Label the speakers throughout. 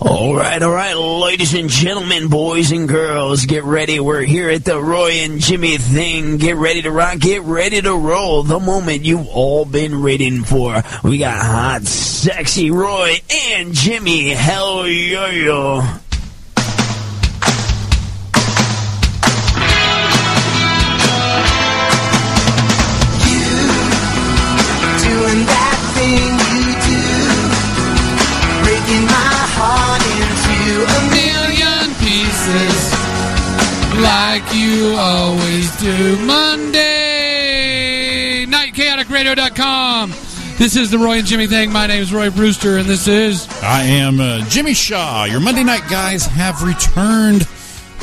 Speaker 1: All right, all right, ladies and gentlemen, boys and girls, get ready. We're here at the Roy and Jimmy thing. Get ready to rock, get ready to roll. The moment you've all been waiting for. We got hot, sexy Roy and Jimmy. Hell yo yo.
Speaker 2: Doing that thing you do, breaking my heart into a million pieces.
Speaker 3: like you always do. Monday night, chaoticradio.com. This is the Roy and Jimmy thing. My name is Roy Brewster, and this is
Speaker 4: I am uh, Jimmy Shaw. Your Monday night guys have returned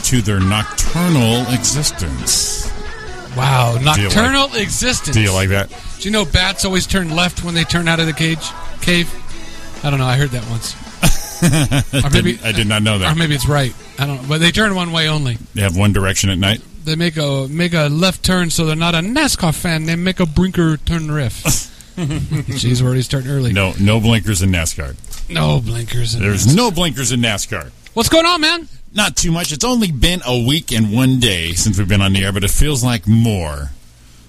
Speaker 4: to their nocturnal existence.
Speaker 3: wow,
Speaker 4: you like-
Speaker 3: nocturnal existence.
Speaker 4: Do you like that?
Speaker 3: Do you know bats always turn left when they turn out of the cage cave? I don't know. I heard that once,
Speaker 4: I,
Speaker 3: maybe-
Speaker 4: did, I did not know
Speaker 3: or
Speaker 4: that.
Speaker 3: maybe it's right. I don't. know. But they turn one way only.
Speaker 4: They have one direction at night.
Speaker 3: They make a make a left turn, so they're not a NASCAR fan. They make a Brinker turn riff. Jeez, we're already starting early.
Speaker 4: No, no blinkers in NASCAR.
Speaker 3: No blinkers. in
Speaker 4: There's
Speaker 3: this.
Speaker 4: no blinkers in NASCAR.
Speaker 3: What's going on, man?
Speaker 4: Not too much. It's only been a week and one day since we've been on the air, but it feels like more.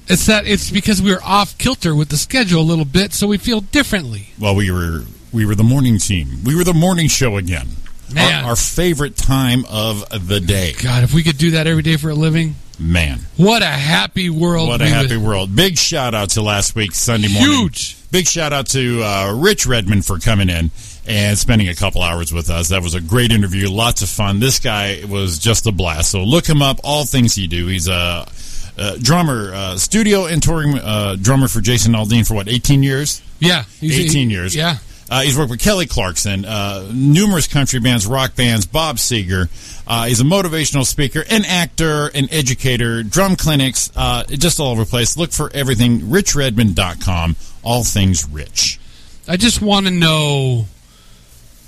Speaker 3: It's that it's because we were off kilter with the schedule a little bit, so we feel differently.
Speaker 4: Well, we were we were the morning team. We were the morning show again.
Speaker 3: Man.
Speaker 4: Our, our favorite time of the day.
Speaker 3: God, if we could do that every day for a living,
Speaker 4: Man.
Speaker 3: what a happy world!
Speaker 4: What
Speaker 3: we
Speaker 4: a
Speaker 3: would-
Speaker 4: happy world. Big shout out to last week's Sunday morning.
Speaker 3: Huge.
Speaker 4: Big shout out to uh, Rich Redmond for coming in and spending a couple hours with us. That was a great interview. Lots of fun. This guy was just a blast. So look him up. All things he do. He's a, a drummer, uh, studio and touring uh, drummer for Jason Aldean for what, 18 years?
Speaker 3: Yeah, he's-
Speaker 4: 18 years.
Speaker 3: Yeah,
Speaker 4: Uh, he's worked with Kelly Clarkson, uh, numerous country bands, rock bands, Bob Seger. Uh, he's a motivational speaker, an actor, an educator, drum clinics, uh, just all over the place. Look for everything, richredmond.com, all things rich.
Speaker 3: I just want to know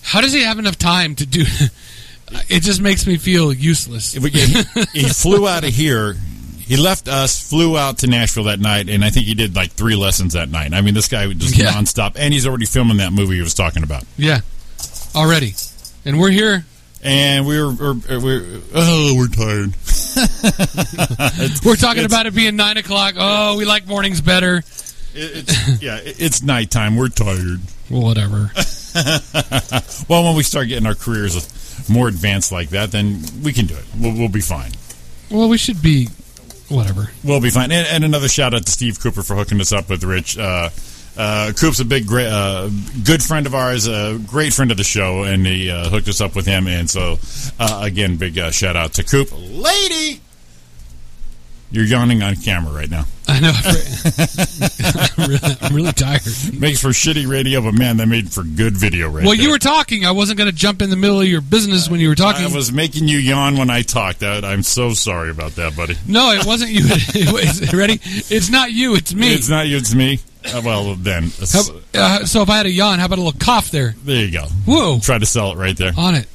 Speaker 3: how does he have enough time to do? it just makes me feel useless.
Speaker 4: If we- He, he flew out of here. He left us, flew out to Nashville that night, and I think he did like three lessons that night. I mean, this guy was just
Speaker 3: Yeah.
Speaker 4: nonstop, and he's already filming that movie he was talking about.
Speaker 3: Yeah, already, and we're here.
Speaker 4: And we were, we're, we're oh, we're tired.
Speaker 3: We're talking
Speaker 4: It's-
Speaker 3: about it being nine o'clock. Oh, we like mornings better.
Speaker 4: It, it's, yeah, it- it's nighttime. We're tired.
Speaker 3: Well, whatever.
Speaker 4: Well, when we start getting our careers more advanced like that, then we can do it. We'll, we'll be fine.
Speaker 3: well, we should be whatever.
Speaker 4: We'll be fine. And, and another shout out to Steve Cooper for hooking us up with Rich. Uh, uh, Coop's a big, great, uh, good friend of ours, a great friend of the show, and he uh, hooked us up with him. And so, uh, again, big uh, shout out to Coop. Lady! You're yawning on camera right now.
Speaker 3: I know. I'm really, I'm really tired.
Speaker 4: Makes for shitty radio, but man, that made for good video right
Speaker 3: Well,
Speaker 4: there.
Speaker 3: you were talking. I wasn't going to jump in the middle of your business when you were talking.
Speaker 4: I was making you yawn when I talked. I, I'm so sorry about that, buddy.
Speaker 3: no, it wasn't you. It was- ready? It's not you. It's me.
Speaker 4: It's not you. It's me. Uh, well, then
Speaker 3: How-
Speaker 4: it's-
Speaker 3: uh, so if I had a yawn, how about a little cough there?
Speaker 4: there you go.
Speaker 3: Whoa.
Speaker 4: Try to sell it right there.
Speaker 3: On it.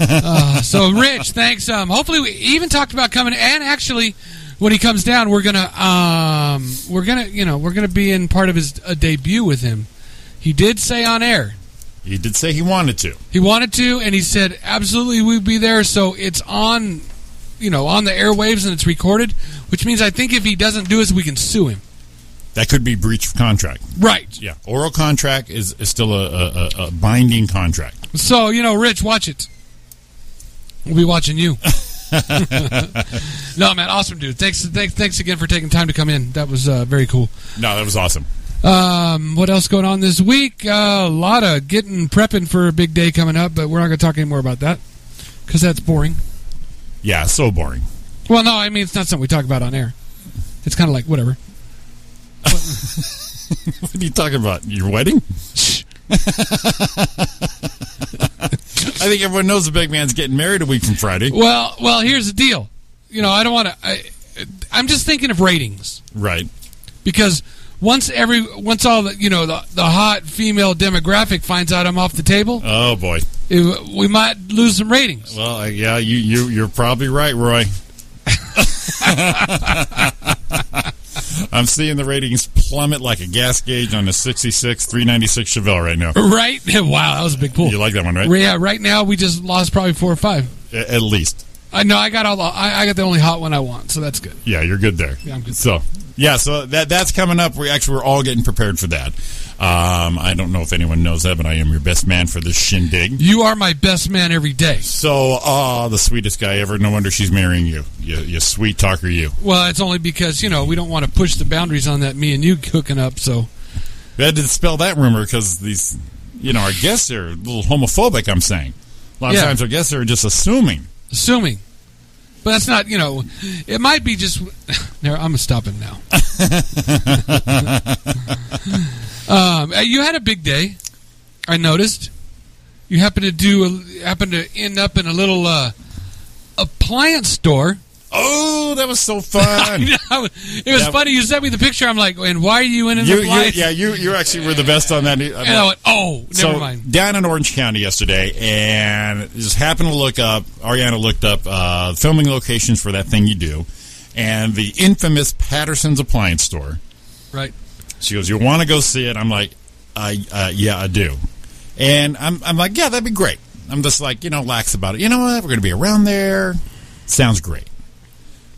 Speaker 3: Uh, so, Rich, thanks. Um, hopefully, we even talked about coming. And actually, when he comes down, we're gonna um, we're gonna you know we're gonna be in part of his a debut with him. He did say on air
Speaker 4: He did say he wanted to.
Speaker 3: He wanted to, and he said, absolutely, we'd be there. So it's on, you know, on the airwaves and it's recorded, which means I think if he doesn't do us, we can sue him.
Speaker 4: That could be breach of contract.
Speaker 3: Right.
Speaker 4: Yeah, oral contract is, is still a, a, a- a binding contract.
Speaker 3: So, you know, Rich, watch it. We'll be watching you. no, man, awesome, dude. Thanks, thanks, thanks again for taking time to come in. That was uh, very cool.
Speaker 4: No, that was awesome.
Speaker 3: Um, what else going on this week? Uh, a lot of getting prepping for a big day coming up, but we're not going to talk any more about that because that's boring.
Speaker 4: Yeah, so boring.
Speaker 3: Well, no, I mean it's not something we talk about on air. It's kind of like whatever.
Speaker 4: What are you talking about? Your wedding? I think everyone knows the big man's getting married a week from Friday.
Speaker 3: Well, well, here's the deal. You know, I don't want to. I'm just thinking of ratings
Speaker 4: Right.
Speaker 3: because once every once all the you know the, the hot female demographic finds out I'm off the table,
Speaker 4: Oh boy.
Speaker 3: it, we might lose some ratings.
Speaker 4: Well, I- yeah, you you you're probably right, Roy. I'm seeing the ratings plummet like a gas gauge on a 66 396 Chevelle right now.
Speaker 3: Right? Wow, that was a big pool.
Speaker 4: You like that one, right?
Speaker 3: Yeah. Right now, we just lost probably four or five.
Speaker 4: A- At least.
Speaker 3: I know. I got all. The, I, I got the only hot one I want, so that's good.
Speaker 4: Yeah, you're good there.
Speaker 3: Yeah, I'm good.
Speaker 4: So, yeah, so that that's coming up. We actually we're all getting prepared for that. Um, I don't know if anyone knows that, but I am your best man for this shindig.
Speaker 3: You are my best man every day.
Speaker 4: So, ah, the sweetest guy ever. No wonder she's marrying you. You, you sweet talker, you.
Speaker 3: Well, it's only because you know we don't want to push the boundaries on that me and you hooking up. So
Speaker 4: We had to dispel that rumor because these, you know, our guests are a little homophobic. I'm saying a lot of
Speaker 3: Yeah.
Speaker 4: times our guests are just assuming.
Speaker 3: assuming, but that's not. You know, it might be just. There, I'm stopping now. um, uh, you had a big day. I noticed. You happened to do. A, happened to end up in a little uh, appliance store.
Speaker 4: Oh, that was so fun.
Speaker 3: it was
Speaker 4: Yeah.
Speaker 3: funny. You sent me the picture. I'm like, and why are you in an
Speaker 4: you, you,
Speaker 3: appliance?
Speaker 4: yeah, you, you actually were the best on that. I mean,
Speaker 3: And I went, oh, never
Speaker 4: so
Speaker 3: mind.
Speaker 4: down in Orange County yesterday, and just happened to look up. Ariana looked up uh, filming locations for that thing you do, and the infamous Patterson's Appliance Store.
Speaker 3: Right.
Speaker 4: She goes, "You want to go see it?" I'm like, "I uh, yeah, I do." And I'm I'm like, "Yeah, that'd be great." I'm just like, you know, lax about it. You know what? We're going to be around there. Sounds great.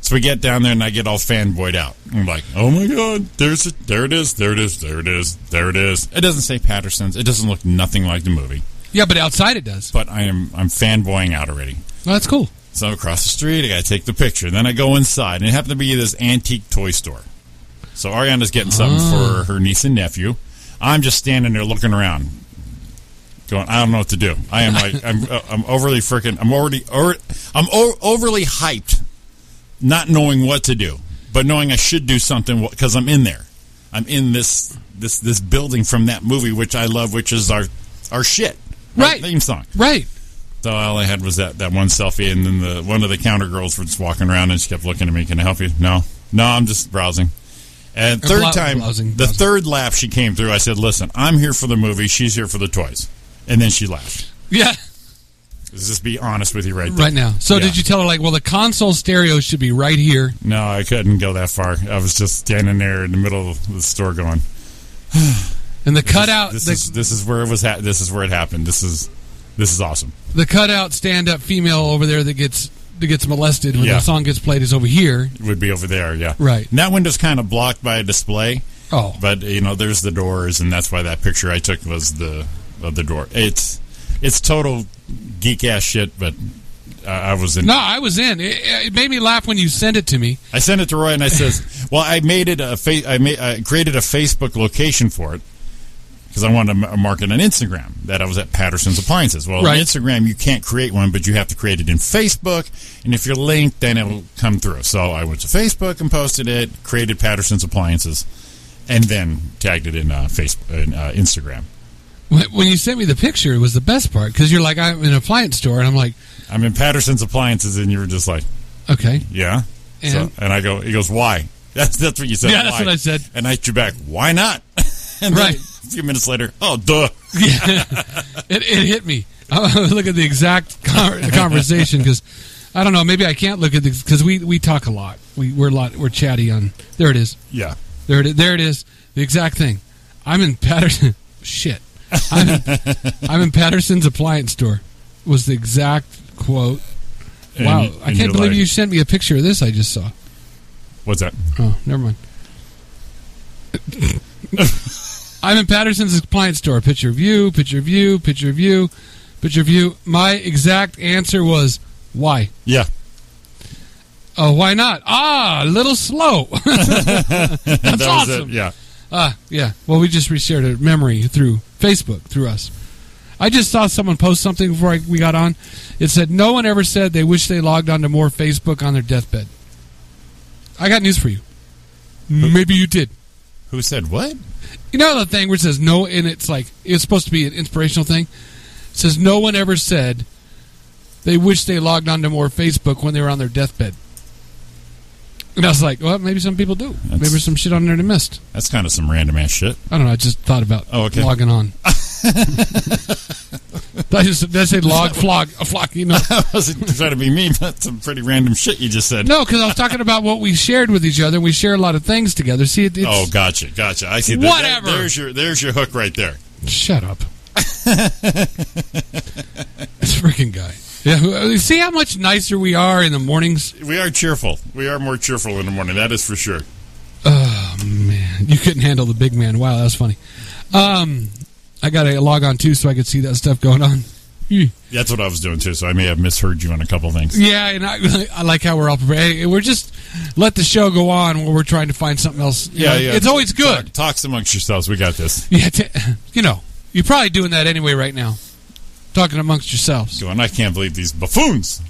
Speaker 4: So we get down there, and I get all fanboyed out. I'm like, "Oh my god, there's it, there it is, there it is, there it is, there it is." It doesn't say Patterson's. It doesn't look nothing like the movie,
Speaker 3: Yeah, but outside it does.
Speaker 4: but I am I'm fanboying out already.
Speaker 3: Well, that's cool.
Speaker 4: So I'm across the street, I got to take the picture. Then I go inside, and it happened to be this antique toy store. So Ariana's getting something for her niece and nephew. I'm just standing there looking around, going, I don't know what to do. I am like, I'm, uh, I'm overly freaking, I'm already, or, I'm o- overly hyped, not knowing what to do, but knowing I should do something because I'm in there. I'm in this this this building from that movie, which I love, which is our our shit, Our
Speaker 3: Right.
Speaker 4: Theme song.
Speaker 3: Right.
Speaker 4: So all I had was that, that one selfie, and then the one of the counter girls was walking around and she kept looking at me. Can I help you? No, no, I'm just browsing. And
Speaker 3: Or
Speaker 4: third
Speaker 3: blo-
Speaker 4: time,
Speaker 3: browsing,
Speaker 4: the
Speaker 3: browsing.
Speaker 4: third lap she came through, I said, "Listen, I'm here for the movie. She's here for the toys." And then she laughed.
Speaker 3: Yeah.
Speaker 4: Let's just be honest with you, right? There.
Speaker 3: Right now. So
Speaker 4: Yeah.
Speaker 3: did you tell her like, well, the console stereo should be right here?
Speaker 4: No, I couldn't go that far. I was just standing there in the middle of the store, going,
Speaker 3: And the cutout,
Speaker 4: This
Speaker 3: the,
Speaker 4: is this is where it was. Ha- this is where it happened. This is this is awesome.
Speaker 3: the cutout stand-up female over there that gets that gets molested when
Speaker 4: Yeah.
Speaker 3: the song gets played is over here.
Speaker 4: Would be over there, yeah.
Speaker 3: Right.
Speaker 4: And that window's kind of blocked by a display.
Speaker 3: Oh,
Speaker 4: But you know, there's the doors, and that's why that picture I took was the of the door. It's it's total geek ass shit, but I, I was in.
Speaker 3: no, I was in. It, it made me laugh when you sent it to me.
Speaker 4: I sent it to Roy, and I says, "Well, I made it a fa- I made I created a Facebook location for it because I wanted to m- market on Instagram that I was at Patterson's Appliances. Well, on
Speaker 3: Right.
Speaker 4: Instagram you can't create one, but you have to create it in Facebook, and if you're linked, then it'll come through. So I went to Facebook and posted it, created Patterson's Appliances, and then tagged it in uh, Facebook in, uh, Instagram.
Speaker 3: When when you sent me the picture, it was the best part because you're like, I'm in an appliance store, and I'm like,
Speaker 4: I'm in Patterson's Appliances, and you were just like,
Speaker 3: okay,
Speaker 4: yeah.
Speaker 3: and
Speaker 4: So, and I go, he goes, why? That's that's what you said.
Speaker 3: Yeah, that's
Speaker 4: why?
Speaker 3: what I said.
Speaker 4: And I hit you back, why not? and then
Speaker 3: Right.
Speaker 4: a few minutes later, oh, duh.
Speaker 3: it, it hit me. I was looking at the exact con- conversation because I don't know. Maybe I can't look at this because we, we talk a lot. We we're a lot we're chatty on. There it is.
Speaker 4: Yeah.
Speaker 3: There it is. There it is. The exact thing. I'm in Patterson. Shit. I'm in, I'm in Patterson's appliance store. Was the exact quote.
Speaker 4: And-
Speaker 3: wow,
Speaker 4: and
Speaker 3: I
Speaker 4: you're
Speaker 3: can't believe
Speaker 4: like,
Speaker 3: you sent me a picture of this. I just saw.
Speaker 4: What's that?
Speaker 3: Oh, never mind. I'm in Patterson's appliance store. Picture of you, picture of you, picture of you, picture of you. My exact answer was why?
Speaker 4: Yeah.
Speaker 3: Oh, why not? Ah, a little slow.
Speaker 4: That's
Speaker 3: awesome.
Speaker 4: Yeah.
Speaker 3: Ah, yeah. Well, we just reshared a memory through Facebook, through us. I just saw someone post something before I, we got on. It said, No one ever said they wish they logged onto more Facebook on their deathbed. I got news for you. Maybe you did.
Speaker 4: Who said what?
Speaker 3: You know the thing where it says no, and it's like, it's supposed to be an inspirational thing? It says, No one ever said they wish they logged onto more Facebook when they were on their deathbed. And I was like, Well, maybe some people do.
Speaker 4: That's-
Speaker 3: maybe there's some shit on there they missed.
Speaker 4: That's kind of some random ass shit.
Speaker 3: I don't know. I just thought about
Speaker 4: Oh, okay.
Speaker 3: logging on. I just that said log flog a flock. You know,
Speaker 4: I wasn't trying to be mean, but that's some pretty random shit you just said.
Speaker 3: no, because I was talking about what we shared with each other. and We share a lot of things together. See, it, it's
Speaker 4: Oh, gotcha, gotcha. I see. That.
Speaker 3: Whatever.
Speaker 4: There- there's your there's your hook right there.
Speaker 3: Shut up. this freaking guy. Yeah, who- uh, see how much nicer we are in the mornings.
Speaker 4: We are cheerful. We are more cheerful in the morning. That is for sure.
Speaker 3: Oh man, you couldn't handle the big man. Wow, that was funny. Um, I gotta log on too so I could see that stuff going on. Yeah,
Speaker 4: That's what I was doing too. So I may have misheard you on a couple things.
Speaker 3: and I, I like how we're all prepared. Hey, We're just let the show go on while we're trying to find something else. You
Speaker 4: Yeah,
Speaker 3: know,
Speaker 4: yeah.
Speaker 3: It's always good.
Speaker 4: Talk, talks amongst yourselves. We got this.
Speaker 3: Yeah, t- you know, you're probably doing that anyway right now, talking amongst yourselves.
Speaker 4: Going, I can't believe these buffoons.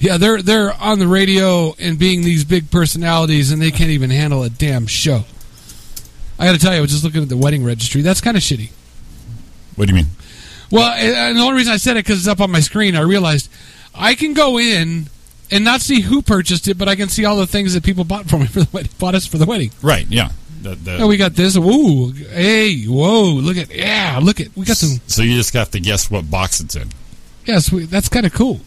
Speaker 3: Yeah, they're they're on the radio and being these big personalities, and they can't even handle a damn show. I got to tell you, I was just looking at the wedding registry. That's kind of shitty.
Speaker 4: What do you mean?
Speaker 3: Well, and- and the only reason I said it because it's up on my screen. I realized I can go in and not see who purchased it, but I can see all the things that people bought for me for the wedding, bought us for the wedding.
Speaker 4: Right? Yeah. The- the-
Speaker 3: Oh, we got this. Ooh, hey, whoa, look at yeah, look at we got some.
Speaker 4: so you just have to guess what box it's in.
Speaker 3: Yes, we, that's kind of cool.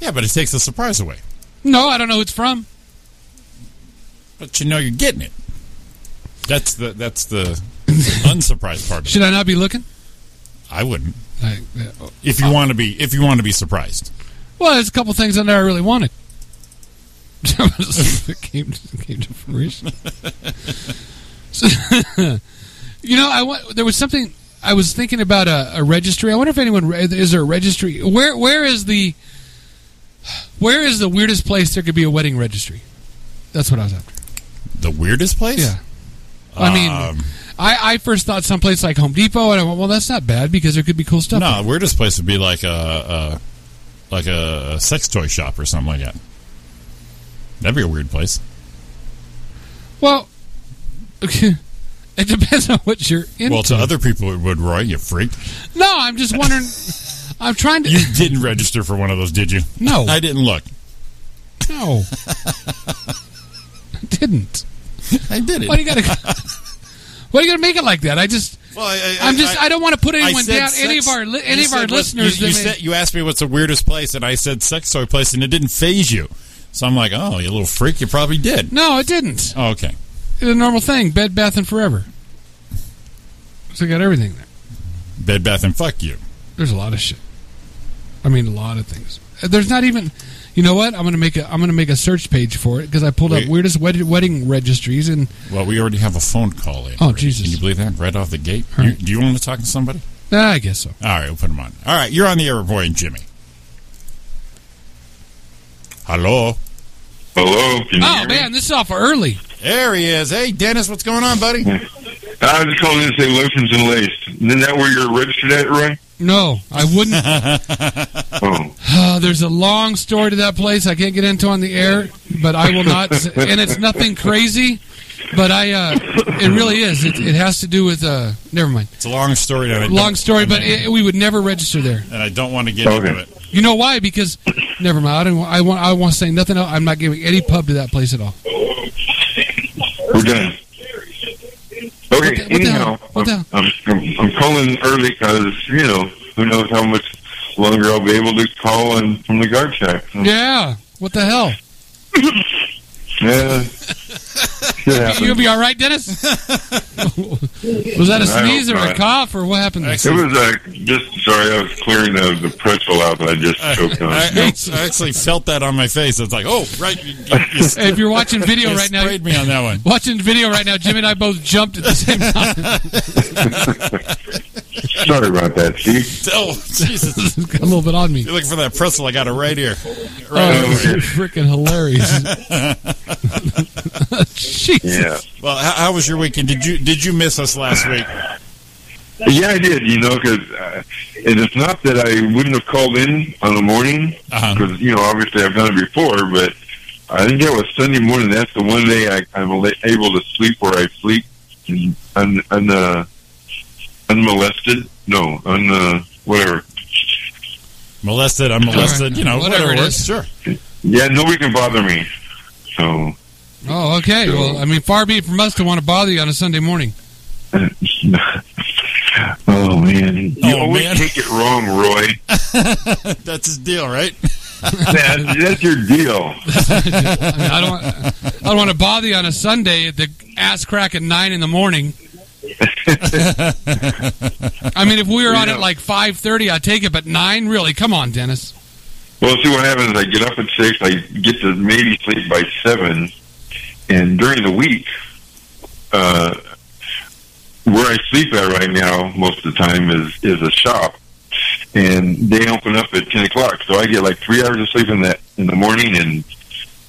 Speaker 4: Yeah, but it takes the surprise away.
Speaker 3: No, I don't know who it's from.
Speaker 4: But you know you're getting it. That's the that's the unsurprised part. Of it.
Speaker 3: Should I not be looking?
Speaker 4: I wouldn't.
Speaker 3: Like, uh,
Speaker 4: If you want to be if you want to be surprised.
Speaker 3: Well, there's a couple things on there I really wanted. it came, it came to fruition. So, you know, I want, there was something I was thinking about a, a registry. I wonder if anyone re- is there a registry? Where where is the where is the weirdest place there could be a wedding registry? That's what I was after.
Speaker 4: The weirdest place?
Speaker 3: Yeah. I mean,
Speaker 4: Um,
Speaker 3: I, I first thought someplace like Home Depot, and I went, well, that's not bad because there could be cool stuff.
Speaker 4: No, weirdest place would be like a, a like a sex toy shop or something like that. That'd be a weird place.
Speaker 3: Well, it depends on what you're into.
Speaker 4: Well, to other people it would, Roy, you freak.
Speaker 3: No, I'm just wondering. I'm trying to.
Speaker 4: You didn't register for one of those, did you?
Speaker 3: no,
Speaker 4: I didn't look.
Speaker 3: no, I didn't.
Speaker 4: I did
Speaker 3: Why do you gotta? Why do you gotta make it like that? I just,
Speaker 4: Well, I,
Speaker 3: I'm just, I, don't want to put
Speaker 4: I
Speaker 3: anyone
Speaker 4: said
Speaker 3: down. any
Speaker 4: sex-
Speaker 3: of our, li-
Speaker 4: you
Speaker 3: any of
Speaker 4: said
Speaker 3: our
Speaker 4: what-
Speaker 3: listeners.
Speaker 4: You, you,
Speaker 3: that may-
Speaker 4: said, you asked me what's the weirdest place, and I said sex toy place, and it didn't phase you. So I'm like, oh, you little freak, you probably did.
Speaker 3: no, it didn't.
Speaker 4: Oh, okay.
Speaker 3: It's a normal thing. Bed Bath and Forever. So I got everything there.
Speaker 4: Bed Bath and fuck you.
Speaker 3: There's a lot of shit. I mean, a lot of things. Uh, There's not even. You know what? I'm gonna make a. I'm gonna make a search page for it because I pulled
Speaker 4: Wait.
Speaker 3: up weirdest wed- wedding registries and
Speaker 4: Well, we already have a phone call in.
Speaker 3: Oh,
Speaker 4: Rick.
Speaker 3: Jesus.
Speaker 4: Can you believe that? Right off the gate.
Speaker 3: All
Speaker 4: You-
Speaker 3: right.
Speaker 4: do you want to talk to somebody?
Speaker 3: uh, I guess so.
Speaker 4: All right, we'll put him on. All right, you're on the air, with Roy and Jimmy. Hello.
Speaker 5: Hello. Can you
Speaker 3: Oh
Speaker 5: hear me?
Speaker 3: man, this is off early.
Speaker 4: There he is. Hey, Dennis, what's going on, buddy?
Speaker 5: I was just calling in to say lotions and laced. Isn't that where you're registered at, Roy?
Speaker 3: No, I wouldn't.
Speaker 5: Oh,
Speaker 3: Uh, there's a long story to that place I can't get into on the air, but I will not. s- and it's nothing crazy, but I. Uh, it really is. It, it has to do with. Uh, never mind.
Speaker 4: It's a long story. and I don't-
Speaker 3: Long story, but it, we would never register there.
Speaker 4: and I don't want to get
Speaker 5: Okay.
Speaker 4: into it.
Speaker 3: You know why? Because never mind. I don't. wa- I want. I want to say nothing. Else. I'm not giving any pub to that place at all.
Speaker 5: we're done. Okay.
Speaker 3: What the- what the hell?
Speaker 5: anyhow,
Speaker 3: What the
Speaker 5: I'm, I'm, I'm, I'm calling early because you know who knows how much longer I'll be able to call in from the guard shack. So,
Speaker 3: Yeah. What the hell?
Speaker 5: yeah. Shit
Speaker 3: You'll
Speaker 5: happened.
Speaker 3: be all right, Dennis. Was that a
Speaker 5: I hope
Speaker 3: sneeze or a
Speaker 5: not.
Speaker 3: cough or what happened? There?
Speaker 5: It
Speaker 4: Actually,
Speaker 5: was uh, just sorry. I was clearing the, the pretzel out that I just
Speaker 4: I,
Speaker 5: choked on.
Speaker 4: I- I act- I actually felt that on my face. It's like, oh, right. You, you, you,
Speaker 3: Hey, if you're watching video
Speaker 4: you
Speaker 3: right now,
Speaker 4: sprayed me on that one.
Speaker 3: watching video right now, Jimmy and I both jumped at the same time.
Speaker 5: sorry about that, Steve.
Speaker 4: Oh, Jesus.
Speaker 3: It's got a little bit on me.
Speaker 4: You're looking for that pretzel. I got it right here. Right
Speaker 3: Oh,
Speaker 4: over here.
Speaker 3: freaking hilarious! Jesus.
Speaker 5: Yeah.
Speaker 4: Well, how, how was your weekend? Did you did you miss us last week?
Speaker 5: Yeah, I did. You know, because uh, and it's not that I wouldn't have called in on the morning
Speaker 4: Uh-huh.
Speaker 5: because you know obviously I've done it before, but I think that was Sunday morning. That's the one day I, I'm al- able to sleep where I sleep un, un, uh, unmolested. No, un uh, whatever.
Speaker 4: Molested, unmolested, you know,
Speaker 3: Whatever
Speaker 4: whatever,
Speaker 3: it
Speaker 4: it
Speaker 3: is.
Speaker 4: is. Sure.
Speaker 5: Yeah, nobody can bother me. So
Speaker 3: Oh, okay. Well, I mean, far be it from us to want to bother you on a Sunday morning.
Speaker 5: Oh man, you
Speaker 4: Oh,
Speaker 5: always
Speaker 4: man.
Speaker 5: take it wrong, Roy.
Speaker 4: That's his deal, right?
Speaker 5: That, that's your deal.
Speaker 3: I, mean, I don't. Want, I don't want to bother you on a Sunday at the ass crack at nine in the morning. I mean, if we were on
Speaker 5: Yeah.
Speaker 3: at like five thirty, I take it. But nine, really? Come on, Dennis.
Speaker 5: Well, see what happens. I get up at six. I get to maybe sleep by seven, and during the week, uh, where I sleep at right now most of the time is is a shop, and they open up at ten o'clock. So I get like three hours of sleep in that in the morning, and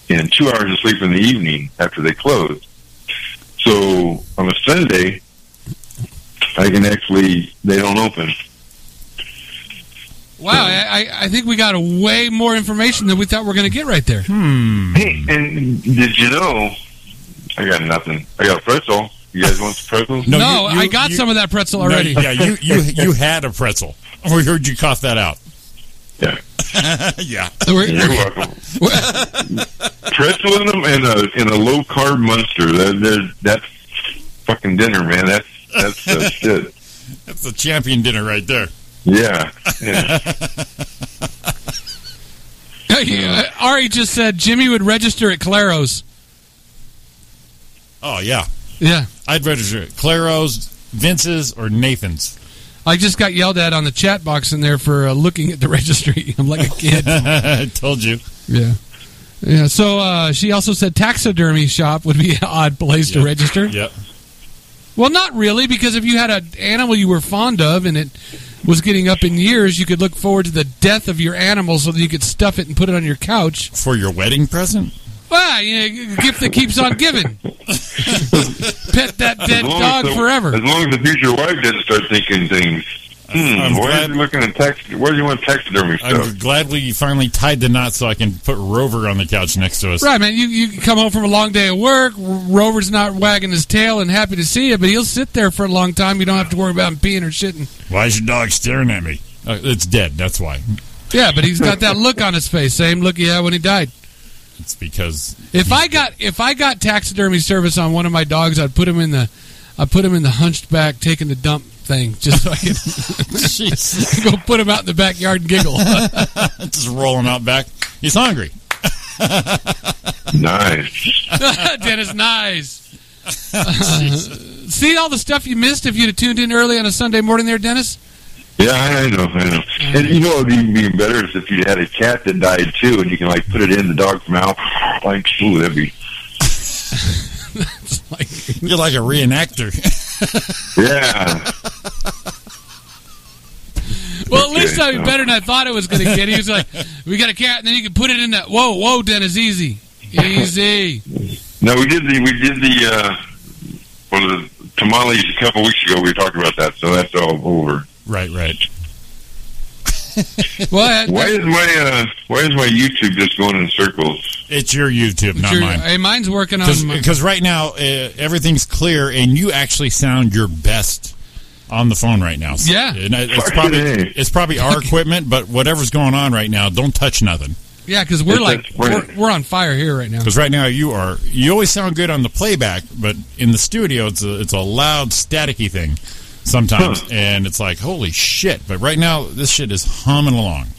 Speaker 5: and two hours of sleep in the evening after they close. So on a Sunday, I can actually they don't open.
Speaker 3: Wow, I, I- I think we got a way more information than we thought we were going to get right there.
Speaker 4: Hmm.
Speaker 5: Hey, and did you know? I got nothing. I got pretzel. You guys want some pretzels?
Speaker 3: No,
Speaker 4: you- you-
Speaker 3: I got
Speaker 4: you-
Speaker 3: some of that pretzel
Speaker 4: No,
Speaker 3: already.
Speaker 4: yeah, you, you you had a pretzel. We heard you cough that out. yeah.
Speaker 5: Yeah.
Speaker 3: We're-
Speaker 5: You're welcome.
Speaker 3: we're-
Speaker 5: pretzel in them and a and a low carb monster. That, that, that's fucking dinner, man. That's that's the shit.
Speaker 4: That's the champion dinner right there.
Speaker 5: Yeah. yeah.
Speaker 3: yeah, Ari just said Jimmy would register at Claro's.
Speaker 4: Oh, yeah.
Speaker 3: Yeah,
Speaker 4: I'd register it. Claro's, Vince's, or Nathan's.
Speaker 3: I just got yelled at on the chat box in there for uh, looking at the registry. I'm like a kid.
Speaker 4: I told you.
Speaker 3: yeah. Yeah, so uh, she also said taxidermy shop would be an odd place to
Speaker 4: Yeah.
Speaker 3: register.
Speaker 4: Yep.
Speaker 3: Well, not really, because if you had an animal you were fond of and it was getting up in years, you could look forward to the death of your animal so that you could stuff it and put it on your couch.
Speaker 4: For your wedding present?
Speaker 3: Well, you know, a gift that keeps on giving. Pet that dead
Speaker 5: As long
Speaker 3: dog
Speaker 5: as the-
Speaker 3: forever.
Speaker 5: As long as the future wife doesn't start thinking things.
Speaker 4: I'm
Speaker 5: Hmm, why are
Speaker 4: glad-
Speaker 5: you looking at tax? Where do you want taxidermy
Speaker 4: I'm
Speaker 5: stuff?
Speaker 4: glad we finally tied the knot so I can put Rover on the couch next to us.
Speaker 3: Right, man. You you come home from a long day of work. Rover's not wagging his tail and happy to see you, but he'll sit there for a long time. You don't have to worry about him peeing or shitting.
Speaker 4: Why is your dog staring at me? Uh, it's dead. That's why.
Speaker 3: Yeah, but he's got that look on his face, same look he had when he died.
Speaker 4: It's because
Speaker 3: If I got if I got taxidermy service on one of my dogs, I'd put him in the I put him in the hunched back taking the dump thing, just so I
Speaker 4: Jeez,
Speaker 3: could go put him out in the backyard and giggle.
Speaker 4: it's just rolling out back. He's hungry.
Speaker 5: Nice.
Speaker 3: Dennis, nice. see all the stuff you missed if you'd have tuned in early on a Sunday morning, there, Dennis.
Speaker 5: Yeah, I I know, I know. And you know, it'd even be better is if you had a cat that died too, and you can like put it in the dog's mouth, like, ooh, that'd be
Speaker 3: It's like
Speaker 4: You're like a reenactor.
Speaker 5: Yeah.
Speaker 3: Well, at least I
Speaker 5: Okay,
Speaker 3: was
Speaker 5: so-
Speaker 3: better than I thought it was going to get. He was like, "We got a cat," and then you can put it in that. Whoa, whoa, Dennis, easy, easy.
Speaker 5: No, we did the we did the uh one of the tamales a couple weeks ago. We talked about that, so that's all over.
Speaker 4: right, right.
Speaker 3: Well, that-
Speaker 5: Why
Speaker 3: that's
Speaker 5: is my uh why is my YouTube just going in circles?
Speaker 4: It's your YouTube, not
Speaker 3: your-
Speaker 4: mine.
Speaker 3: Hey, mine's working on. My,
Speaker 4: Because right now uh, everything's clear, and you actually sound your best on the phone right now. So-
Speaker 3: Yeah.
Speaker 4: and I- it's
Speaker 5: Fucking
Speaker 4: probably
Speaker 5: A.
Speaker 4: it's probably our equipment, but whatever's going on right now, don't touch nothing.
Speaker 3: yeah, because we're
Speaker 5: It's
Speaker 3: like
Speaker 5: just
Speaker 3: we're,
Speaker 5: weird.
Speaker 3: we're on fire here right now.
Speaker 4: Because right now you are you always sound good on the playback, but in the studio it's a it's a loud staticky thing sometimes,
Speaker 5: Huh.
Speaker 4: and it's like holy shit. But right now this shit is humming along.
Speaker 5: So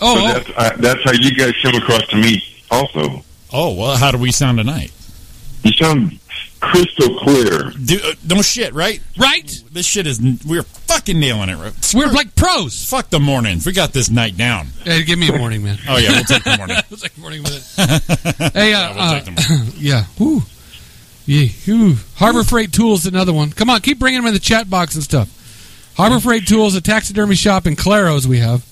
Speaker 3: Oh,
Speaker 5: that's I, that's how you guys come across to me. Also,
Speaker 4: Oh well, how do we sound tonight?
Speaker 5: you sound crystal clear.
Speaker 4: Do, uh, no shit, right?
Speaker 3: oh, right.
Speaker 4: This shit is we're fucking nailing it. right?
Speaker 3: We're like pros.
Speaker 4: Fuck the mornings. We got this night down.
Speaker 3: Hey, give me a morning, man.
Speaker 4: Oh yeah, we'll take the morning.
Speaker 3: It was like morning with it. Hey, uh,
Speaker 4: we'll take them.
Speaker 3: uh, yeah, whoo, yeah, whoo. Harbor Freight Tools, another one. Come on, keep bringing them in the chat box and stuff. Harbor Freight Tools, a taxidermy shop in Claro's we have.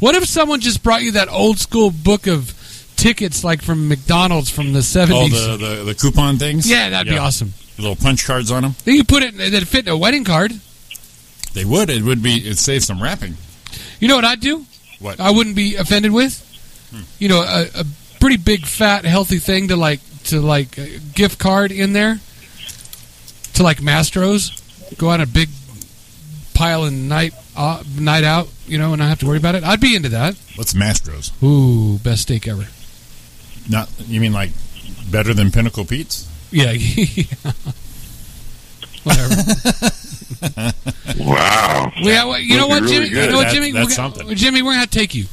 Speaker 3: What if someone just brought you that old school book of tickets, like from McDonald's from the
Speaker 4: All
Speaker 3: seventies?
Speaker 4: the, the, the coupon things.
Speaker 3: yeah, that'd be
Speaker 4: Yeah.
Speaker 3: awesome.
Speaker 4: Little punch cards on them.
Speaker 3: Then you put it, that fit in a wedding card.
Speaker 4: They would. It would be. It saves some wrapping.
Speaker 3: You know what I'd do?
Speaker 4: What? Hmm.
Speaker 3: I wouldn't be offended with. You know, a, a pretty big, fat, healthy thing to like to like a gift card in there to like Mastro's. Go on a big pile and night uh, night out. You know, and not have to worry about it. I'd be into that.
Speaker 4: What's Mastro's?
Speaker 3: Ooh, best steak ever.
Speaker 4: Not. You mean like better than Pinnacle Pete's?
Speaker 3: Yeah. yeah. Whatever.
Speaker 5: Wow.
Speaker 3: We, uh, you know
Speaker 5: That'd
Speaker 3: what,
Speaker 5: be
Speaker 3: Jimmy?
Speaker 5: really
Speaker 3: You
Speaker 5: good.
Speaker 3: know what,
Speaker 4: That-
Speaker 3: Jimmy?
Speaker 4: that's
Speaker 3: We're gonna-
Speaker 4: something.
Speaker 3: Jimmy, we're gonna take you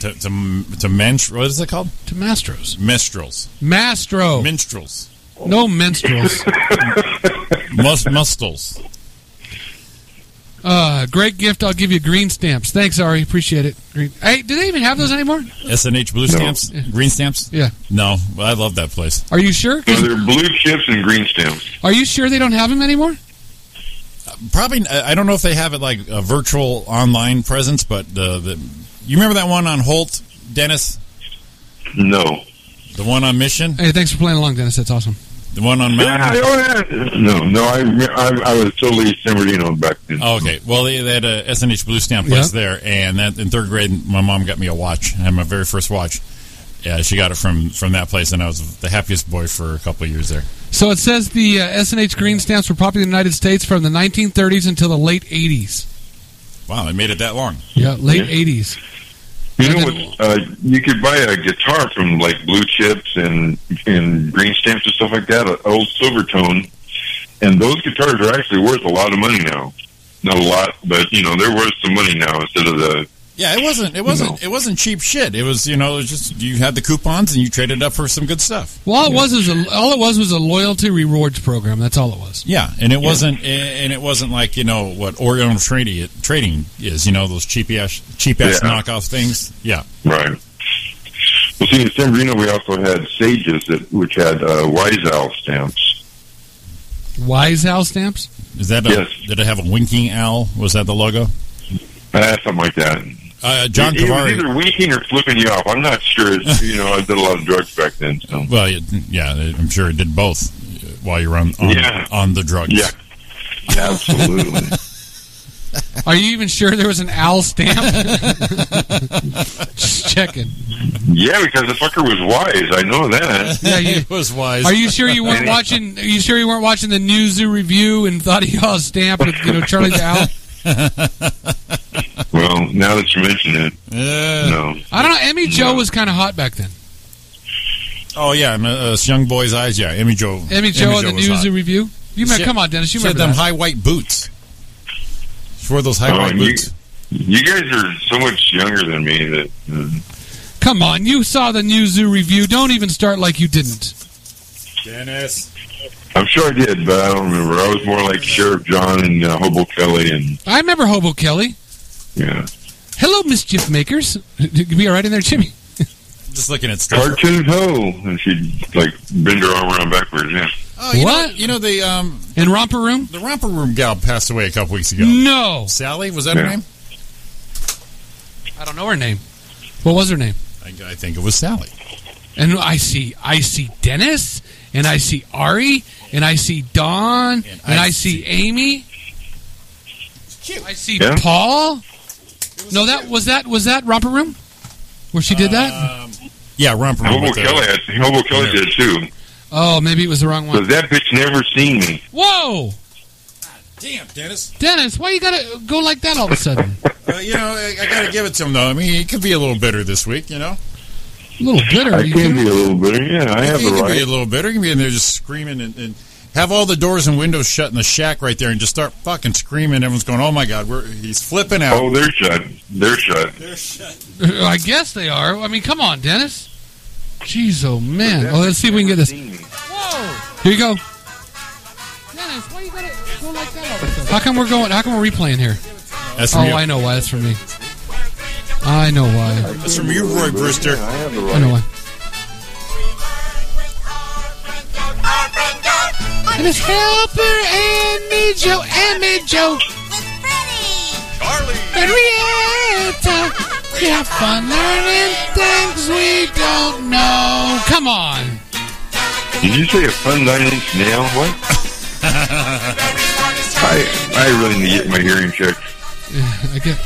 Speaker 4: To, to, to men's, what is it called?
Speaker 3: to Mastros.
Speaker 4: Minstrels.
Speaker 3: Mastro,
Speaker 4: Minstrels.
Speaker 3: no minstrels.
Speaker 4: Mus- mustles.
Speaker 3: uh, great gift. I'll give you green stamps. Thanks, Ari. Appreciate it. Green. Hey, do they even have those anymore?
Speaker 4: SNH blue
Speaker 5: No.
Speaker 4: stamps? Green stamps?
Speaker 3: Yeah.
Speaker 4: No, I love that place.
Speaker 3: Are you sure?
Speaker 5: So they're blue chips and green stamps.
Speaker 3: Are you sure they don't have them anymore?
Speaker 4: Probably, I I don't know if they have it like a virtual online presence, but the, the you remember that one on Holt, Dennis,
Speaker 5: No.
Speaker 4: the one on Mission,
Speaker 3: Hey, thanks for playing along, Dennis. That's awesome.
Speaker 4: the one on
Speaker 5: Yeah, I
Speaker 4: Mountain.
Speaker 5: own that. No, no, I, I, I was totally San Bernardino back then.
Speaker 4: Oh, okay, well they, they had a SNH blue stamp place there, and that in third grade, my mom got me a watch. I had my very first watch. Yeah, she got it from from that place, and I was the happiest boy for a couple of years there.
Speaker 3: So it says the uh, SNH green stamps were popular in the United States from the 1930s until the late 80s.
Speaker 4: Wow, I made it that long.
Speaker 3: Yeah, late
Speaker 5: Yeah.
Speaker 3: 80s.
Speaker 5: You know
Speaker 3: And then-
Speaker 5: what? Uh, you could buy a guitar from like Blue Chips and and Green Stamps and stuff like that, an old Silvertone, and those guitars are actually worth a lot of money now. Not a lot, but you know they're worth some money now instead of the.
Speaker 4: Yeah, it wasn't it wasn't
Speaker 5: No.
Speaker 4: it wasn't cheap shit. It was you know it was just you had the coupons and you traded up for some good stuff.
Speaker 3: Well, all it was was a, all it was was a loyalty rewards program. That's all it was.
Speaker 4: Yeah, and it wasn't, and it wasn't like you know what Orion trading trading is. You know those cheap ass cheap ass
Speaker 5: Yeah.
Speaker 4: knockoff things. Yeah,
Speaker 5: Right. Well, see, in San Marino, we also had Sages, that, which had uh, Wise Owl stamps.
Speaker 3: Wise House stamps.
Speaker 4: is that a,
Speaker 5: Yes.
Speaker 4: did it have a winking owl? Was that the logo?
Speaker 5: Uh, something like that.
Speaker 4: Uh, John
Speaker 5: it, it was
Speaker 4: Cavari.
Speaker 5: either winking or flipping you off. I'm not sure. It's, you know, I did a lot of drugs back then. So.
Speaker 4: Well, it- yeah, I'm sure it did both uh, while you were on on,
Speaker 5: Yeah.
Speaker 4: on the drugs.
Speaker 5: Yeah. Absolutely.
Speaker 3: Are you even sure there was an owl stamp? Just checking.
Speaker 5: Yeah, because the fucker was wise. I know that.
Speaker 3: Yeah, you,
Speaker 4: it was wise.
Speaker 3: are you sure you weren't watching? Are you sure you weren't watching the New Zoo Review and thought he saw a stamp with you know Charlie the Owl?
Speaker 5: Well, now that you mention it,
Speaker 4: Uh,
Speaker 5: no.
Speaker 3: I don't know. Emmy Joe was kind of hot back then.
Speaker 4: Oh yeah, and, uh, uh, young boy's eyes. Yeah, Emmy Joe.
Speaker 3: Emmy Joe on the
Speaker 4: was
Speaker 3: New
Speaker 4: hot.
Speaker 3: Zoo Review. You remember,
Speaker 4: She-
Speaker 3: come on, Dennis. You
Speaker 4: She had
Speaker 3: remember
Speaker 4: them
Speaker 3: that?
Speaker 4: high white boots. She wore those high
Speaker 5: Oh,
Speaker 4: white
Speaker 5: and you-
Speaker 4: boots.
Speaker 5: You guys are so much younger than me that mm,
Speaker 3: Come on, you saw the New Zoo Review. Don't even start like you didn't.
Speaker 4: Dennis.
Speaker 5: I'm sure I did, but I don't remember. I was more like Sheriff John and uh, Hobo Kelly, and
Speaker 3: I remember Hobo Kelly.
Speaker 5: yeah,
Speaker 3: Hello, mischief makers. You be all right in there, Jimmy.
Speaker 4: Just looking at stuff.
Speaker 5: cartoon hoe, and she'd like bend her arm around backwards. Yeah,
Speaker 4: Oh, you know,
Speaker 3: What?
Speaker 4: you know the um,
Speaker 3: In romper room?
Speaker 4: The romper room gal passed away a couple weeks
Speaker 3: Mm.
Speaker 4: ago.
Speaker 3: No,
Speaker 4: Sally, was that her
Speaker 5: Yeah.
Speaker 4: name?
Speaker 3: I don't know her name. What was her name?
Speaker 4: I, I think it was Sally.
Speaker 3: And I see, I see Dennis, and I see Ari, and I see Don, and, I,
Speaker 4: I
Speaker 3: see, Amy. I see
Speaker 5: Yeah.
Speaker 3: Paul. No, that was that was that romper room where she did that.
Speaker 4: Um, yeah, romper room.
Speaker 5: Hobo
Speaker 4: with the-
Speaker 5: Kelly, I, think Hobo Kelly did it too.
Speaker 3: Oh, maybe it was the wrong
Speaker 5: But
Speaker 3: one.
Speaker 5: that bitch never seen me.
Speaker 3: Whoa,
Speaker 4: Damn, Dennis.
Speaker 3: Dennis, why you gotta go like that all of a sudden?
Speaker 4: Uh, you know, I, I got to give it to him, though. I mean, he could be a little bitter this week, you know?
Speaker 3: A little bitter.
Speaker 5: I
Speaker 3: you
Speaker 5: can
Speaker 3: know?
Speaker 5: be a little bitter. Yeah, I have
Speaker 4: he
Speaker 5: a
Speaker 4: could be
Speaker 5: right.
Speaker 4: a little bitter. He could be in there just screaming and, and have all the doors and windows shut in the shack right there and just start fucking screaming. Everyone's going, oh my God, we're, he's flipping out.
Speaker 5: Oh, they're shut. They're shut.
Speaker 4: They're shut.
Speaker 3: I guess they are. I mean, come on, Dennis. Jeez, oh man. Oh, let's see if we can get this. Whoa! Here you go. Dennis, why you gotta go like that? all of a sudden? How come we're going? How come we're replaying here?
Speaker 4: That's
Speaker 3: Oh,
Speaker 4: from, you.
Speaker 3: I know why. That's for me. I know why.
Speaker 4: That's from you, Roy Brewster.
Speaker 5: I have a
Speaker 3: I know
Speaker 5: right.
Speaker 3: why. And it's helper Emmy Joe, Emmy Joe, Henrietta. We have fun learning things we don't know. Come on.
Speaker 5: Did you say a fun nine inch nail? What? I I really need to get my hearing checked.
Speaker 3: Yeah, I get.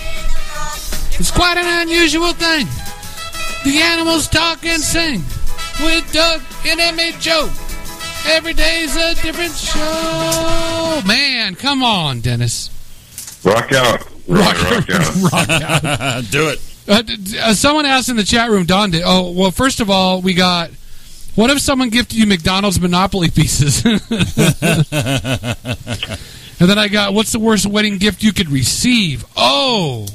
Speaker 3: It's quite an unusual thing. The animals talk and sing with Doug and Emmy Joe. Every day's a different show. Man, come on, Dennis.
Speaker 5: Rock out. Rock, rock out.
Speaker 4: Do it.
Speaker 3: Uh, d- d- uh, someone asked in the chat room, Don did. Oh, well, first of all, we got. What if someone gifted you McDonald's Monopoly pieces? And then I got, what's the worst wedding gift you could receive? Oh,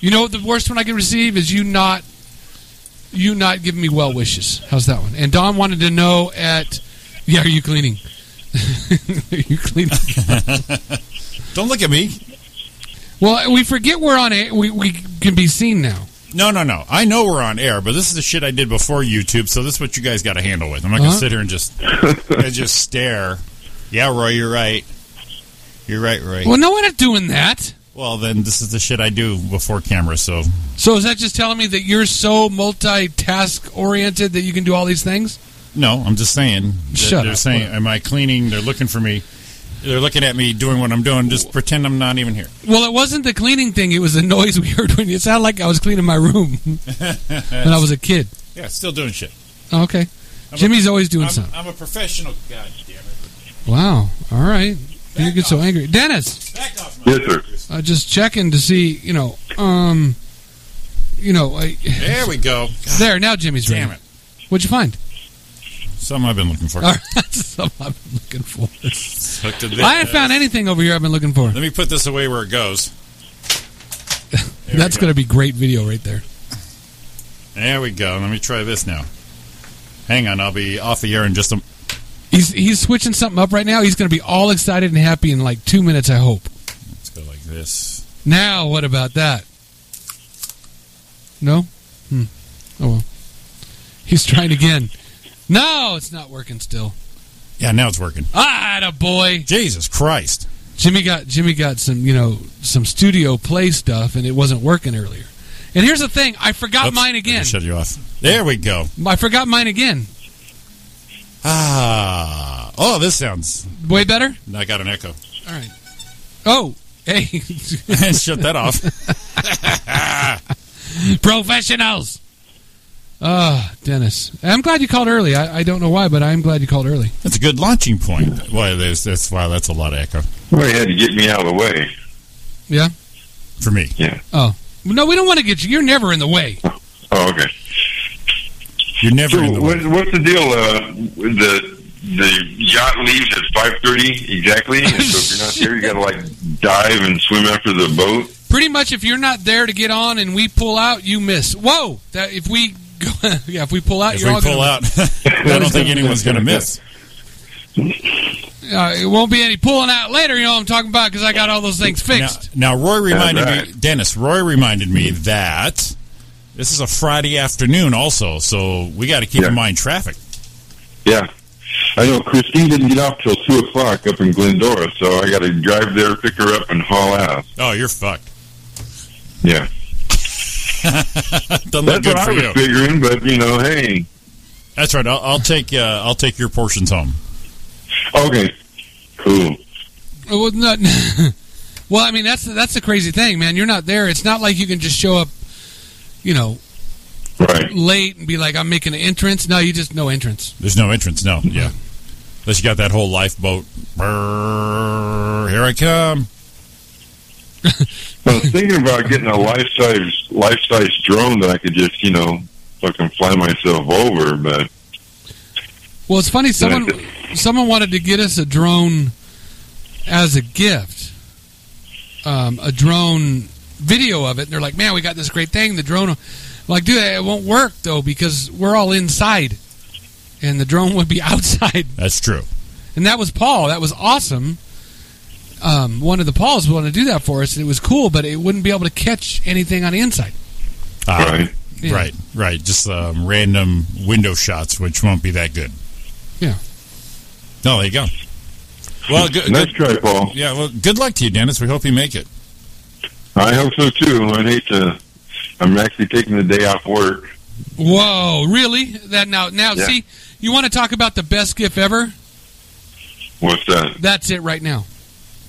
Speaker 3: you know what the worst one I could receive is you not, you not giving me well wishes. How's that one? And Don wanted to know at, yeah, are you cleaning? are you cleaning?
Speaker 4: Don't look at me.
Speaker 3: Well, we forget we're on it. We, we can be seen now.
Speaker 4: No, no, no. I know we're on air, but this is the shit I did before YouTube, so this is what you guys got to handle with. I'm not
Speaker 3: Uh-huh.
Speaker 4: gonna sit here and just and just stare. Yeah, Roy, you're right. You're right, Roy.
Speaker 3: Well, no, we're not doing that.
Speaker 4: Well, then this is the shit I do before camera. So
Speaker 3: So is that just telling me that you're so multitask oriented that you can do all these things?
Speaker 4: no, I'm just saying. that
Speaker 3: Shut
Speaker 4: They're
Speaker 3: up.
Speaker 4: saying, "Am I cleaning?" They're looking for me. They're looking at me doing what I'm doing. Just pretend I'm not even here.
Speaker 3: Well, it wasn't the cleaning thing. It was the noise we heard when it sounded like I was cleaning my room when I was a kid.
Speaker 4: Yeah, still doing shit.
Speaker 3: Oh, okay.
Speaker 4: I'm a-
Speaker 3: Jimmy's always doing
Speaker 4: I'm,
Speaker 3: something.
Speaker 4: I'm a professional. God damn it!
Speaker 3: Wow. All right. You get so angry. Dennis,
Speaker 4: Back off my
Speaker 5: Yes, sir.
Speaker 3: uh, just checking to see, you know, um, you know, I,
Speaker 4: There we go. God
Speaker 3: there, now Jimmy's
Speaker 4: damn
Speaker 3: ready.
Speaker 4: it!
Speaker 3: What'd you find?
Speaker 4: Something I've been looking for.
Speaker 3: All right. That's something I've been looking for.
Speaker 4: Hooked to
Speaker 3: I haven't
Speaker 4: this.
Speaker 3: found anything over here I've been looking for.
Speaker 4: Let me put this away where it goes. There
Speaker 3: That's
Speaker 4: we
Speaker 3: going to be great video right there.
Speaker 4: go. There we go. Let me try this now. Hang on, I'll be off the air in just a.
Speaker 3: He's he's switching something up right now. He's going to be all excited and happy in like two minutes, I hope.
Speaker 4: Let's go like this.
Speaker 3: Now, what about that? No? Hmm. Oh, well. He's trying again. No, it's not working still.
Speaker 4: Yeah, now it's working.
Speaker 3: Ah, a boy.
Speaker 4: Jesus Christ!
Speaker 3: Jimmy got Jimmy got some you know some studio play stuff, and it wasn't working earlier. And here's the thing: I forgot
Speaker 4: Oops,
Speaker 3: mine
Speaker 4: I
Speaker 3: again.
Speaker 4: just Shut you off. There we go.
Speaker 3: I forgot mine again.
Speaker 4: Ah. Oh, this sounds.
Speaker 3: Way better.
Speaker 4: I got an echo.
Speaker 3: All right. Oh, hey,
Speaker 4: shut that off.
Speaker 3: professionals. Ah, Dennis. I'm glad you called early. I, I don't know why, but I'm glad you called early.
Speaker 4: That's a good launching point. Why? There's that's wow. That's a lot of echo
Speaker 5: Well, he had to get me out of the way.
Speaker 4: for me.
Speaker 3: No, we don't want to get you. You're never in the way.
Speaker 5: Oh, okay.
Speaker 4: You're never
Speaker 5: So
Speaker 4: in the way.
Speaker 5: what, what's the deal? Uh, the the yacht leaves at five thirty exactly. And so if you're not there, you gotta like dive and swim after the boat.
Speaker 3: Pretty much, if you're not there to get on and we pull out, you miss. Whoa! That if we go, yeah, if we pull out,
Speaker 4: If
Speaker 3: you're
Speaker 4: we
Speaker 3: all
Speaker 4: pull
Speaker 3: gonna,
Speaker 4: out, I don't think anyone's going to miss.
Speaker 3: Uh, it won't be any pulling out later. You know what I'm talking about? Because I got all those things fixed.
Speaker 4: Now, now Roy reminded
Speaker 5: That's
Speaker 4: me, Dennis. Roy reminded me that this is a Friday afternoon, also, so we got to keep
Speaker 5: Yeah.
Speaker 4: in mind traffic.
Speaker 5: Yeah. I know Christine didn't get off till two o'clock up in Glendora, so I gotta drive there, pick her up, and haul ass.
Speaker 4: Oh, you're fucked.
Speaker 5: Yeah.
Speaker 4: Doesn't look
Speaker 5: That's
Speaker 4: good
Speaker 5: what I
Speaker 4: for
Speaker 5: was
Speaker 4: you.
Speaker 5: figuring, but you know, hey.
Speaker 4: That's right. I'll, I'll take uh, I'll take your portions home.
Speaker 5: Okay. Cool.
Speaker 3: Uh, Well, not, well, I mean that's that's the crazy thing, man. You're not there. It's not like you can just show up, you know,
Speaker 5: Right.
Speaker 3: late and be like, I'm making an entrance. No, you just no entrance.
Speaker 4: There's no entrance. No. Yeah. Unless you got that whole lifeboat. Brrr, here I come.
Speaker 5: I was thinking about getting a life size life size drone that I could just, you know, fucking fly myself over, but
Speaker 3: Well, it's funny. Someone someone wanted to get us a drone as a gift, um, a drone video of it. And they're like, man, we got this great thing. The drone, I'm like, dude, it won't work though because we're all inside, and the drone would be outside.
Speaker 4: That's true.
Speaker 3: And that was Paul. That was awesome. Um, one of the Pauls wanted to do that for us, and it was cool, but it wouldn't be able to catch anything on the inside.
Speaker 4: Ah,
Speaker 5: right.
Speaker 3: Yeah.
Speaker 4: Right. Right. Just um, random window shots, which won't be that good.
Speaker 3: Yeah.
Speaker 4: No, there you go. Well, good,
Speaker 5: Nice
Speaker 4: good,
Speaker 5: try, Paul.
Speaker 4: yeah. Well, good luck to you, Dennis. We hope you make it.
Speaker 5: I hope so too. I'd hate to I'm actually taking the day off work.
Speaker 3: Whoa, really? That now, now,
Speaker 5: Yeah.
Speaker 3: see, you want to talk about the best gift ever?
Speaker 5: What's that?
Speaker 3: That's it right now.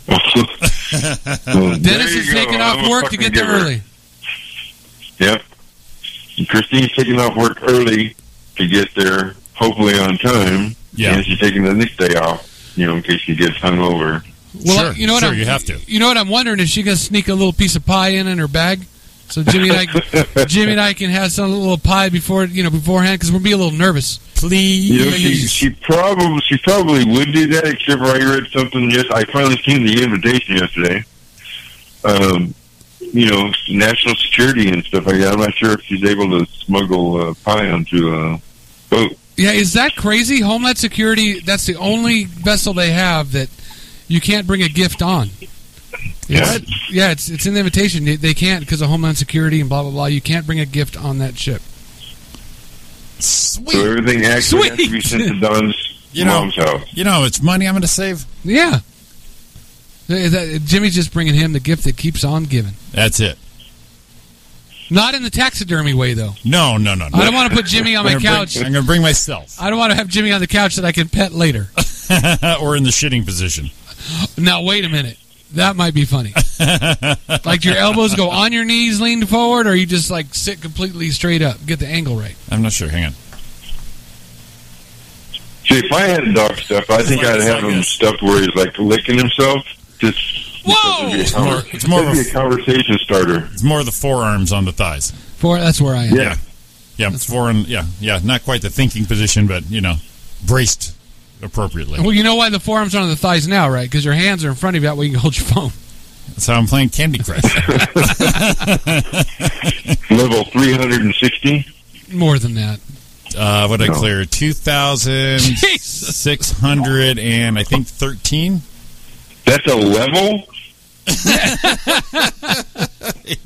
Speaker 5: Well,
Speaker 3: Dennis
Speaker 5: there
Speaker 3: is
Speaker 5: you go.
Speaker 3: taking
Speaker 5: I'm
Speaker 3: off
Speaker 5: a
Speaker 3: work to
Speaker 5: fucking
Speaker 3: get there
Speaker 5: giver.
Speaker 3: early.
Speaker 5: Yep. Christine's taking off work early to get there, hopefully on time.
Speaker 4: Yeah.
Speaker 5: And she's taking the next day off, you know, in case she gets hungover.
Speaker 3: Well,
Speaker 4: Sure,
Speaker 3: you know what?
Speaker 4: sure,
Speaker 3: I'm,
Speaker 4: you have to.
Speaker 3: You know what I'm wondering? Is she going to sneak a little piece of pie in in her bag? So Jimmy and I, Jimmy and I can have some little pie before you know beforehand because we'll be a little nervous.
Speaker 4: Please.
Speaker 5: You know, she, she probably she probably would do that, except for I read something. Yes, I finally seen the invitation yesterday. Um, you know, national security and stuff like that. I'm not sure if she's able to smuggle uh, pie onto uh, a boat.
Speaker 3: Yeah, is that crazy? Homeland Security. That's the only vessel they have that you can't bring a gift on. It's- Yeah, it's it's in the invitation. They, they can't because of Homeland Security and blah blah blah. You can't bring a gift on that ship.
Speaker 5: So
Speaker 4: Sweet.
Speaker 5: everything actually has to be
Speaker 3: Sweet.
Speaker 5: sent to Don's
Speaker 4: You know-
Speaker 5: mom's house.
Speaker 4: You know how much money I'm going to save?
Speaker 3: Yeah. Th- that- Jimmy's just bringing him the gift that keeps on giving.
Speaker 4: That's it.
Speaker 3: Not in the taxidermy way, though.
Speaker 4: No, no, no. no.
Speaker 3: I don't want to put Jimmy on
Speaker 4: I'm
Speaker 3: my
Speaker 4: gonna bring-
Speaker 3: couch.
Speaker 4: I'm going to bring myself.
Speaker 3: I don't want to have Jimmy on the couch that I can pet later.
Speaker 4: or in the shitting position.
Speaker 3: Now, wait a minute. That might be funny. like your elbows go on your knees, leaned forward, or you just like sit completely straight up. Get the angle right.
Speaker 4: I'm not sure. Hang on.
Speaker 5: See, if I had dog stuff, I think
Speaker 4: Like-
Speaker 5: I'd have
Speaker 4: like
Speaker 5: him
Speaker 4: this.
Speaker 5: stuffed where he's like licking himself. Just
Speaker 3: Whoa!
Speaker 5: because it'd be a
Speaker 3: It's
Speaker 5: conver-
Speaker 4: more- Oh! it's more of
Speaker 5: it'd
Speaker 4: a-
Speaker 5: be a conversation starter.
Speaker 4: It's more the forearms on the thighs.
Speaker 3: For that's where I am.
Speaker 5: Yeah,
Speaker 4: Yeah, foreign. Yeah, yeah. Not quite the thinking position, but you know, braced appropriately.
Speaker 3: Well, you know why the forearms are on the thighs now, right? Because your hands are in front of you. That way you can hold your phone.
Speaker 4: So I'm playing Candy Crush. Uh,
Speaker 5: level three hundred and sixty.
Speaker 3: More than that.
Speaker 4: Uh, what I clear two thousand
Speaker 3: Jesus.
Speaker 4: six hundred and I think thirteen.
Speaker 5: That's a level.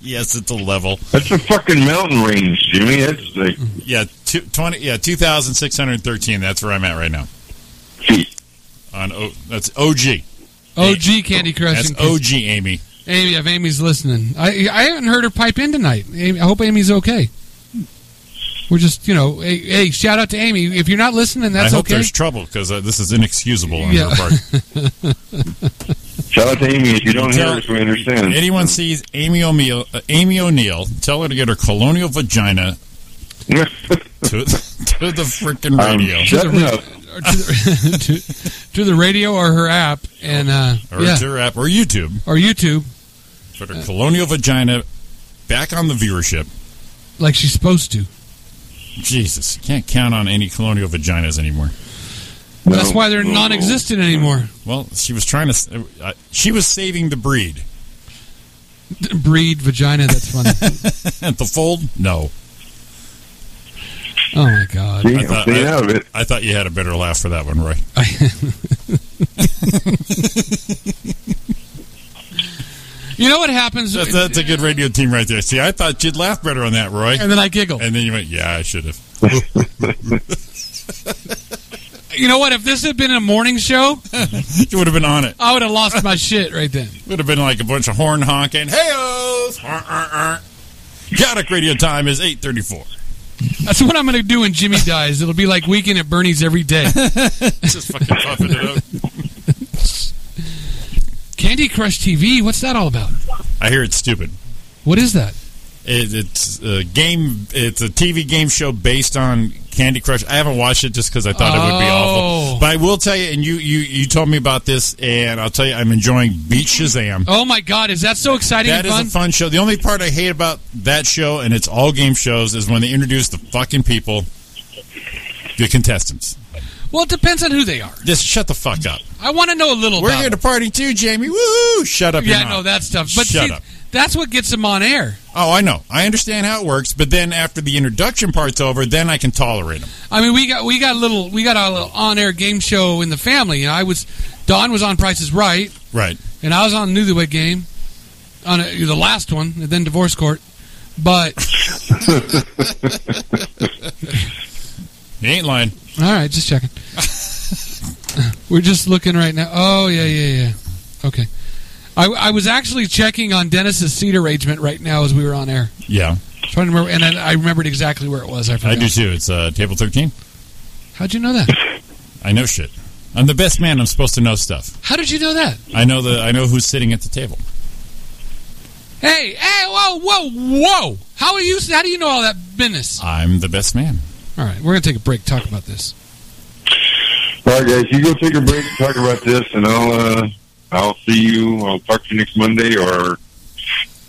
Speaker 4: Yes, it's a level.
Speaker 5: That's a fucking mountain range, Jimmy. That's like
Speaker 4: Yeah, two, twenty. Yeah, two thousand six hundred thirteen. That's where I'm at right now.
Speaker 5: feet.
Speaker 4: On o, that's OG.
Speaker 3: OG Candy Crush.
Speaker 4: That's
Speaker 3: in case-
Speaker 4: OG, Amy.
Speaker 3: Amy, if Amy's listening, I I haven't heard her pipe in tonight. Amy, I hope Amy's okay. We're just, you know, hey, hey, shout out to Amy. If you're not listening, that's
Speaker 4: I hope
Speaker 3: okay.
Speaker 4: there's trouble because uh, this is inexcusable on
Speaker 3: Yeah.
Speaker 4: her part.
Speaker 5: Shout out to Amy. If you don't hear
Speaker 4: Tell-
Speaker 5: us, we understand.
Speaker 4: Anyone sees Amy O'Neill, uh, Amy O'Neill, tell her to get her colonial vagina to, to the freaking
Speaker 5: I'm
Speaker 4: radio.
Speaker 5: shutting Um, up.
Speaker 3: Or to, the, to, to the radio or her app and uh,
Speaker 4: or
Speaker 3: yeah,
Speaker 4: to her app or YouTube.
Speaker 3: or YouTube,
Speaker 4: Put her colonial vagina back on the viewership.
Speaker 3: like she's supposed to.
Speaker 4: Jesus, you can't count on any colonial vaginas anymore.
Speaker 5: No.
Speaker 3: that's why they're
Speaker 5: No.
Speaker 3: non-existent anymore.
Speaker 4: Well, she was trying to. Uh, she was saving the breed.
Speaker 3: Breed vagina. That's funny.
Speaker 4: At the fold? No.
Speaker 3: oh my god.
Speaker 5: See,
Speaker 4: I
Speaker 5: I'm
Speaker 4: thought-
Speaker 5: staying
Speaker 4: I-
Speaker 5: out of it.
Speaker 4: I thought you had a better laugh for that one, Roy.
Speaker 3: You know what happens?
Speaker 4: That's, that's a good radio team right there. See, I thought you'd laugh better on that, Roy.
Speaker 3: and then I giggle.
Speaker 4: And then you went, yeah, I should have.
Speaker 3: You know what? If this had been a morning show,
Speaker 4: You would have been on it.
Speaker 3: I would have lost my shit right then.
Speaker 4: Would have been like a bunch of horn honking. Hey, Yadik radio time is 834.
Speaker 3: That's what I'm going to do when Jimmy dies. It'll be like weekend at Bernie's every day.
Speaker 4: Just fucking puffing it up.
Speaker 3: Candy Crush TV. What's that all about?
Speaker 4: I hear it's stupid.
Speaker 3: What is that?
Speaker 4: It, it's a game. It's a TV game show based on Candy Crush. I haven't watched it just because I thought it would be
Speaker 3: Oh.
Speaker 4: awful. But I will tell you, and you, you you told me about this, and I'll tell you, I'm enjoying Beat Shazam.
Speaker 3: Oh my God! Is that so exciting
Speaker 4: That
Speaker 3: and
Speaker 4: is
Speaker 3: fun?
Speaker 4: a fun show. The only part I hate about that show, and it's all game shows, is when they introduce the fucking people, the contestants.
Speaker 3: well, it depends on who they are.
Speaker 4: Just shut the fuck up.
Speaker 3: I want to know a little.
Speaker 4: We're
Speaker 3: about
Speaker 4: here to
Speaker 3: them.
Speaker 4: party too, Jamie. Woo! Shut up.
Speaker 3: yeah,
Speaker 4: you're
Speaker 3: I
Speaker 4: not.
Speaker 3: know that stuff. But
Speaker 4: Shut
Speaker 3: see,
Speaker 4: up.
Speaker 3: that's what gets them on air.
Speaker 4: Oh, I know. I understand how it works, but then after the introduction part's over, then I can tolerate them.
Speaker 3: I mean, we got we got a little we got a little on air game show in the family. You know, I was Don was on Price is Right,
Speaker 4: Right.
Speaker 3: and I was on Newlywed Game, on a, the last one, and then Divorce Court. But
Speaker 4: You ain't lying.
Speaker 3: all right, just checking. We're just looking right now. Oh yeah, yeah, yeah. Okay. I, I was actually checking on Dennis's seat arrangement right now as we were on air.
Speaker 4: Yeah,
Speaker 3: Trying to remember, and I, I remembered exactly where it was. I
Speaker 4: I
Speaker 3: forgot.
Speaker 4: do too. It's uh, table thirteen.
Speaker 3: How'd you know that?
Speaker 4: I know shit. I'm the best man. I'm supposed to know stuff.
Speaker 3: How did you know that?
Speaker 4: I know the. I know who's sitting at the table.
Speaker 3: Hey, hey, whoa, whoa, whoa! How are you? How do you know all that business?
Speaker 4: I'm the best man.
Speaker 3: All right, we're gonna take a break. Talk about this.
Speaker 5: All right, guys, you go take a break and talk about this, and I'll uh, I'll see you. I'll talk to you next Monday, or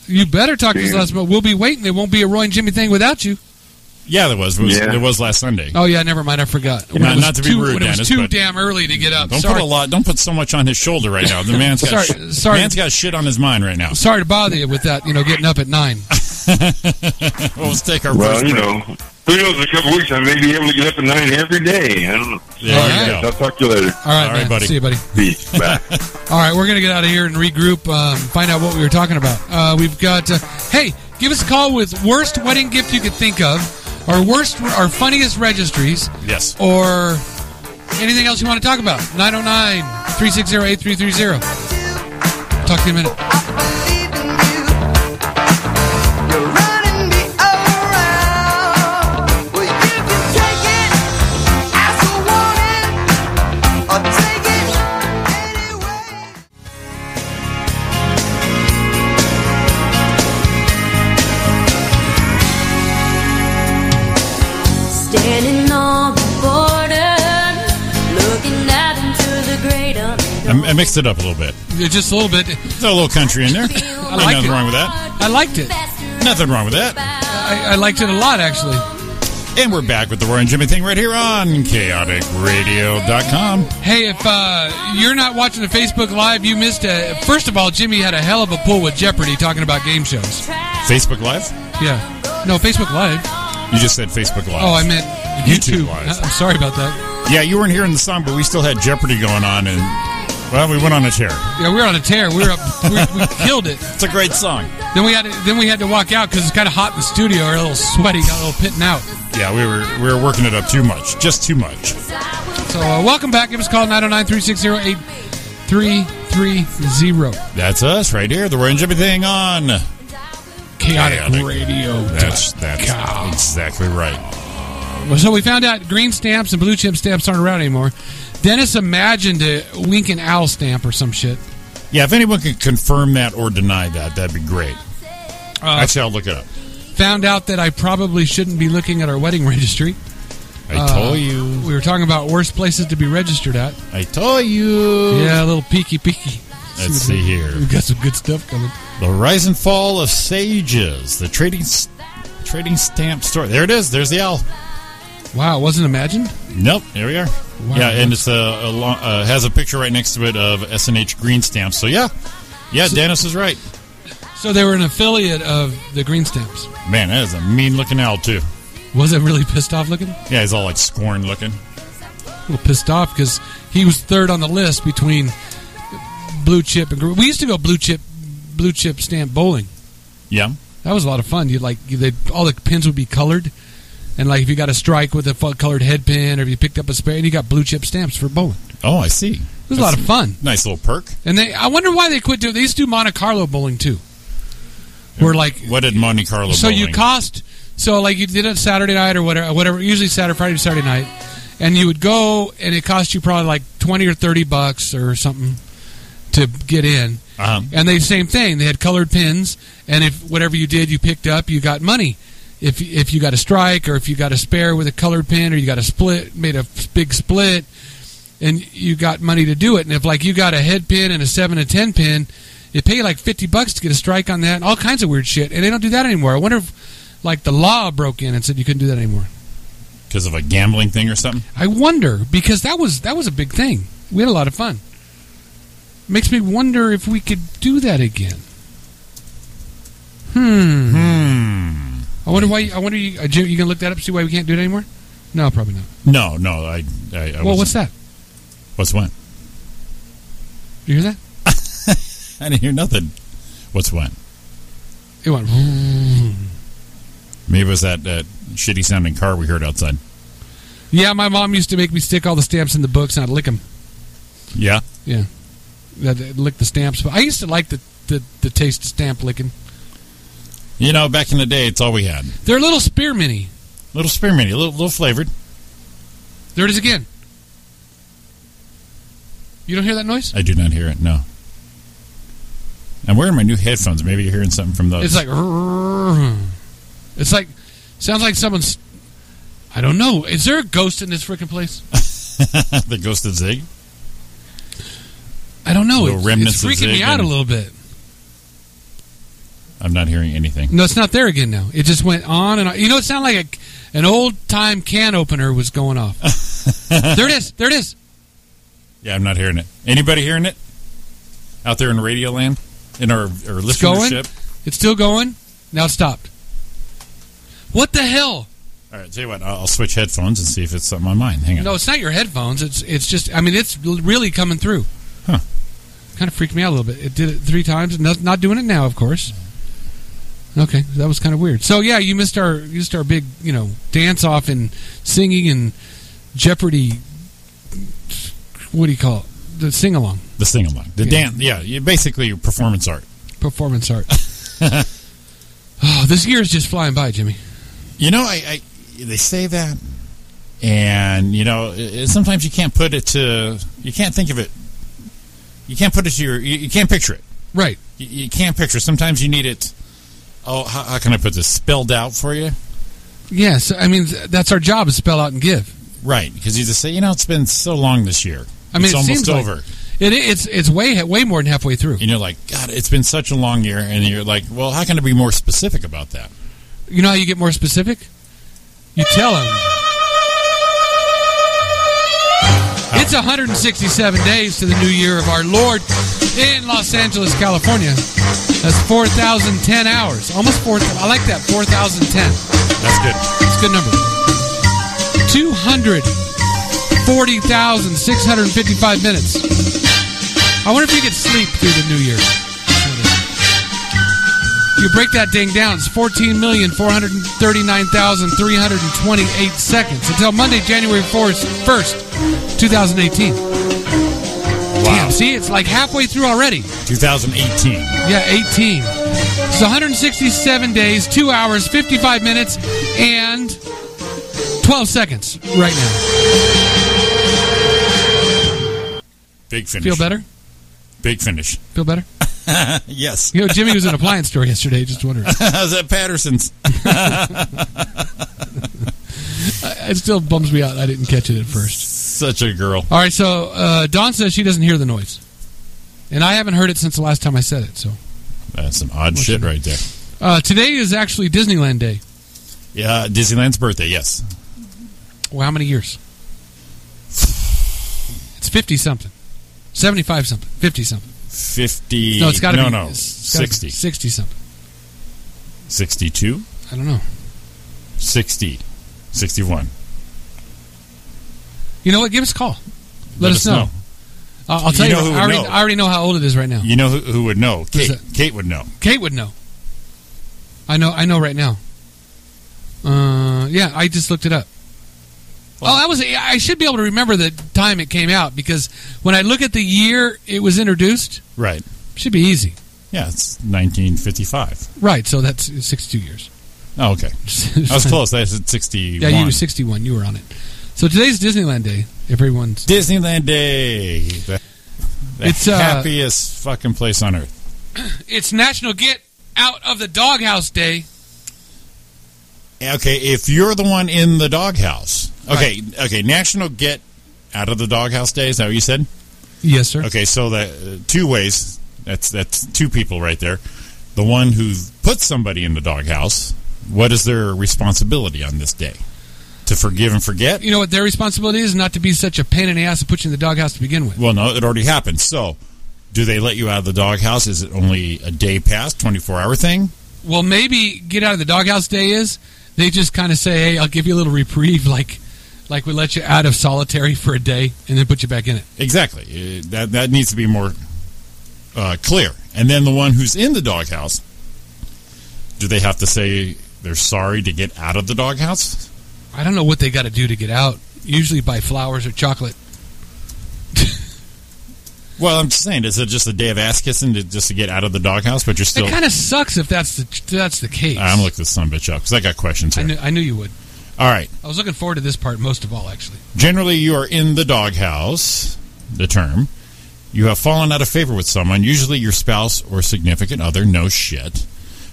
Speaker 3: You better talk to us
Speaker 5: Yeah.
Speaker 3: last, but we'll be waiting. There won't be a Roy and Jimmy thing without you.
Speaker 4: Yeah, there was. It was,
Speaker 5: Yeah.
Speaker 4: there was last Sunday.
Speaker 3: Oh yeah, never mind. I forgot. When
Speaker 4: Not-
Speaker 3: it was
Speaker 4: not to be
Speaker 3: too,
Speaker 4: rude,
Speaker 3: when it was
Speaker 4: Dennis,
Speaker 3: too
Speaker 4: but-
Speaker 3: damn early to get up.
Speaker 4: Don't
Speaker 3: Oh, sorry,
Speaker 4: put a lot. Don't put so much on his shoulder right now. The man's got.
Speaker 3: Sorry, sorry.
Speaker 4: Man's got shit on his mind right now.
Speaker 3: sorry to bother you with that. You know, getting up at nine.
Speaker 4: Well, let's take our
Speaker 5: Well,
Speaker 4: first
Speaker 5: you
Speaker 4: break.
Speaker 5: know, who knows? In a couple weeks, I may be able to get up at nine every day. I don't know.
Speaker 4: There
Speaker 3: All
Speaker 4: you
Speaker 3: right.
Speaker 5: I'll
Speaker 4: go.
Speaker 5: talk to you later.
Speaker 3: All right,
Speaker 4: All right,
Speaker 3: man.
Speaker 4: buddy.
Speaker 3: See you, buddy.
Speaker 5: Peace. Bye.
Speaker 3: All right, we're gonna get out of here and regroup, um, find out what we were talking about. Uh, we've got. Uh, hey, give us a call with worst wedding gift you could think of, or worst, or funniest registries,
Speaker 4: Yes.
Speaker 3: or anything else you want to talk about. 909-360-8330. Talk to you in a minute.
Speaker 6: Standing on the border, looking out into the great
Speaker 4: I, I mixed it up a little bit.
Speaker 3: Yeah, Just a little bit.
Speaker 4: Throw a little country in there. Ain't
Speaker 3: like
Speaker 4: nothing
Speaker 3: it.
Speaker 4: wrong with that.
Speaker 3: I liked it.
Speaker 4: Nothing wrong with that.
Speaker 3: I, I liked it a lot, actually.
Speaker 4: And we're back with the Roy and Jimmy thing right here on chaoticradio.com.
Speaker 3: Hey, if uh, you're not watching the Facebook Live, you missed a. First of all, Jimmy had a hell of a pull with Jeopardy talking about game shows.
Speaker 4: Facebook Live?
Speaker 3: Yeah. No, Facebook Live.
Speaker 4: You just said Facebook Live.
Speaker 3: Oh, I meant
Speaker 4: YouTube
Speaker 3: YouTube. Uh,
Speaker 4: Live.
Speaker 3: I'm sorry about that.
Speaker 4: Yeah, you weren't hearing the song, but we still had Jeopardy going on, and well, we went on a tear.
Speaker 3: Yeah, we were on a tear. We were up. We, we killed it.
Speaker 4: It's a great song.
Speaker 3: Then we had to, then we had to walk out because it's kind of hot in the studio. We're a little sweaty, got a little pitting out.
Speaker 4: Yeah, we were we were working it up too much, just too much.
Speaker 3: So uh, welcome back. Give us a call 909-360-8330.
Speaker 4: That's us right here, the Roy and Jimmy thing on
Speaker 3: Chaotic Radio.
Speaker 4: That's that's exactly right.
Speaker 3: So we found out green stamps and blue chip stamps aren't around anymore. Dennis imagined a wink and owl stamp or some shit.
Speaker 4: Yeah, if anyone could confirm that or deny that, that'd be great.
Speaker 3: Uh,
Speaker 4: Actually, I'll look it up.
Speaker 3: Found out that I probably shouldn't be looking at our wedding registry.
Speaker 4: I
Speaker 3: uh,
Speaker 4: told you.
Speaker 3: We were talking about worst places to be registered at.
Speaker 4: I told you.
Speaker 3: Yeah, a little peeky peeky.
Speaker 4: Let's see here.
Speaker 3: We've got some good stuff coming.
Speaker 4: The rise and fall of sages. The trading s- trading stamp store. There it is. There's the owl.
Speaker 3: Wow, wasn't imagined?
Speaker 4: Nope, there we are.
Speaker 3: Wow.
Speaker 4: Yeah, and it's a, a long, uh, has a picture right next to it of SNH green stamps. So yeah, yeah, Dennis is right.
Speaker 3: So they were an affiliate of the green stamps.
Speaker 4: Man, that is a mean looking owl too.
Speaker 3: Was it really pissed off looking? A
Speaker 4: Yeah, he's all like scorn looking.
Speaker 3: little pissed off because he was third on the list between blue chip and green. We used to go blue chip, blue chip stamp bowling.
Speaker 4: Yeah,
Speaker 3: That was a lot of fun. You like you- they all the pins would be colored, and like if you got a strike with a fu- colored head pin, or if you picked up a spare, and you got blue chip stamps for bowling.
Speaker 4: Oh, I see.
Speaker 3: It was a lot of fun.
Speaker 4: Nice little perk.
Speaker 3: And they, I wonder why they quit doing. They used to do Monte Carlo bowling too, where like
Speaker 4: What did Monte Carlo?
Speaker 3: so you
Speaker 4: bowling?
Speaker 3: cost so like you did it Saturday night or whatever, whatever. Usually Saturday, Friday, Saturday night, and you would go, and it cost you probably like twenty or thirty bucks or something to get in.
Speaker 4: Uh-huh.
Speaker 3: And they same thing. They had colored pins, and if whatever you did, you picked up, you got money. If if you got a strike, or if you got a spare with a colored pin, or you got a split, made a big split, and you got money to do it. And if like you got a head pin and a seven and ten pin, it pay you like fifty bucks to get a strike on that, and all kinds of weird shit. And they don't do that anymore. I wonder if like the law broke in and said you couldn't do that anymore.
Speaker 4: because of a gambling thing or something?
Speaker 3: I wonder because that was that was a big thing. We had a lot of fun. Makes me wonder if we could do that again. Hmm. I wonder why. I wonder you. Uh, Jim, you can look that up. See why we can't do it anymore. No, probably not.
Speaker 4: No, no. I. I, I
Speaker 3: well,
Speaker 4: wasn't-
Speaker 3: what's that?
Speaker 4: What's what?
Speaker 3: You hear that?
Speaker 4: I didn't hear nothing. What's what?
Speaker 3: It went. vroom.
Speaker 4: Maybe it was that, that shitty sounding car we heard outside.
Speaker 3: Yeah, my mom used to make me stick all the stamps in the books and I'd lick them.
Speaker 4: Yeah.
Speaker 3: Yeah, I'd I'd lick the stamps. But I used to like the the, the taste of stamp licking.
Speaker 4: You know, back in the day, it's all we had.
Speaker 3: They're a little spearminty.
Speaker 4: Little spearmint, a little, little flavored.
Speaker 3: There it is again. You don't hear that noise?
Speaker 4: I do not hear it. No. I'm wearing my new headphones. Maybe you're hearing something from those.
Speaker 3: It's like, it's like, sounds like someone's. I don't know. Is there a ghost in this freaking place?
Speaker 4: the ghost of Zig.
Speaker 3: I don't know.
Speaker 4: Little
Speaker 3: It's,
Speaker 4: remnants
Speaker 3: it's
Speaker 4: of
Speaker 3: freaking me
Speaker 4: Zig
Speaker 3: out a
Speaker 4: and-
Speaker 3: little bit.
Speaker 4: I'm not hearing anything.
Speaker 3: No, it's not there again now. It just went on and on. You know, it sounded like a, an old time can opener was going off. there it is. There it is.
Speaker 4: Yeah, I'm not hearing it. Anybody hearing it out there in Radio Land in our, our
Speaker 3: going?
Speaker 4: listenership?
Speaker 3: It's still going. Now it stopped. What the hell?
Speaker 4: All right, tell you what, I'll I'll switch headphones and see if it's something on mine. Hang on.
Speaker 3: No, it's not your headphones. It's it's just. I mean, it's l- really coming through.
Speaker 4: Huh.
Speaker 3: Kind of freaked me out a little bit. It did it three times. Not, not doing it now, of course. Okay, that was kind of weird. So yeah, you missed our you missed our big you know dance off and singing and Jeopardy. What do you call it? The sing along
Speaker 4: The sing along. The
Speaker 3: Yeah.
Speaker 4: dance. Yeah, you- basically performance art.
Speaker 3: performance art. oh, this year is just flying by, Jimmy.
Speaker 4: You know, I, I they say that, and you know, i- i sometimes you can't put it to, you can't think of it, you can't put it to your, you, you can't picture it.
Speaker 3: Right.
Speaker 4: You, you can't picture. Sometimes you need it. Oh, how, how can I put this spelled out for you?
Speaker 3: Yes. I mean, th- that's our job is spell out and give.
Speaker 4: Right, because you just say, you know, it's been so long this year.
Speaker 3: I mean,
Speaker 4: it's
Speaker 3: it
Speaker 4: almost
Speaker 3: seems like-
Speaker 4: over,
Speaker 3: It, it's it's way way more than halfway through.
Speaker 4: and you're like, God, it's been such a long year, and you're like, well, how can I be more specific about that?
Speaker 3: You know how you get more specific? You tell him. It's 167 days to the new year of our Lord in Los Angeles, California. That's 4,010 hours. Almost 4,000. I like that. 4,010.
Speaker 4: That's good.
Speaker 3: It's a good number. 240,655 minutes. I wonder if you could sleep through the new year. You break that ding down, it's 14,439,328 seconds until Monday, January 4th, 1st, 2018. Damn,
Speaker 4: Wow,
Speaker 3: see, it's like halfway through already.
Speaker 4: 2018.
Speaker 3: Yeah, 18. It's 167 days, 2 hours, 55 minutes, and 12 seconds right now.
Speaker 4: Big finish.
Speaker 3: Feel better?
Speaker 4: Big finish.
Speaker 3: Feel better?
Speaker 4: Yes.
Speaker 3: You know, Jimmy was in an appliance store yesterday, just wondering.
Speaker 4: How's that Patterson's?
Speaker 3: It still bums me out. I didn't catch it at first.
Speaker 4: Such a girl.
Speaker 3: All right, so uh, Dawn says she doesn't hear the noise. And I haven't heard it since the last time I said it. So
Speaker 4: That's some odd shit right there.
Speaker 3: uh, today is actually Disneyland Day.
Speaker 4: Yeah, Disneyland's birthday. Yes,
Speaker 3: Well, how many years? It's fifty something, seventy five something, fifty something.
Speaker 4: fifty.
Speaker 3: No, it's got to
Speaker 4: no,
Speaker 3: be
Speaker 4: no,
Speaker 3: it's gotta be
Speaker 4: 60.
Speaker 3: sixty something.
Speaker 4: 62,
Speaker 3: I don't know.
Speaker 4: 60, 61.
Speaker 3: You know what? Give us a call. Let, us know. I'll, I'll tell
Speaker 4: You
Speaker 3: you.
Speaker 4: know who
Speaker 3: I
Speaker 4: would
Speaker 3: already,
Speaker 4: know.
Speaker 3: I already know how old it is right now.
Speaker 4: You know who, who would know? Kate.
Speaker 3: that?
Speaker 4: Kate would know.
Speaker 3: Kate would know. I know. I know right now. Uh, yeah, I just looked it up. oh, that was. I should be able to remember the time it came out because when I look at the year it was introduced,
Speaker 4: Right.
Speaker 3: should be easy.
Speaker 4: Yeah, it's 1955.
Speaker 3: Right. So that's sixty-two years.
Speaker 4: Oh, okay. I was close. I said 61.
Speaker 3: yeah, you were sixty-one. You were on it. So today's Disneyland Day. Everyone's.
Speaker 4: Disneyland Day. The, the
Speaker 3: It's, uh,
Speaker 4: happiest fucking place on earth.
Speaker 3: It's National Get Out of the Doghouse Day.
Speaker 4: Okay, if you're the one in the doghouse. Okay, okay. National Get Out of the Doghouse Day. Is that what you said?
Speaker 3: Yes, sir.
Speaker 4: Okay, so the uh, two ways. That's that's two people right there. The one who puts somebody in the doghouse. What is their responsibility on this day? To forgive and forget?
Speaker 3: You know what their responsibility is? Not to be such a pain in the ass to put you in the doghouse to begin with.
Speaker 4: Well, no, it already happened. So, do they let you out of the doghouse? Is it only a day past, twenty four hour thing?
Speaker 3: Well, maybe get out of the doghouse day is they just kind of say, "Hey, I'll give you a little reprieve, like like we let you out of solitary for a day and then put you back in it."
Speaker 4: Exactly. Uh, That that needs to be more uh, clear. And then the one who's in the doghouse, do they have to say they're sorry to get out of the doghouse?
Speaker 3: I don't know what they got to do to get out. Usually by flowers or chocolate.
Speaker 4: Well, I'm just saying, is it just a day of ass kissing to, just to get out of the doghouse? But you're still.
Speaker 3: it kind of sucks if that's the if that's the case.
Speaker 4: I'm gonna look this son of a bitch up because I got questions
Speaker 3: I
Speaker 4: here.
Speaker 3: knew, I knew you would.
Speaker 4: All right.
Speaker 3: I was looking forward to this part most of all, actually.
Speaker 4: Generally, you are in the doghouse. The term. You have fallen out of favor with someone, usually your spouse or significant other. No shit.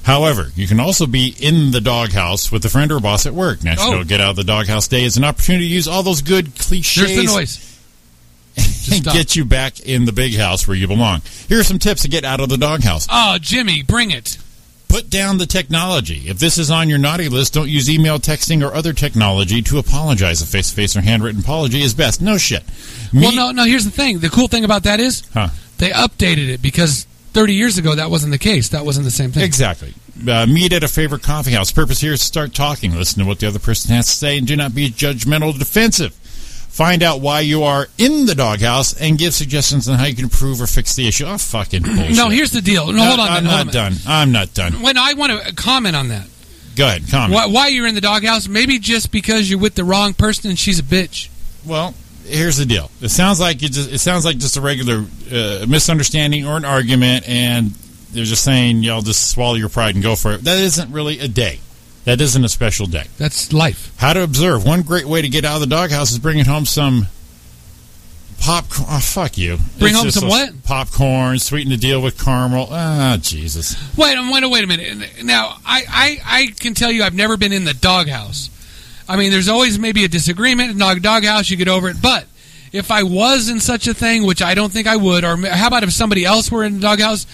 Speaker 4: However, you can also be in the doghouse with a friend or boss at work. National
Speaker 3: Oh.
Speaker 4: Get Out of the Doghouse Day is an opportunity to use all those good cliches
Speaker 3: There's the noise. Just
Speaker 4: and
Speaker 3: stop.
Speaker 4: get you back in the big house where you belong. Here are some tips to get out of the doghouse.
Speaker 3: Oh, Jimmy, bring it.
Speaker 4: Put Put down the technology. If this is on your naughty list, don't use email, texting, or other technology to apologize. A face to face or handwritten apology is best. No shit. Me-
Speaker 3: Well, no, no. Here's the thing. The cool thing about that is
Speaker 4: Huh.
Speaker 3: they updated it because 30 years ago that wasn't the case. That wasn't the same thing.
Speaker 4: Exactly. Uh, meet at a favorite coffee house. Purpose here is to start talking, listen to what the other person has to say, and do not be judgmental or defensive. Find out why you are in the doghouse and give suggestions on how you can improve or fix the issue. Oh, fucking bullshit.
Speaker 3: No, here's the deal. No,
Speaker 4: No,
Speaker 3: hold on.
Speaker 4: I'm
Speaker 3: man, hold
Speaker 4: not
Speaker 3: on.
Speaker 4: done. I'm not done.
Speaker 3: When I want to comment on that,
Speaker 4: Go ahead. Comment.
Speaker 3: why, why you're in the doghouse? Maybe just because you're with the wrong person and she's a bitch.
Speaker 4: Well, here's the deal. It sounds like you just, it sounds like just a regular uh, misunderstanding or an argument, and they're just saying y'all just swallow your pride and go for it. That isn't really a day. That isn't a special day.
Speaker 3: That's life.
Speaker 4: How to observe. One great way to get out of the doghouse is bringing home some popcorn. Oh, fuck you.
Speaker 3: Bring
Speaker 4: It's
Speaker 3: home
Speaker 4: just
Speaker 3: some
Speaker 4: a-
Speaker 3: what?
Speaker 4: Popcorn, sweeten the deal with caramel. Ah, Jesus.
Speaker 3: Wait, um, wait, wait a minute. Now, I, I, I can tell you I've never been in the doghouse. I mean, there's always maybe a disagreement in dog doghouse. You get over it. But if I was in such a thing, which I don't think I would, or ma- how about if somebody else were in the doghouse?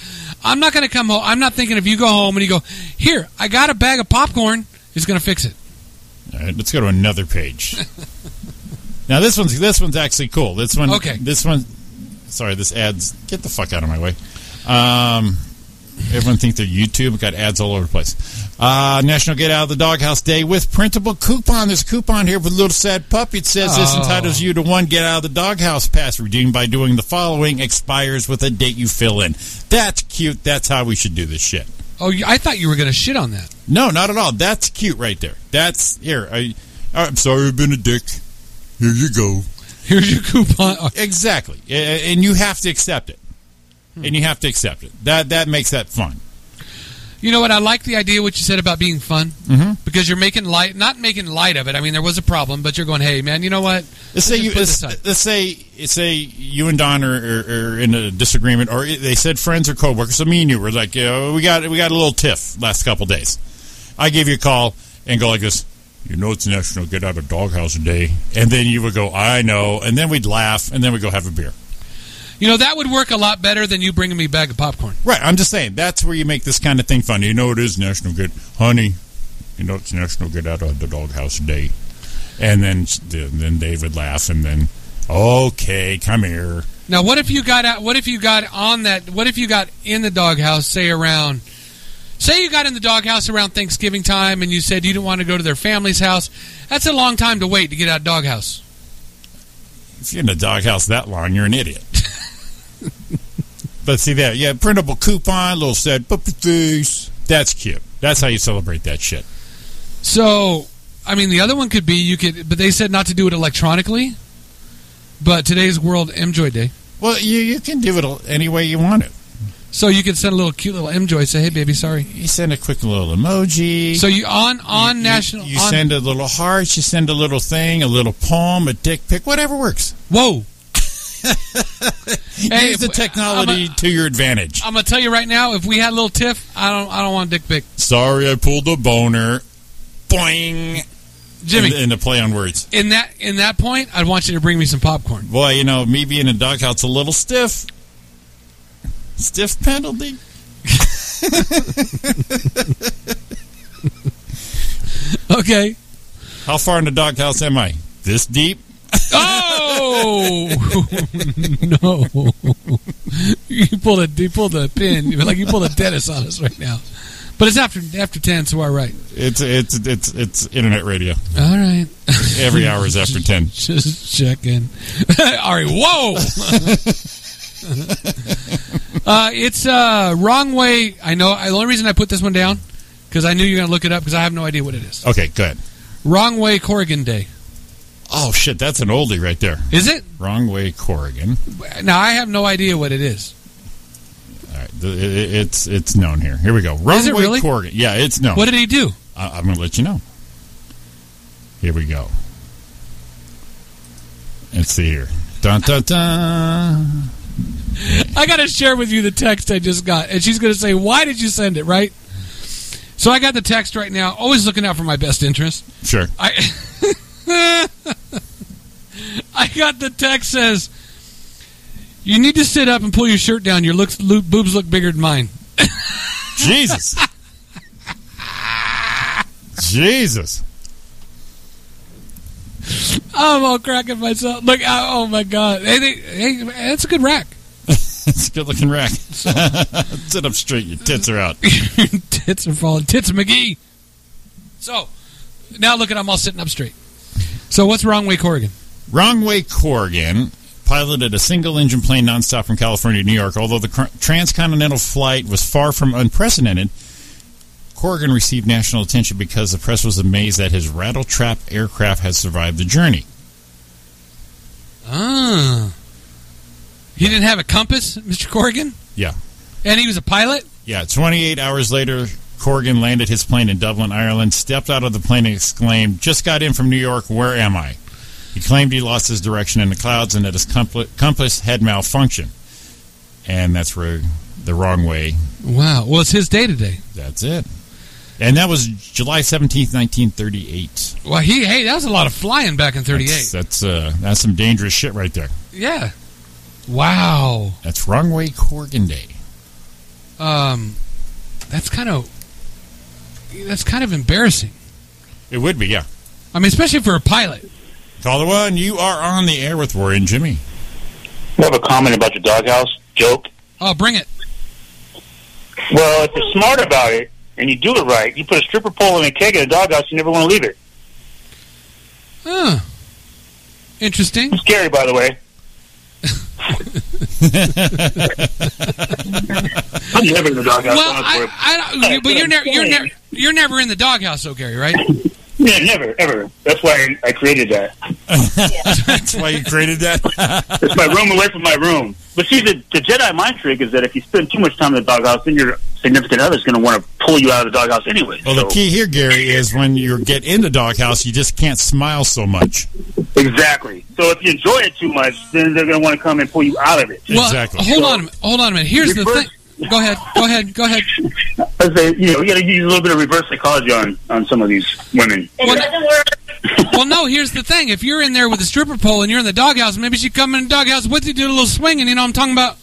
Speaker 3: I'm not going to come home. I'm not thinking if you go home and you go, here, I got a bag of popcorn. It's going to fix it.
Speaker 4: All right, let's go to another page. now this one's this one's actually cool. This one,
Speaker 3: Okay.
Speaker 4: This one, sorry, this adds. Get the fuck out of my way. Um, everyone thinks they're YouTube. Got ads all over the place. Uh, National Get Out of the Doghouse Day with printable coupon. There's a coupon here with a little sad puppy. It says this
Speaker 3: Oh.
Speaker 4: entitles you to one Get Out of the Doghouse pass redeemed by doing the following. Expires with a date you fill in. That's cute. That's how we should do this shit.
Speaker 3: Oh, you- I thought you were going to shit on that.
Speaker 4: No, not at all. That's cute right there. That's here. I, I'm sorry, I've been a dick. Here you go.
Speaker 3: Here's your coupon. Oh,
Speaker 4: Exactly, A- and you have to accept it,
Speaker 3: Hmm.
Speaker 4: and you have to accept it. That that makes that fun.
Speaker 3: You know what? I like the idea what you said about being fun
Speaker 4: Mhm.
Speaker 3: because you're making light, not making light of it. I mean, there was a problem, but you're going, hey, man, you know what?
Speaker 4: Let's say
Speaker 3: just
Speaker 4: you.
Speaker 3: put this
Speaker 4: Let's,
Speaker 3: on.
Speaker 4: let's say say you and Don are, are, are in a disagreement, or they said friends or coworkers. So me and you were like, yeah, we got we got a little tiff last couple days. I give you a call and go like this. You know it's National Get Out of Doghouse Day, and then you would go, I know, and then we'd laugh, and then we'd go have a beer.
Speaker 3: You know, that would work a lot better than you bringing me a bag of popcorn.
Speaker 4: Right. I'm just saying that's where you make this kind of thing fun. You know it is national good, honey. You know it's national good out of the doghouse day, and then then they would laugh, and then okay, come here.
Speaker 3: Now, what if you got out? What if you got on that? What if you got in the doghouse? Say around, say you got in the doghouse around Thanksgiving time, and you said you didn't want to go to their family's house. That's a long time to wait to get out of doghouse.
Speaker 4: If you're in the doghouse that long, you're an idiot. but see that, yeah, printable coupon, little sad puppy face. That's cute. That's how you celebrate that shit.
Speaker 3: So, I mean, the other one could be you could, but they said not to do it electronically. But today's World MJoy Day,
Speaker 4: Well, you you can do it any way you want it.
Speaker 3: so you could send a little cute little MJoy. Say, hey, baby, sorry.
Speaker 4: You send a quick little emoji.
Speaker 3: So you on on
Speaker 4: You- you-
Speaker 3: national.
Speaker 4: You
Speaker 3: on-
Speaker 4: send a little heart, you send a little thing, a little poem, a dick pic, whatever works.
Speaker 3: whoa. Hey,
Speaker 4: Use the
Speaker 3: w-
Speaker 4: technology
Speaker 3: I'm a-
Speaker 4: to your advantage.
Speaker 3: I'm gonna tell you right now, if we had a little tiff, I don't, I don't want dick pic.
Speaker 4: Sorry, I pulled a boner. Boing.
Speaker 3: Jimmy,
Speaker 4: In, in the play on words.
Speaker 3: in that in that point, I'd want you to bring me some popcorn.
Speaker 4: Boy, you know, me being a doghouse a little stiff. Stiff penalty.
Speaker 3: Okay.
Speaker 4: How far in the doghouse am I? This deep?
Speaker 3: Oh no! you pulled a you pulled a pin like you pulled a Dennis on us right now. But it's after after ten, so we're all right.
Speaker 4: It's it's it's it's internet radio.
Speaker 3: All right,
Speaker 4: Every hour is after ten.
Speaker 3: just checking. all right, whoa! uh, it's uh, wrong way. I know. I, the only reason I put this one down because I knew you were gonna look it up because I have no idea what it is.
Speaker 4: Okay, go ahead.
Speaker 3: Wrong way Corrigan Day.
Speaker 4: Oh shit, that's an oldie right there.
Speaker 3: Is it?
Speaker 4: Wrong way, Corrigan.
Speaker 3: Now I have no idea what it is.
Speaker 4: All right, the- it- it- it's it's known here. Here we go. Runway
Speaker 3: it really?
Speaker 4: Corrigan. Yeah, it's known.
Speaker 3: What did he do?
Speaker 4: I, I'm going to let you know. Here we go. Let's see here. Dun dun dun.
Speaker 3: I got to share with you the text I just got. And she's going to say, Why did you send it, right? So I got the text right now, always looking out for my best interest.
Speaker 4: Sure.
Speaker 3: I. I got the text says, "You need to sit up and pull your shirt down. Your looks, lo- boobs look bigger than mine."
Speaker 4: Jesus. Jesus.
Speaker 3: Oh, I'm all cracking myself. Look, I, oh my god! Hey, they, hey, that's a good rack.
Speaker 4: It's a good looking rack. Sit up straight. Your tits are out.
Speaker 3: Tits are falling. Tits McGee. So now look at I'm all sitting up straight. So what's wrong, Wake Oregon?
Speaker 4: Wrong Way Corrigan piloted a single engine plane nonstop from California to New York. Although the cr- transcontinental flight was far from unprecedented, Corrigan received national attention because the press was amazed that his rattle trap aircraft had survived the journey.
Speaker 3: Ah, he didn't have a compass, Mr. Corrigan.
Speaker 4: Yeah.
Speaker 3: and he was a pilot.
Speaker 4: Yeah, 28 hours later, Corrigan landed his plane in Dublin, Ireland, stepped out of the plane, and exclaimed, Just got in from New York, where am I? He claimed he lost his direction in the clouds and that his compl- compass had malfunctioned. And that's where the wrong way.
Speaker 3: Wow. Well, it's his day today.
Speaker 4: That's it. And that was July 17th, 1938.
Speaker 3: Well, he hey, that was a lot of flying back in '38.
Speaker 4: That's, that's, uh, that's some dangerous shit right there.
Speaker 3: Yeah. Wow.
Speaker 4: That's wrong way Corrigan Day.
Speaker 3: Um, that's kind of that's kind of embarrassing.
Speaker 4: It would be, yeah.
Speaker 3: I mean, especially for a pilot.
Speaker 4: Call the one. You are on the air with Roy and Jimmy.
Speaker 7: We have a comment about your doghouse joke.
Speaker 3: Oh, bring it.
Speaker 7: Well, if you're smart about it and you do it right, you put a stripper pole and a keg in a doghouse, you never want to leave it.
Speaker 3: Huh. Interesting.
Speaker 7: Scary, by the way. I'm never in the doghouse.
Speaker 3: Well,
Speaker 7: honestly.
Speaker 3: I, I don't, but you're never you're never you're never in the doghouse, though, Gary. Right?
Speaker 7: yeah, never, ever. That's why I, I created that.
Speaker 4: That's why you created that.
Speaker 7: It's my room away from my room. But see, the, the Jedi mind trick is that if you spend too much time in the doghouse, then your significant other's going to want to pull you out of the doghouse anyway.
Speaker 4: Well,
Speaker 7: so,
Speaker 4: the key here, Gary, is when you get in the doghouse, you just can't smile so much.
Speaker 7: Exactly. So if you enjoy it too much, then they're going to want to come and pull you out of it.
Speaker 3: Well,
Speaker 4: Exactly.
Speaker 3: hold on, a minute. hold on a minute. Here's the
Speaker 7: Reverse-
Speaker 3: thing. Go ahead, go ahead, go ahead.
Speaker 7: I say, you know, you got to use a little bit of reverse psychology on, on some of these women.
Speaker 6: It doesn't work.
Speaker 3: Well, no, here's the thing. If you're in there with a stripper pole and you're in the doghouse, maybe she come in the doghouse with you, do a little swing, and you know what I'm talking about.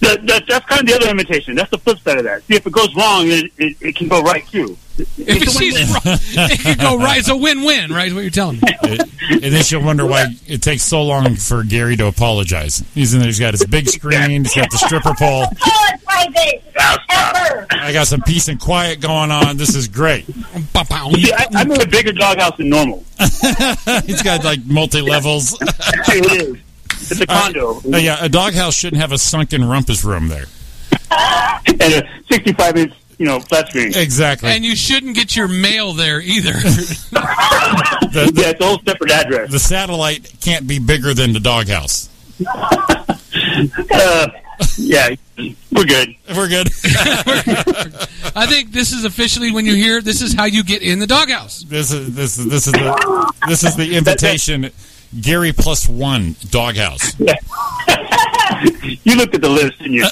Speaker 7: That, that, that's kind of the other imitation. That's the flip side of that. See, if it goes wrong, it, it, it can go right too.
Speaker 3: If she's right, it could go right. It's a win-win, right? Is what you're telling me.
Speaker 4: and then she'll wonder why it takes so long for Gary to apologize. He's in there, he's got his big screen, he's got the stripper pole.
Speaker 6: Oh, it's my day. Ever.
Speaker 4: I got some peace and quiet going on. This is great.
Speaker 3: Bow, bow.
Speaker 7: See, I, I'm in a bigger doghouse than normal.
Speaker 4: He's got like multi levels.
Speaker 7: it is. It's a condo
Speaker 4: Uh, yeah, a doghouse shouldn't have a sunken rumpus room there.
Speaker 7: and a 65 inch, you know, flat screen.
Speaker 4: Exactly.
Speaker 3: And you shouldn't get your mail there either.
Speaker 4: the, the,
Speaker 7: Yeah, it's a whole separate address.
Speaker 4: the satellite can't be bigger than the doghouse.
Speaker 7: Uh, yeah, we're good.
Speaker 4: We're good.
Speaker 3: I think this is officially when you hear this is how you get in the doghouse.
Speaker 4: This is this is this is the this is the invitation. Gary plus one doghouse.
Speaker 7: You looked at the list, didn't you?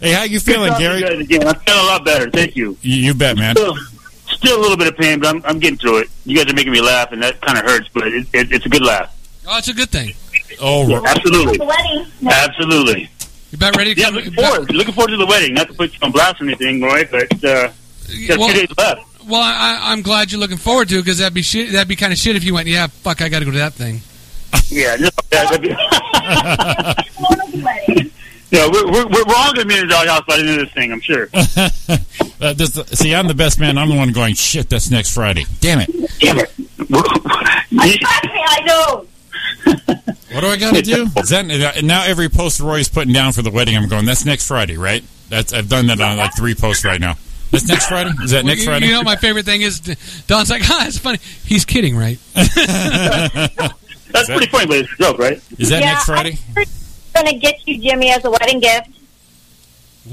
Speaker 4: Hey, how you feeling,
Speaker 7: Talk to you
Speaker 4: Gary?
Speaker 7: guys Again, I'm feeling a lot better. Thank you.
Speaker 4: You, you bet, man.
Speaker 7: Still, still a little bit of pain, but I'm, I'm getting through it. You guys are making me laugh, and that kind of hurts, but it, it, it's a good laugh.
Speaker 3: Oh, it's a good thing.
Speaker 4: Oh, Ro-
Speaker 7: Absolutely.
Speaker 6: The wedding.
Speaker 7: Absolutely.
Speaker 3: You about ready to
Speaker 7: Yeah,
Speaker 3: come?
Speaker 7: I'm looking forward. Looking forward to the wedding. Not to put you on blast or anything, Roy, but uh, got
Speaker 3: Well,
Speaker 7: two days left.
Speaker 3: well, I, I- I'm glad you're looking forward to it because that'd be shit. That'd be kind of shit if you went. Yeah, fuck, I got to go to that thing.
Speaker 7: Yeah, no, yeah, that'd be-
Speaker 6: Tomorrow's the wedding.
Speaker 7: yeah we're, we're, we're all going to be in the doghouse by the end of this thing, I'm sure.
Speaker 4: uh, this, see, I'm the best man. I'm the one going. Shit, that's next Friday. Damn it!
Speaker 7: Damn it.
Speaker 6: Trust me, I know.
Speaker 4: What do I got to do? Is that and now every post Roy's putting down for the wedding? I'm going. That's next Friday, right? That's I've done that on like three posts right now. That's next Friday. Is that next
Speaker 3: you,
Speaker 4: Friday?
Speaker 3: you know, my favorite thing is Don's like, ah, it's funny. He's kidding, right?
Speaker 7: That's pretty funny, but it's a joke, right?
Speaker 4: Is that
Speaker 8: Yeah,
Speaker 4: next Friday?
Speaker 8: I'm gonna get you, Jimmy, as a wedding gift.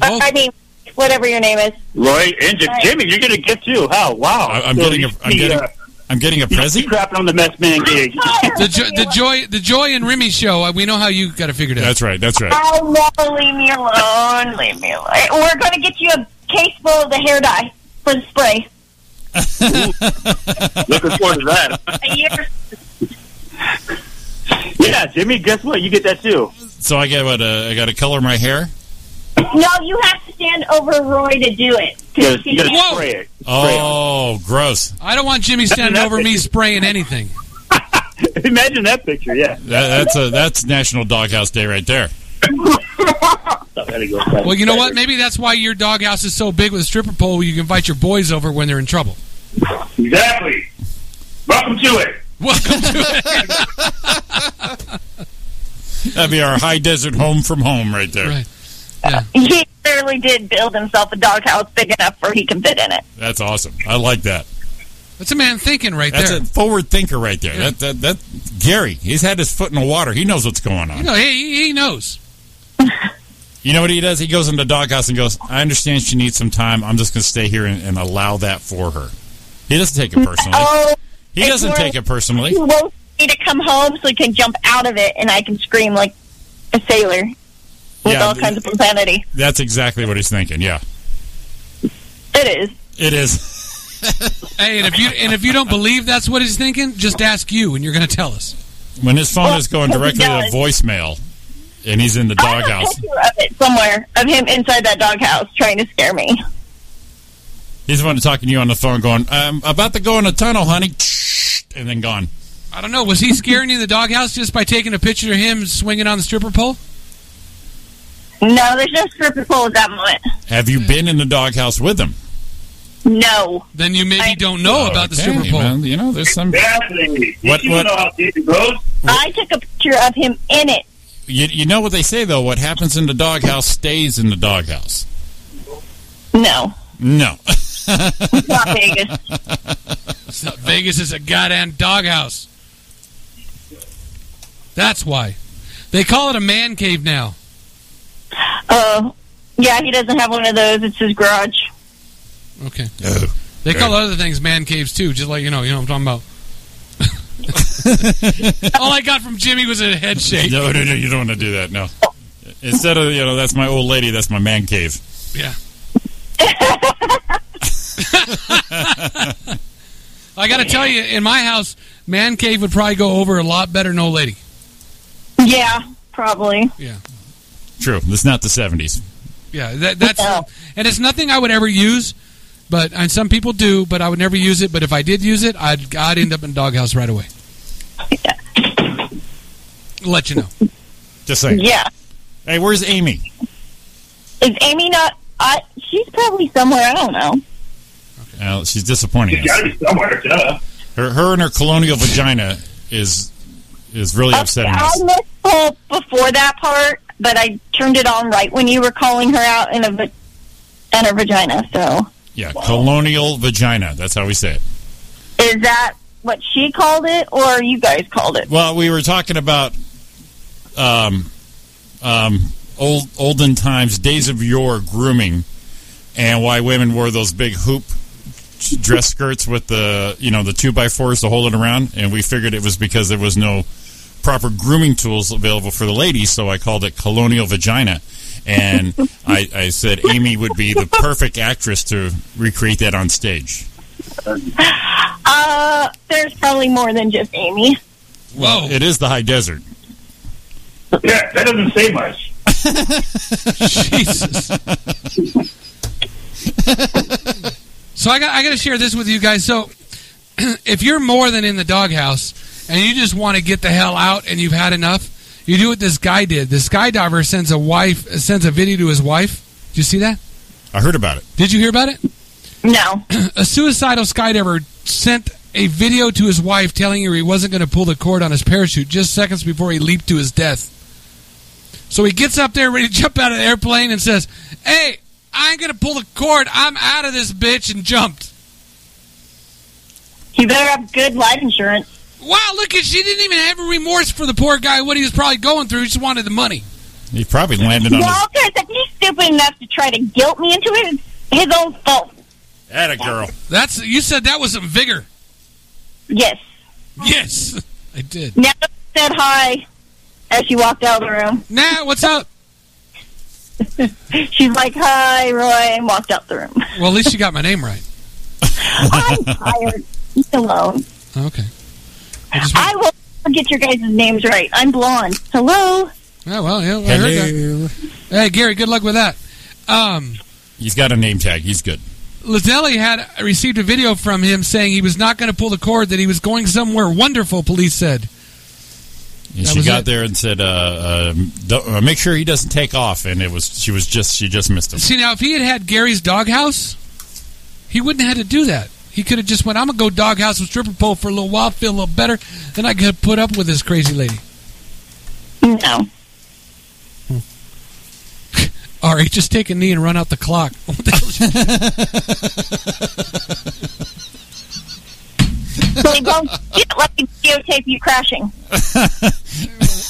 Speaker 3: Whoa.
Speaker 8: I mean, whatever your name is.
Speaker 7: Roy and Jim, Jimmy, you're going to get too. How? Wow.
Speaker 4: I, I'm
Speaker 7: So
Speaker 4: getting a.
Speaker 7: you
Speaker 4: I'm
Speaker 7: see,
Speaker 4: getting.
Speaker 7: uh,
Speaker 4: I'm getting a
Speaker 7: you see
Speaker 4: prezi.
Speaker 7: Crapping on the mess man gig.
Speaker 3: The, jo- the joy, the joy and Remy show. uh, We know how you got to figure it out.
Speaker 4: That's right. That's right.
Speaker 8: Oh no, leave me alone. Leave me alone. We're gonna get you a case full of the hair dye for the spray.
Speaker 7: Looking forward to that.
Speaker 8: A year.
Speaker 7: Yeah, Jimmy, guess what? You get that too.
Speaker 4: So I get what? Uh, I got to color my hair.
Speaker 8: No, you have to stand over Roy to do it. 'Cause
Speaker 7: You gotta,
Speaker 8: he
Speaker 7: you gotta
Speaker 3: Whoa.
Speaker 7: spray it.
Speaker 4: Oh, gross.
Speaker 3: I don't want Jimmy standing over me spraying anything.
Speaker 7: Imagine that picture, yeah.
Speaker 4: That, that's a that's National Doghouse Day right there.
Speaker 7: Oh, there you go.
Speaker 3: Well, you know what? Maybe that's why your doghouse is so big with a stripper pole. You can invite your boys over when they're in trouble.
Speaker 7: Exactly. Welcome to it.
Speaker 3: Welcome to it.
Speaker 4: That'd be our high desert home from home right there.
Speaker 3: Right.
Speaker 8: He clearly did build himself a doghouse big enough where he can fit in it.
Speaker 4: That's awesome. I like that.
Speaker 3: That's a man thinking right
Speaker 4: That's
Speaker 3: there.
Speaker 4: a forward thinker right there.
Speaker 3: Yeah.
Speaker 4: That, that that Gary, he's had his foot in the water. He knows what's going
Speaker 3: You
Speaker 4: on.
Speaker 3: know, he, he knows.
Speaker 4: You know what he does? He goes in the doghouse and goes, "I understand she needs some time. I'm just going to stay here and, and allow that for her." He doesn't take it personally.
Speaker 8: Oh,
Speaker 4: He doesn't take it personally.
Speaker 8: he wants me to come home so he can jump out of it and I can scream like a sailor with
Speaker 4: Yeah,
Speaker 8: all kinds of profanity.
Speaker 4: That's exactly what he's thinking. Yeah,
Speaker 8: It is.
Speaker 4: it is.
Speaker 3: Hey, and if you and if you don't believe that's what he's thinking, just ask you, and you're going to tell us.
Speaker 4: When his phone is going
Speaker 8: Well, he
Speaker 4: directly to
Speaker 8: does.
Speaker 4: voicemail, and he's in the
Speaker 8: I have a
Speaker 4: doghouse,
Speaker 8: picture of it somewhere of him inside that doghouse trying to scare me.
Speaker 4: he's the one talking to you on the phone, going, "I'm about to go in a tunnel, honey," and then gone.
Speaker 3: I don't know. Was he scaring you in the doghouse just by taking a picture of him swinging on the stripper pole?
Speaker 8: No, there's no stripper pole at that moment.
Speaker 4: Have you been in the doghouse with him?
Speaker 8: No.
Speaker 3: Then you maybe
Speaker 8: I-
Speaker 3: don't know about the
Speaker 4: Okay,
Speaker 3: stripper pole.
Speaker 4: man. You know, there's some.
Speaker 7: Exactly.
Speaker 4: What-
Speaker 7: you
Speaker 4: what-
Speaker 7: know how deep it goes?
Speaker 8: I took a picture of him in it.
Speaker 4: You, you know what they say though. What happens in the doghouse stays in the doghouse.
Speaker 8: No.
Speaker 4: No.
Speaker 8: It's not Vegas.
Speaker 3: It's not- Vegas is a goddamn doghouse. That's why they call it a man cave now.
Speaker 8: Oh. Yeah, he doesn't have one of those. It's his garage.
Speaker 3: Oh, Okay. They call other things man caves too, just like you know, you know what I'm talking about. All I got from Jimmy was a head shake.
Speaker 4: No, no, no, you don't want to do that. No. Instead of you know, that's my old lady. That's my man cave.
Speaker 3: Yeah. I got to tell you, in my house, man cave would probably go over a lot better than old lady.
Speaker 8: Yeah, probably.
Speaker 4: True. It's not the seventies.
Speaker 3: Yeah, that, that's
Speaker 8: Yeah.
Speaker 3: and it's nothing I would ever use, but and some people do, but I would never use it. But if I did use it, I'd I'd end up in doghouse right away.
Speaker 8: Yeah.
Speaker 3: Let you know.
Speaker 4: Just saying.
Speaker 8: Yeah.
Speaker 4: Hey, where's Amy?
Speaker 8: Is Amy not? I, she's probably somewhere. I don't know.
Speaker 4: Well, she's disappointing
Speaker 7: It's
Speaker 4: us.
Speaker 7: gotta be somewhere, duh.
Speaker 4: Her, her and her colonial vagina is is really upsetting
Speaker 8: I
Speaker 4: us.
Speaker 8: missed Hope before that part, but I turned it on right when you were calling her out in a va- in her vagina. So
Speaker 4: Yeah, colonial vagina. That's how we say it.
Speaker 8: is that what she called it, or you guys called it?
Speaker 4: Well, we were talking about um, um, old olden times, days of yore grooming, and why women wore those big hoop dress skirts with the you know the two by fours to hold it around, and we figured it was because there was no proper grooming tools available for the ladies, so I called it colonial vagina. And I, I said Amy would be the perfect actress to recreate that on stage.
Speaker 8: Uh, there's probably more than just Amy.
Speaker 3: Whoa,
Speaker 4: It is the high desert.
Speaker 7: Yeah, that doesn't say much.
Speaker 3: Jesus. so I got I got to share this with you guys. So if you're more than in the doghouse and you just want to get the hell out and you've had enough, you do what this guy did. The skydiver sends a wife sends a video to his wife. Did you see that?
Speaker 4: I heard about it.
Speaker 3: Did you hear about it?
Speaker 8: No.
Speaker 3: a suicidal skydiver sent a video to his wife telling her he wasn't going to pull the cord on his parachute just seconds before he leaped to his death. So he gets up there ready to jump out of the airplane and says, Hey, I ain't going to pull the cord. I'm out of this bitch and jumped.
Speaker 8: You better have good life insurance.
Speaker 3: Wow, look at she didn't even have a remorse for the poor guy, what he was probably going through. He just wanted the money.
Speaker 4: He probably landed on his
Speaker 8: Well, because if he's stupid enough to try to guilt me into it, it's his own fault.
Speaker 4: Atta girl.
Speaker 3: That's you said that was some vigor.
Speaker 8: Yes.
Speaker 3: Yes. I did.
Speaker 8: Now said hi as she walked out of the room.
Speaker 3: Nah, what's up?
Speaker 8: She's like, "Hi, Roy," and walked out the room.
Speaker 3: Well at least you got my name right.
Speaker 8: I'm tired. Leave me alone.
Speaker 3: Okay. I just- oh,
Speaker 8: I will never get your guys' names right. I'm blonde. Hello.
Speaker 3: Oh well, yeah, I heard that. Hey Gary, good luck with that. Um,
Speaker 4: He's got a name tag. He's good.
Speaker 3: Lazelli had received a video from him saying he was not going to pull the cord, that he was going somewhere wonderful, police said.
Speaker 4: And
Speaker 3: That
Speaker 4: she
Speaker 3: was
Speaker 4: got
Speaker 3: it.
Speaker 4: there and said, uh, uh, don't- uh, "Make sure he doesn't take off." And it was she was just she just missed him.
Speaker 3: See, now, if he had had Gary's doghouse, he wouldn't have had to do that. He could have just went, I'm going to go doghouse with stripper pole for a little while, feel a little better, then I could put up with this crazy lady.
Speaker 8: No.
Speaker 3: All right, just take a knee and run out the clock. What the hell is-
Speaker 8: They won't get- let me videotape you crashing.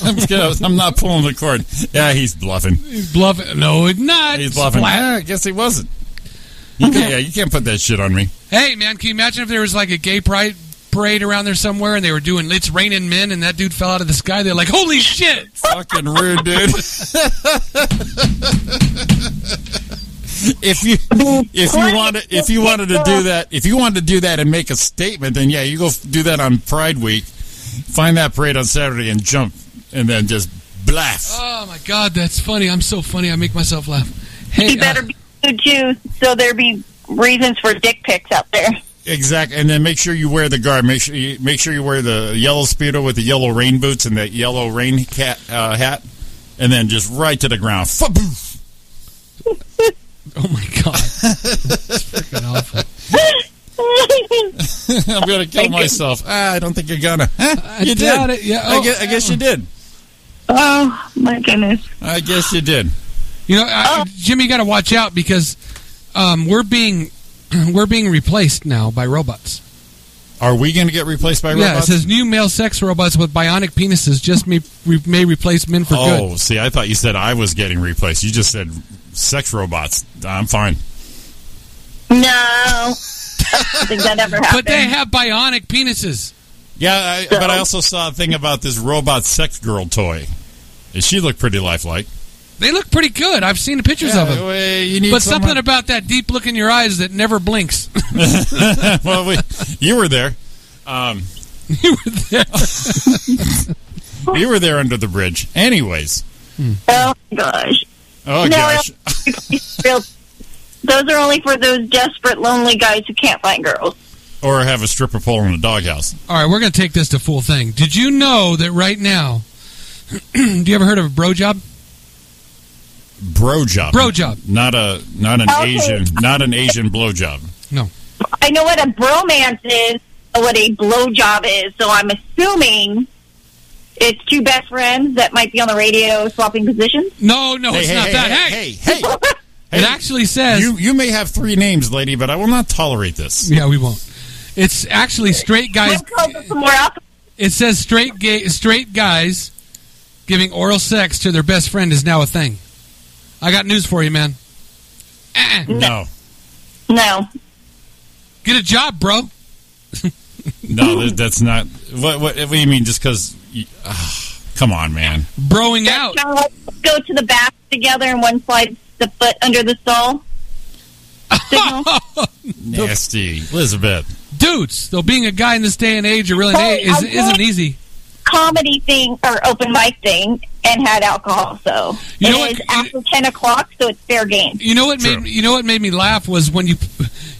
Speaker 4: I'm, scared. I'm not pulling the cord. Yeah, he's bluffing.
Speaker 3: He's bluffing. No, it's not.
Speaker 4: He's bluffing.
Speaker 3: Splat.
Speaker 4: Ah, I guess he wasn't. You can't- yeah, you can't put that shit on me.
Speaker 3: Hey, man, can you imagine if there was like a gay pride parade around there somewhere and they were doing It's Raining Men and that dude fell out of the sky? They're like, holy shit!
Speaker 4: Fucking rude, dude. if you if you wanted if you wanted to do that if you wanted to do that and make a statement, then yeah, you go f- do that on Pride Week. Find that parade on Saturday and jump, and then just blast.
Speaker 3: Oh my god, that's funny. I'm so funny. I make myself laugh. Hey,
Speaker 8: You better
Speaker 3: uh,
Speaker 8: be nude too, so there be reasons for dick pics out there.
Speaker 4: Exactly, and then make sure you wear the guard. Make sure you make sure you wear the yellow speedo with the yellow rain boots and that yellow rain cat uh, hat, and then just right to the ground. Faboof.
Speaker 3: oh my god, that's freaking awful.
Speaker 4: I'm gonna kill myself. Ah, I don't think you're gonna. Huh?
Speaker 3: I
Speaker 4: You
Speaker 3: doubt
Speaker 4: did.
Speaker 3: it. Yeah,
Speaker 4: I
Speaker 3: oh.
Speaker 4: guess, I guess you did.
Speaker 8: oh my goodness.
Speaker 4: I guess you did.
Speaker 3: You know, I,
Speaker 4: oh.
Speaker 3: Jimmy, you got to watch out because um, we're being we're being replaced now by robots.
Speaker 4: Are we going to get replaced by
Speaker 3: Yeah, it
Speaker 4: robots?
Speaker 3: says new male sex robots with bionic penises just may, re, may replace men for
Speaker 4: oh,
Speaker 3: good.
Speaker 4: see, I thought you said I was getting replaced. You just said sex robots. I'm fine.
Speaker 8: No. I don't think that ever happened.
Speaker 3: But they have bionic penises.
Speaker 4: Yeah, I, but
Speaker 3: um,
Speaker 4: I also saw a thing about this robot sex girl toy. And She looked pretty lifelike.
Speaker 3: They look pretty good. I've seen the pictures of them.
Speaker 4: Yeah, you need
Speaker 3: But
Speaker 4: someone-
Speaker 3: something about that deep look in your eyes that never blinks.
Speaker 4: well, we, you were there. Um,
Speaker 3: you were there.
Speaker 4: you were there under the bridge. Anyways.
Speaker 8: Oh my gosh.
Speaker 4: Oh,
Speaker 8: No,
Speaker 4: gosh.
Speaker 8: Real- Those are only for those desperate, lonely guys who can't find girls.
Speaker 4: Or have a stripper pole in a doghouse.
Speaker 3: All right, we're going to take this to full thing. Did you know that right now? do you ever heard of a bro job?
Speaker 4: Bro job.
Speaker 3: Bro job.
Speaker 4: Not a not an
Speaker 8: Okay.
Speaker 4: Asian not an Asian blow job.
Speaker 8: I know what a bromance is, and what a blowjob is, so I'm assuming it's two best friends that might be on the radio swapping positions.
Speaker 3: No, no, it's not that. Hey,
Speaker 4: hey, hey, hey,
Speaker 3: it actually says.
Speaker 4: You you may have three names, lady, but I will not tolerate this.
Speaker 3: yeah, we won't. It's actually straight guys.
Speaker 8: I'm called for some more alcohol.
Speaker 3: It says straight gay, straight guys giving oral sex to their best friend is now a thing. I got news for you, man. Uh-uh.
Speaker 4: No,
Speaker 8: No.
Speaker 3: Get a job, bro.
Speaker 4: no, that- that's not. What what, what do you mean? Just because? Uh, come on, man.
Speaker 3: Broing out.
Speaker 8: Kinda like, go to the bath together and one slides the foot under the stall. Signal.
Speaker 4: Nasty, Elizabeth.
Speaker 3: Dudes, though being a guy in this day and age or really
Speaker 8: Hey,
Speaker 3: is,
Speaker 8: I
Speaker 3: isn't
Speaker 8: would-
Speaker 3: easy.
Speaker 8: comedy thing or open mic thing and had alcohol. So
Speaker 3: You
Speaker 8: it
Speaker 3: know what-
Speaker 8: is after ten o'clock, so it's fair game.
Speaker 3: You know what
Speaker 4: True.
Speaker 3: made you know what made me laugh was when you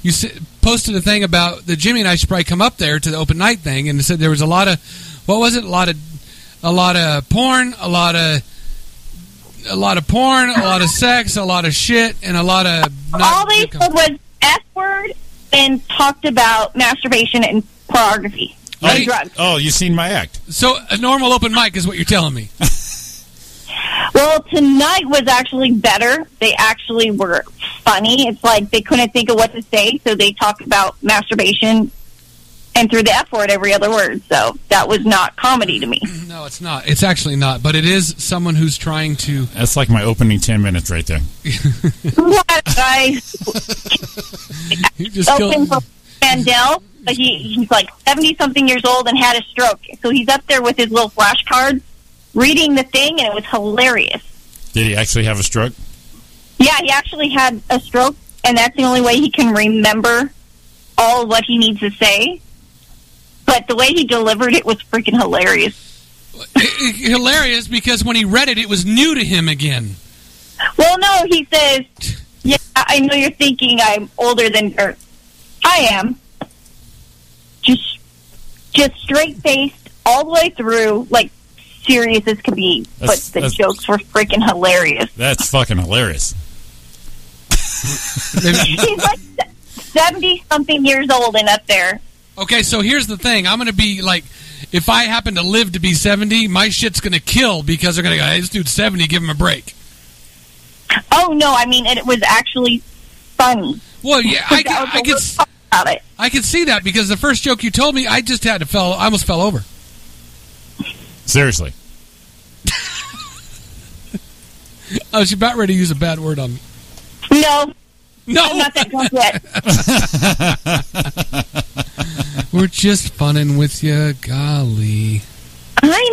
Speaker 3: you s- posted a thing about that Jimmy and I should probably come up there to the open night thing, and it said there was a lot of what was it? A lot of a lot of porn, a lot of a lot of porn, a lot of sex, a lot of shit, and a lot of not-
Speaker 8: All they said was S word and talked about masturbation and pornography.
Speaker 4: Oh,
Speaker 8: And
Speaker 4: you-
Speaker 8: drugs.
Speaker 4: oh, you seen my act?
Speaker 3: So a normal open mic is what you're telling me.
Speaker 8: Well, tonight was actually better. They actually were funny. It's like they couldn't think of what to say, so they talked about masturbation and threw the F word every other word. So that was not comedy to me.
Speaker 3: No, it's not. It's actually not. But it is someone who's trying to.
Speaker 4: That's like my opening ten minutes right there.
Speaker 8: what I
Speaker 3: You just
Speaker 8: open
Speaker 3: killed.
Speaker 8: for Mandel, but he, he's like 70 something years old and had a stroke. So he's up there with his little flashcards reading the thing, and it was hilarious.
Speaker 4: Did he actually have a stroke?
Speaker 8: Yeah, he actually had a stroke, and that's the only way he can remember all what he needs to say. But the way he delivered it was freaking hilarious.
Speaker 3: hilarious because when he read it, it was new to him again.
Speaker 8: Well, no, he says, yes, I I know you're thinking I'm older than or I am. Just just straight faced all the way through, like serious as could be.
Speaker 4: That's-
Speaker 8: but the
Speaker 4: that's-
Speaker 8: jokes were freaking hilarious.
Speaker 4: That's fucking hilarious.
Speaker 8: She's like seventy something years old and up there.
Speaker 3: Okay, so here's the thing. I'm going to be like, if I happen to live to be 70, my shit's going to kill because they're going to go, hey, this dude's 70, give him a break.
Speaker 8: Oh no, I mean it was actually funny.
Speaker 3: Well, yeah, I, can- I, can, s-
Speaker 8: about it.
Speaker 3: I can see that because the first joke you told me, I just had to fell, I almost fell over.
Speaker 4: Seriously.
Speaker 3: I was about ready to use a bad word on me.
Speaker 8: No, I'm
Speaker 3: No,
Speaker 8: not that drunk yet.
Speaker 3: we're just funning with you. Golly.
Speaker 8: I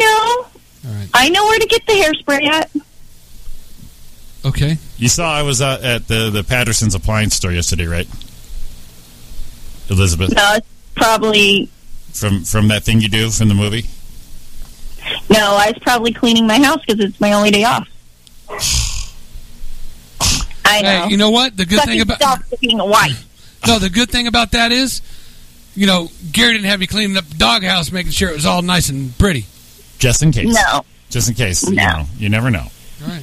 Speaker 8: know.
Speaker 3: All right.
Speaker 8: I know where to get the hairspray at.
Speaker 3: Okay.
Speaker 4: You saw I was uh, at the, the Patterson's appliance store yesterday, right? Elizabeth,
Speaker 8: No, it's probably
Speaker 4: from from that thing you do from the movie.
Speaker 8: no. I was probably cleaning my house because it's my only day off. I know.
Speaker 3: Hey, you know what? The good
Speaker 8: Fucking
Speaker 3: thing about
Speaker 8: stop being white.
Speaker 3: no, the good thing about that is, you know, Gary didn't have you cleaning up the doghouse, making sure it was all nice and pretty.
Speaker 4: Just in case.
Speaker 8: No,
Speaker 4: Just in case. You
Speaker 8: No.
Speaker 4: know, you never know.
Speaker 3: All right.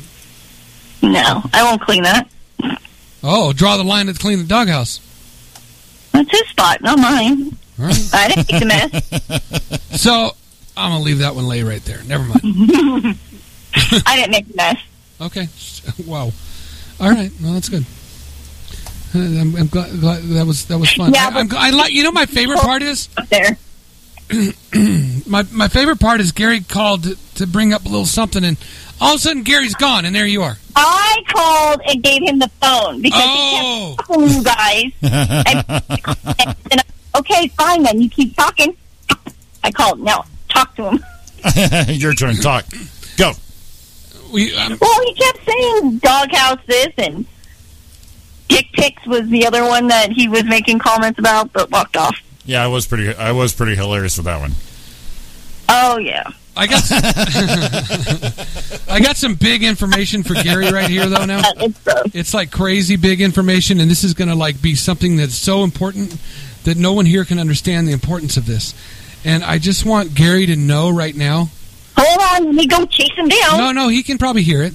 Speaker 8: no, I won't clean that.
Speaker 3: Oh, draw the line at clean the doghouse.
Speaker 8: That's his spot, not mine.
Speaker 3: All right.
Speaker 8: I didn't make the mess.
Speaker 3: So I'm gonna leave that one lay right there. Never mind.
Speaker 8: I didn't make the mess.
Speaker 3: Okay. Wow. All right. Well, that's good. Uh, I'm, I'm glad, glad that was that was fun.
Speaker 8: Yeah,
Speaker 3: I, I'm, gl- I like. You know, my favorite part is
Speaker 8: Up there.
Speaker 3: my my favorite part is Gary called to, to bring up a little something, and all of a sudden Gary's gone, and there you are.
Speaker 8: I called and gave him the phone because
Speaker 3: Oh.
Speaker 8: he kept calling you guys. and, and I- okay, fine then. You keep talking. I called. Now talk to him.
Speaker 4: Your turn. Talk. Go.
Speaker 3: We, um,
Speaker 8: Well, he kept saying doghouse this and dick pics was the other one that he was making comments about, but walked off.
Speaker 4: Yeah, I was pretty. I was pretty hilarious with that one.
Speaker 8: Oh yeah.
Speaker 3: I got I got some big information for Gary right here though. Now
Speaker 8: Uh, it's gross.
Speaker 3: it's like crazy big information, and this is going to like be something that's so important that no one here can understand the importance of this. And I just want Gary to know right now.
Speaker 8: Hold on, let me go chase him down.
Speaker 3: No, no, he can probably hear it.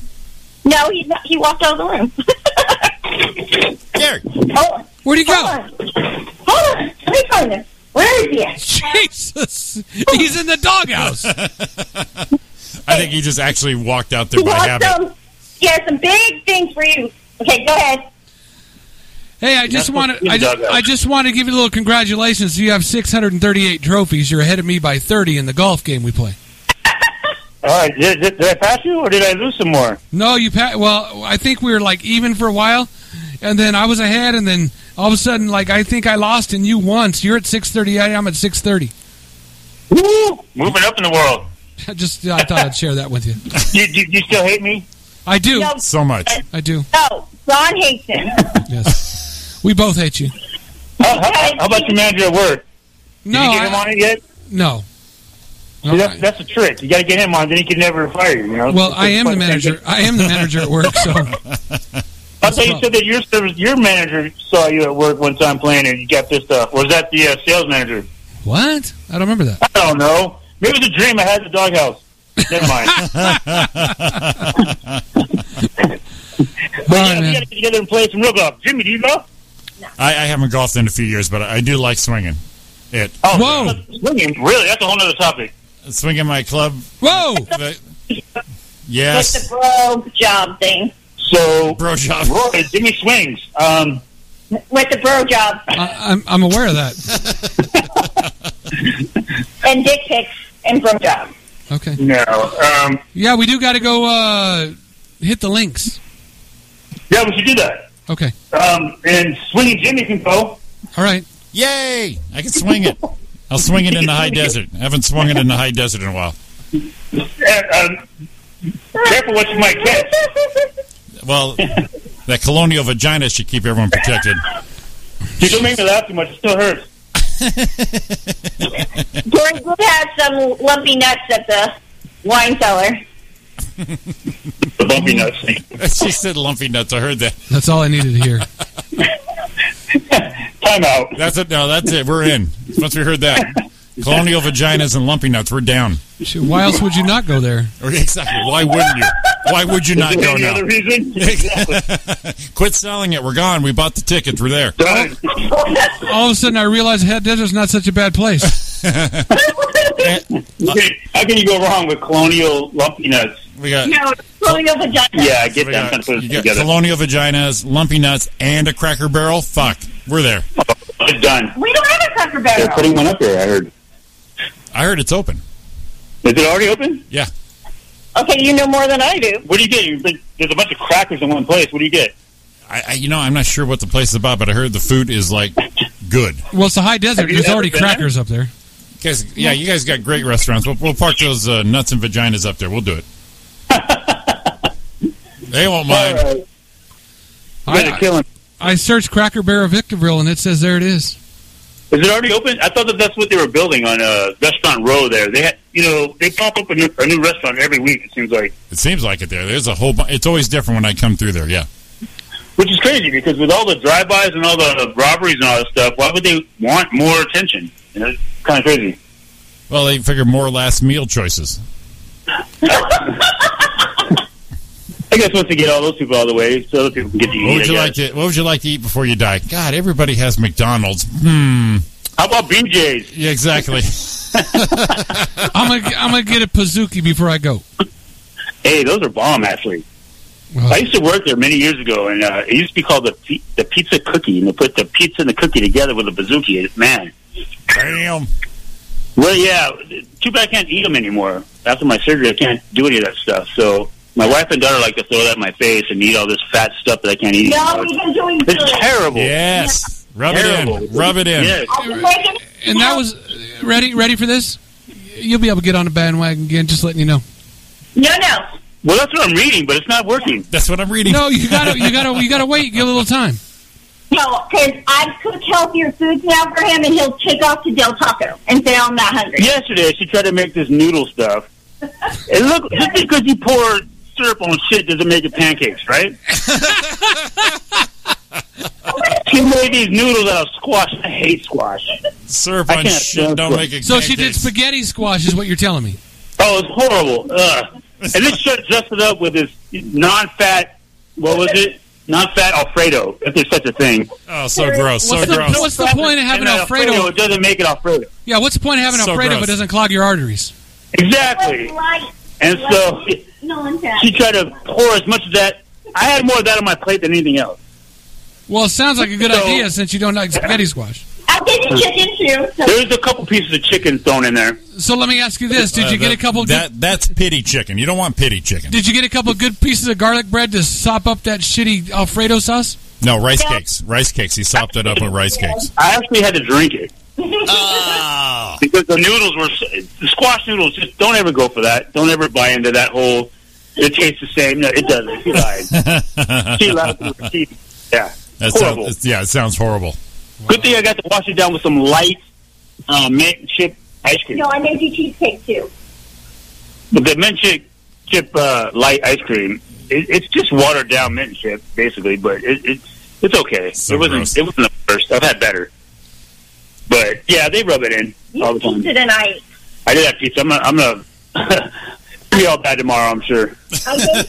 Speaker 8: No, he's not, he walked out of the room.
Speaker 4: Gary.
Speaker 8: hold on,
Speaker 3: Where'd he
Speaker 8: hold
Speaker 3: go?
Speaker 8: on, hold on. Let me find him. Where is he? At?
Speaker 3: Jesus, he's in the doghouse.
Speaker 4: I think you just actually walked out there
Speaker 8: He
Speaker 4: by
Speaker 8: wants
Speaker 4: habit.
Speaker 8: some, yeah, some big things for you. Okay, go ahead.
Speaker 3: Hey, I just
Speaker 7: That's
Speaker 3: want
Speaker 7: what's in
Speaker 3: to I
Speaker 7: the
Speaker 3: just,
Speaker 7: doghouse.
Speaker 3: I just want to give you a little congratulations. You have 638 trophies. You're ahead of me by 30 in the golf game we play.
Speaker 7: All right. Did, did, did I pass you, or did I lose some more?
Speaker 3: No, you pa Well, I think we were like even for a while, and then I was ahead, and then all of a sudden, like I think I lost and you won. So you're at six thirty. I'm at six thirty.
Speaker 7: Woo! Moving up in the world.
Speaker 3: Just I thought I'd share that with you.
Speaker 7: Do, do, do you still hate me?
Speaker 3: I do.
Speaker 8: No,
Speaker 4: So much.
Speaker 3: I do.
Speaker 8: no. Ron hates him.
Speaker 3: Yes. We both hate you.
Speaker 7: How, how, how about your manager at work? Did
Speaker 3: No.
Speaker 7: you get him
Speaker 3: I,
Speaker 7: on it yet?
Speaker 3: no.
Speaker 7: See, that's, that's a trick. You got to get him on, then he can never fire you. You know.
Speaker 3: Well,
Speaker 7: It's
Speaker 3: I am the
Speaker 7: fun.
Speaker 3: manager. I am the manager at work. So
Speaker 7: I thought you said that your service, your manager saw you at work one time playing, and you got pissed off. Or was that the uh, sales manager?
Speaker 3: what? I don't remember that.
Speaker 7: I don't know. Maybe it was a dream I had at the doghouse. Never mind.
Speaker 3: All right,
Speaker 7: we
Speaker 3: man.
Speaker 7: got to get together and play some real golf. Jimmy, do you golf?
Speaker 4: I, I haven't golfed in a few years, but I do like swinging. It
Speaker 3: Whoa.
Speaker 7: Swinging? Really? Oh, That's a whole other topic.
Speaker 4: swinging my club.
Speaker 3: Whoa.
Speaker 4: but-
Speaker 8: It's the
Speaker 4: yes,
Speaker 8: bro job thing.
Speaker 7: So,
Speaker 4: bro shop.
Speaker 7: Roy, Jimmy swings. Um,
Speaker 8: With the bro job
Speaker 3: I, I'm I'm aware of that.
Speaker 8: and dick pics and bro job.
Speaker 3: Okay.
Speaker 7: no. Um,
Speaker 3: Yeah, we do got to go uh, hit the links.
Speaker 7: yeah, we should do that.
Speaker 3: Okay.
Speaker 7: Um, and swinging Jimmy can go.
Speaker 3: All right.
Speaker 4: Yay! I can swing it. I'll swing it in the high desert. I haven't swung it in the high desert in a while.
Speaker 7: And, um, careful what you might catch.
Speaker 4: Well, that colonial vagina should keep everyone protected.
Speaker 7: You don't make me laugh too much. It still hurts.
Speaker 8: Gary did have some lumpy nuts at the wine cellar.
Speaker 7: The bumpy nuts thing.
Speaker 4: she said lumpy nuts. I heard that.
Speaker 3: That's all I needed to hear.
Speaker 7: Time out.
Speaker 4: That's it. No, that's it. We're in. Once we heard that, colonial vaginas and lumpy nuts. We're down.
Speaker 3: Shit, Why else would you not go there?
Speaker 4: Okay, Exactly. Why wouldn't you? Why would you not
Speaker 7: Is there
Speaker 4: go
Speaker 7: any
Speaker 4: now?
Speaker 7: other reason? Exactly.
Speaker 4: Quit selling it. We're gone. We bought the tickets. We're there.
Speaker 7: Done.
Speaker 3: All of a sudden, I realized Head Desert's not such a bad place.
Speaker 7: Okay, How can you go wrong with colonial lumpy nuts?
Speaker 4: We got.
Speaker 8: No, it's pulling up a vagina.
Speaker 7: Yeah, I get
Speaker 4: we
Speaker 7: that. I'm
Speaker 4: got,
Speaker 7: trying to
Speaker 4: you
Speaker 7: put it
Speaker 4: got
Speaker 7: together.
Speaker 4: colonial vaginas, lumpy nuts, and a cracker barrel. Fuck, we're there.
Speaker 7: Done.
Speaker 8: We don't have a cracker barrel.
Speaker 7: They're putting one up here. I heard.
Speaker 4: I heard it's open.
Speaker 7: Is it already open?
Speaker 4: Yeah,
Speaker 8: Okay, you know more than I do.
Speaker 7: What do you get? You think- There's a bunch of crackers in one place. What do you get?
Speaker 4: I, I you know I'm not sure what the place is about, but I heard the food is like good.
Speaker 3: Well, it's the high desert.
Speaker 7: Have you
Speaker 3: There's
Speaker 7: ever
Speaker 3: already
Speaker 7: been there?
Speaker 3: crackers up there.
Speaker 4: Guys, yeah, you guys got great restaurants. We'll, we'll park those uh, nuts and vaginas up there. We'll do it. they won't mind.
Speaker 7: All right. You guys
Speaker 3: I-
Speaker 7: are killing.
Speaker 3: I searched Cracker Barrel Victorville, and it says there it is.
Speaker 7: Is it already open? I thought that that's what they were building on uh, Restaurant Row there. They had, you know, they pop up a new, a new restaurant every week. It seems like,
Speaker 4: It seems like it there. There's a whole. Bu- it's always different when I come through there. Yeah,
Speaker 7: which is crazy because with all the drive-bys and all the robberies and all that stuff, why would they want more attention? You know, it's kind of crazy.
Speaker 4: well, they figure more last meal choices.
Speaker 7: I guess once they get all those people out of the way, so other people can get to eat.
Speaker 4: What would
Speaker 7: I
Speaker 4: you
Speaker 7: guess.
Speaker 4: like to? What would you like to eat before you die? God, everybody has McDonald's. Hmm.
Speaker 7: How about BJ's?
Speaker 4: Yeah, exactly.
Speaker 3: I'm gonna I'm gonna get a Pazuki before I go.
Speaker 7: Hey, those are bomb. Actually,
Speaker 3: Well,
Speaker 7: I used to work there many years ago, and uh, it used to be called the pi- the pizza cookie, and they put the pizza and the cookie together with a bazooki. And, Man,
Speaker 4: Damn.
Speaker 7: well, yeah. Too bad I can't eat them anymore. After my surgery, I can't do any of that stuff. So my wife and daughter like to throw that in my face and eat all this fat stuff that I can't eat.
Speaker 8: No,
Speaker 7: anymore.
Speaker 8: we've been doing good.
Speaker 7: it's terrible.
Speaker 4: Yes. Rub it
Speaker 7: Terrible.
Speaker 4: in. Rub it in.
Speaker 7: Yes.
Speaker 8: I've been making-
Speaker 3: and that was ready ready for this. You'll be able to get on the bandwagon again. Just letting you know.
Speaker 8: No, no.
Speaker 7: Well, that's what I'm reading, but it's not working.
Speaker 4: That's what I'm reading.
Speaker 3: No, you gotta you gotta you gotta wait. Get a little time.
Speaker 8: No, because I cook healthier foods now for him, and he'll take off to Del Taco and say, I'm not hungry.
Speaker 7: Yesterday, she tried to make this noodle stuff. And look, just because you pour syrup on shit doesn't make it pancakes, right? she made these noodles out of squash. I hate squash.
Speaker 4: Syrup
Speaker 7: I
Speaker 4: on
Speaker 7: can't
Speaker 4: shit. Don't
Speaker 7: stand
Speaker 4: make it.
Speaker 3: So she did
Speaker 4: pancakes.
Speaker 3: spaghetti squash, is what you're telling me.
Speaker 7: Oh, it's horrible. Ugh. And then she dressed it up with this non-fat, what was it? Non-fat Alfredo, if there's such a thing.
Speaker 4: Oh, so gross. So
Speaker 3: What's the,
Speaker 4: gross.
Speaker 3: what's the point of having
Speaker 7: And an
Speaker 3: Alfredo?
Speaker 7: It doesn't make it Alfredo.
Speaker 3: Yeah, what's the point of having
Speaker 4: So
Speaker 3: Alfredo if
Speaker 4: gross.
Speaker 3: it doesn't clog your arteries?
Speaker 7: Exactly.
Speaker 8: Light,
Speaker 7: And so
Speaker 8: non-fat.
Speaker 7: she tried to pour as much of that. I had more of that on my plate than anything else.
Speaker 3: Well, it sounds like a good
Speaker 7: So-
Speaker 3: idea since you don't like spaghetti squash.
Speaker 8: I did chicken, too. So
Speaker 7: There's a couple pieces of chicken thrown in there.
Speaker 3: So let me ask you this: Did
Speaker 4: Uh,
Speaker 3: you get
Speaker 4: that-
Speaker 3: a couple? Good,
Speaker 4: That that's pity chicken. You don't want pity chicken.
Speaker 3: did you get a couple good pieces of garlic bread to sop up that shitty Alfredo sauce?
Speaker 4: No rice
Speaker 8: Yeah.
Speaker 4: cakes. Rice cakes. He sopped it up with rice cakes.
Speaker 7: I actually had to drink it Uh.
Speaker 4: Oh.
Speaker 7: because the noodles were the squash noodles. Just don't ever go for that. Don't ever buy into that whole. It tastes the same. No, it doesn't. She lied. She lied. to her teeth. Yeah,
Speaker 4: That
Speaker 7: horrible.
Speaker 4: sounds, yeah, it sounds horrible.
Speaker 7: Good thing I got to wash it down with some light uh, mint chip ice cream.
Speaker 8: no, I made you cheesecake, too.
Speaker 7: But the mint chip, chip uh, light ice cream, it, it's just watered down mint chip basically. But it, it it's okay.
Speaker 4: So
Speaker 7: it wasn't.
Speaker 4: gross.
Speaker 7: It wasn't the first. I've had better. But yeah, they rub it in
Speaker 8: You
Speaker 7: all the time.
Speaker 8: cheesed it, and I
Speaker 7: I did have pizza. I'm gonna, I'm gonna be all bad tomorrow. I'm sure.
Speaker 8: Okay.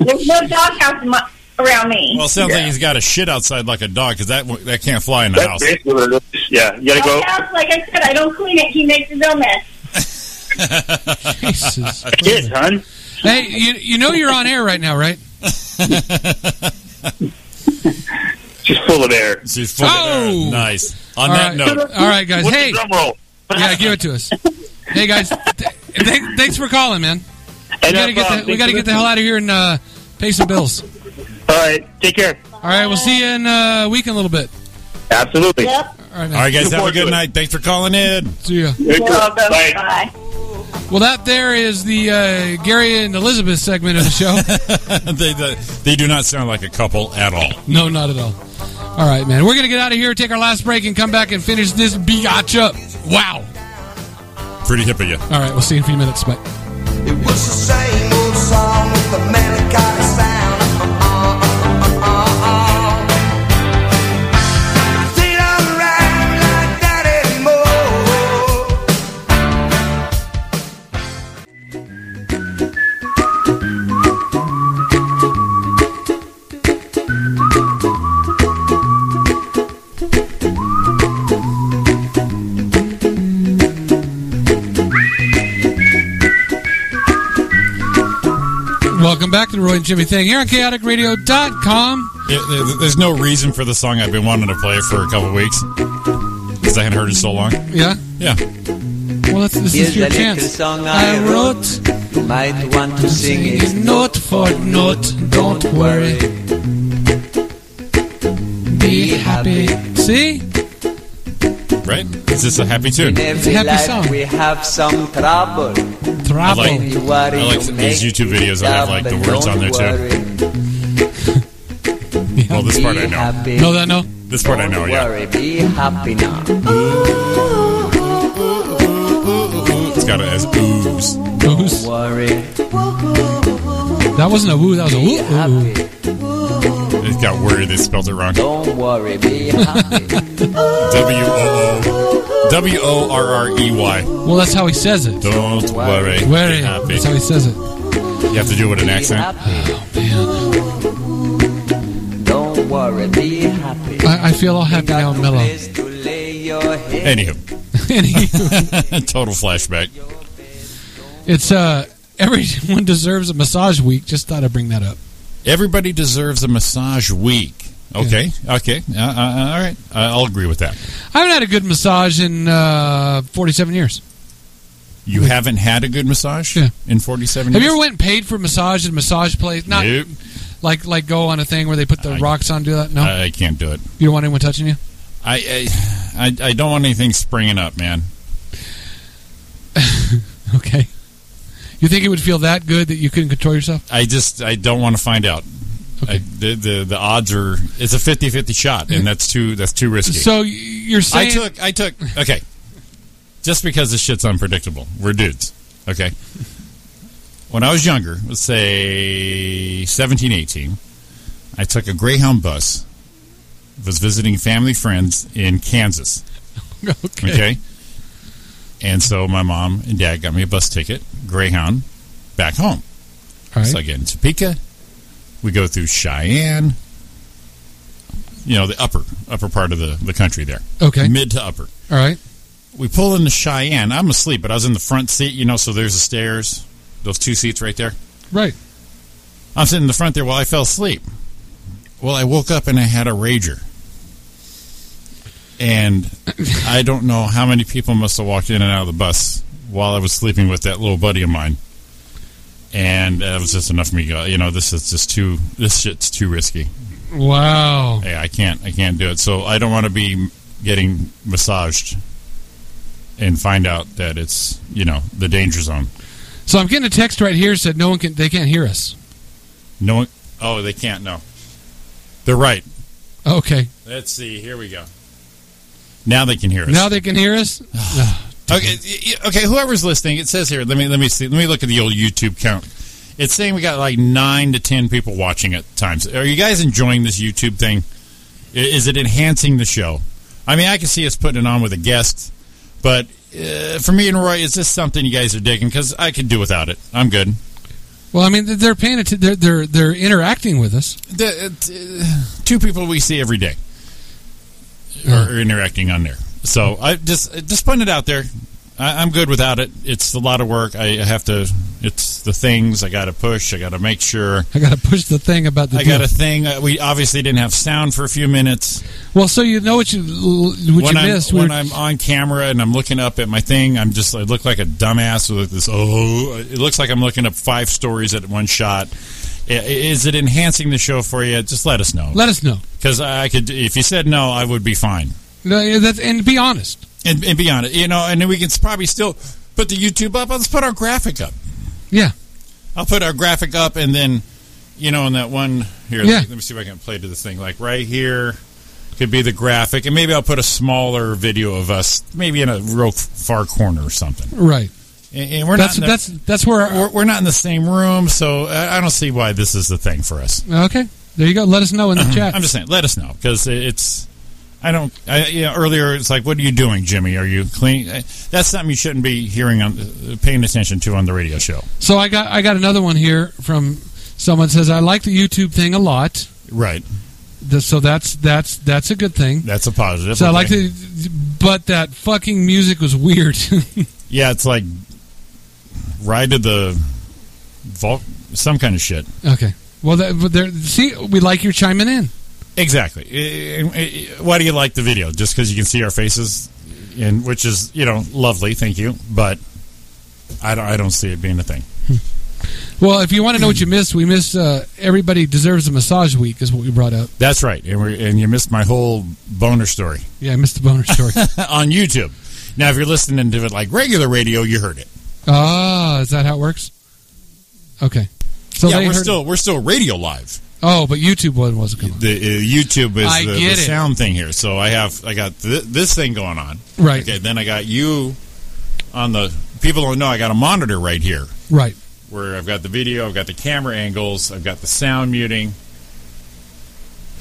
Speaker 8: There's no doghouse in my, around me.
Speaker 4: Well, it sounds like
Speaker 7: Yeah.
Speaker 4: he's got a shit outside like a dog because that w- that can't fly in the
Speaker 7: That's
Speaker 4: house.
Speaker 7: basically what it is. Yeah, you gotta go.
Speaker 8: doghouse, like I said, I don't clean it. He makes his own mess.
Speaker 3: Jesus.
Speaker 7: Kids, hon.
Speaker 3: hey, you, you know you're on air right now, right?
Speaker 7: She's full of air.
Speaker 4: She's full of air.
Speaker 3: Oh.
Speaker 4: Nice. On
Speaker 3: All
Speaker 4: that
Speaker 3: right.
Speaker 4: note,
Speaker 3: All right, guys.
Speaker 7: What's
Speaker 3: Hey,
Speaker 7: the drum roll?
Speaker 3: yeah, give it to us. Hey, guys. Th- th- thanks for calling, man. We
Speaker 7: And uh,
Speaker 3: gotta
Speaker 7: that's
Speaker 3: get
Speaker 7: all.
Speaker 3: the, we gotta get the hell out of here and uh, pay some bills.
Speaker 7: All right, take care.
Speaker 3: All right, we'll see you in uh, a week in a little bit.
Speaker 7: Absolutely.
Speaker 8: Yep.
Speaker 3: All right, man.
Speaker 4: all right, guys. Have a
Speaker 7: forward to
Speaker 4: good
Speaker 7: it.
Speaker 4: night. Thanks for calling in.
Speaker 3: See ya.
Speaker 7: Good girl. Bye.
Speaker 8: Bye.
Speaker 3: Well, that there is the uh, Gary and Elizabeth segment of the show.
Speaker 4: they, they they do not sound like a couple at all.
Speaker 3: no, not at all. All right, man. We're going to get out of here, take our last break, and come back and finish this biatch up. Wow.
Speaker 4: Pretty hip of you.
Speaker 3: All right, we'll see you in a few minutes. Bye.
Speaker 2: It was the same with the melancholy sound. They don't rhyme like that anymore.
Speaker 3: Welcome back to the Roy and Jimmy thing here on chaoticradio.com.
Speaker 4: Yeah, there- there's no reason for the song I've been wanting to play for a couple weeks because I hadn't heard it so long.
Speaker 3: Yeah.
Speaker 4: Yeah,
Speaker 3: Well, that's, this
Speaker 9: Here's
Speaker 3: is your
Speaker 9: a little
Speaker 3: chance.
Speaker 9: song
Speaker 3: I
Speaker 9: I
Speaker 3: wrote,
Speaker 9: You might want to sing
Speaker 3: it's
Speaker 9: it.
Speaker 3: note for note. Don't worry, be happy. See?
Speaker 4: right. It's just a happy tune.
Speaker 9: In
Speaker 4: I
Speaker 9: every
Speaker 3: happy
Speaker 9: life
Speaker 3: song.
Speaker 9: we have some trouble.
Speaker 3: Trouble.
Speaker 4: like-
Speaker 9: When you worry,
Speaker 4: I like
Speaker 9: you make
Speaker 4: these YouTube videos that
Speaker 9: it
Speaker 4: have,
Speaker 9: up,
Speaker 4: like, the
Speaker 9: but
Speaker 4: words on
Speaker 9: don't
Speaker 4: there, too.
Speaker 9: worry.
Speaker 4: Well, this
Speaker 9: Be
Speaker 4: part I know.
Speaker 9: happy.
Speaker 3: no, that no.
Speaker 4: This part I
Speaker 9: Don't
Speaker 4: know. Yeah,
Speaker 9: worry, be happy now.
Speaker 4: it's got it as ooze.
Speaker 3: Ooze.
Speaker 9: Worry,
Speaker 3: That wasn't a woo. That was a
Speaker 9: be
Speaker 3: woo. ooh, ooh.
Speaker 9: happy.
Speaker 4: It got worried. They spelled it wrong.
Speaker 9: Don't worry, be happy.
Speaker 4: W O O W O R R E Y.
Speaker 3: Well, that's how he says it.
Speaker 4: Don't worry. be
Speaker 3: Where?
Speaker 4: happy.
Speaker 3: That's how he says it.
Speaker 4: You have to do it with an
Speaker 9: Be
Speaker 4: accent.
Speaker 9: happy.
Speaker 3: Man,
Speaker 9: Don't worry, be happy.
Speaker 3: I, I feel all happy now, and mellow.
Speaker 9: Place to lay your head.
Speaker 4: Anywho,
Speaker 3: Anywho,
Speaker 4: total flashback.
Speaker 3: it's uh, everyone deserves a massage week. Just thought I'd bring that up.
Speaker 4: Everybody deserves a massage week. Okay, okay, uh, uh, uh, all right. Uh, I'll agree with that.
Speaker 3: I haven't had a good massage in uh, 47 years.
Speaker 4: You haven't had a good massage
Speaker 3: Yeah.
Speaker 4: in 47
Speaker 3: Have you
Speaker 4: years?
Speaker 3: ever went and paid for massage at a massage place? Not
Speaker 4: Nope.
Speaker 3: like like go on a thing where they put the
Speaker 4: I-
Speaker 3: rocks on. Do that? No,
Speaker 4: I, I can't do it.
Speaker 3: you don't want anyone touching you.
Speaker 4: I, I, I, I don't want anything springing up, man.
Speaker 3: Okay. You think it would feel that good that you couldn't control yourself?
Speaker 4: I just, I don't want to find out. I,
Speaker 3: Okay.
Speaker 4: the, the the odds are it's a 50-50 shot, and that's too that's too risky.
Speaker 3: So y- you're saying
Speaker 4: I took I took okay. Just because this shit's unpredictable, we're dudes. Okay. When I was younger, let's say 17, 18, I took a Greyhound bus. Was visiting family friends in Kansas.
Speaker 3: okay.
Speaker 4: Okay. And so my mom and dad got me a bus ticket, Greyhound, back home.
Speaker 3: All right.
Speaker 4: So I get in Topeka. We go through Cheyenne. You know, the upper upper part of the, the country there.
Speaker 3: okay.
Speaker 4: Mid to upper
Speaker 3: All right.
Speaker 4: we pull into Cheyenne. I'm asleep, but I was in the front seat, you know, so there's the stairs, those two seats right there.
Speaker 3: Right.
Speaker 4: I'm sitting in the front there while I fell asleep. Well, I woke up and I had a rager. And I don't know how many people must have walked in and out of the bus while I was sleeping with that little buddy of mine. And that was just enough for me to go, you know, this is just too, this shit's too risky.
Speaker 3: Wow.
Speaker 4: Hey, I can't, I can't do it. So I don't want to be getting massaged and find out that it's, you know, the danger zone.
Speaker 3: So I'm getting a text right here said no one can they can't hear us.
Speaker 4: No one, oh, they can't, no. They're right.
Speaker 3: Okay.
Speaker 4: Let's see, here we go. Now they can hear us.
Speaker 3: Now they can hear us.
Speaker 4: okay, y- y- okay, whoever's listening, it says here, let me, let me see, let me look at the old YouTube count. It's saying we got like nine to ten people watching at times. Are you guys enjoying this YouTube thing? I- Is it enhancing the show? I mean, I can see us putting it on with a guest, but uh, for me and Roy, is this something you guys are digging? Because I could do without it. I'm good.
Speaker 3: Well, I mean th- they're paying it. they're they're they're interacting with us.
Speaker 4: The, uh, t- uh, two people we see every day are, are interacting on there. So I just uh, just putting it out there. I, I'm good without it. It's a lot of work. I I have to. It's the things I got to push. I got to make sure.
Speaker 3: I got to push the thing about the.
Speaker 4: I
Speaker 3: deal.
Speaker 4: got a thing. Uh, we obviously didn't have sound for a few minutes.
Speaker 3: Well, so you know what you l- what
Speaker 4: when
Speaker 3: you
Speaker 4: I'm,
Speaker 3: missed.
Speaker 4: when
Speaker 3: We're-
Speaker 4: I'm on camera and I'm looking up at my thing, I'm just I look like a dumbass with this. Oh, it looks like I'm looking up five stories at one shot. I- Is it enhancing the show for you? Just let us know.
Speaker 3: let us know.
Speaker 4: Because I could, if you said no, I would be fine.
Speaker 3: No, yeah, that's- and be honest.
Speaker 4: And, and be honest, you know, and then we can probably still put the YouTube up. Let's put our graphic up.
Speaker 3: Yeah.
Speaker 4: I'll put our graphic up, and then, you know, in that one here,
Speaker 3: Yeah.
Speaker 4: let me see if I can play to this thing. Like right here could be the graphic, and maybe I'll put a smaller video of us, maybe in a real far corner or something.
Speaker 3: Right.
Speaker 4: and, and we're
Speaker 3: That's
Speaker 4: not. in the-
Speaker 3: that's that's where.
Speaker 4: we're, we're not in the same room, so I I don't see why this is the thing for us.
Speaker 3: okay, there you go. Let us know in the chat.
Speaker 4: I'm just saying, let us know because it's. I don't. I, you know, earlier it's like, what are you doing, Jimmy? Are you cleaning? Uh, That's something you shouldn't be hearing on, uh, paying attention to on the radio show.
Speaker 3: So I got I got another one here from someone says I like the YouTube thing a lot.
Speaker 4: Right.
Speaker 3: The- So that's that's that's a good thing.
Speaker 4: That's a positive.
Speaker 3: So I like
Speaker 4: Okay.
Speaker 3: the, but that fucking music was weird.
Speaker 4: Yeah, it's like ride to the vault, some kind of shit.
Speaker 3: okay. Well, that, but there, see, we like your chiming in.
Speaker 4: Exactly. Eh, eh, eh, Why do you like the video? Just because you can see our faces, and which is you know lovely. Thank you, but I don't. I don't see it being a thing.
Speaker 3: Well, if you want to know what you missed, we missed uh, everybody deserves a massage week is what we brought up.
Speaker 4: That's right. And we and you missed my whole boner story
Speaker 3: Yeah, I missed the boner story.
Speaker 4: on YouTube. Now, if you're listening to it like regular radio, you heard it.
Speaker 3: ah, is that how it works? Okay. So
Speaker 4: yeah,
Speaker 3: they
Speaker 4: we're
Speaker 3: heard-
Speaker 4: still we're still radio live.
Speaker 3: Oh, but YouTube one wasn't coming.
Speaker 4: The uh, YouTube
Speaker 3: I
Speaker 4: is the, the
Speaker 3: get it.
Speaker 4: sound thing here. So I have I got th- this thing going on.
Speaker 3: Right.
Speaker 4: Okay, then I got you on the people don't know I got a monitor right here
Speaker 3: Right.
Speaker 4: where I've got the video, I've got the camera angles, I've got the sound muting.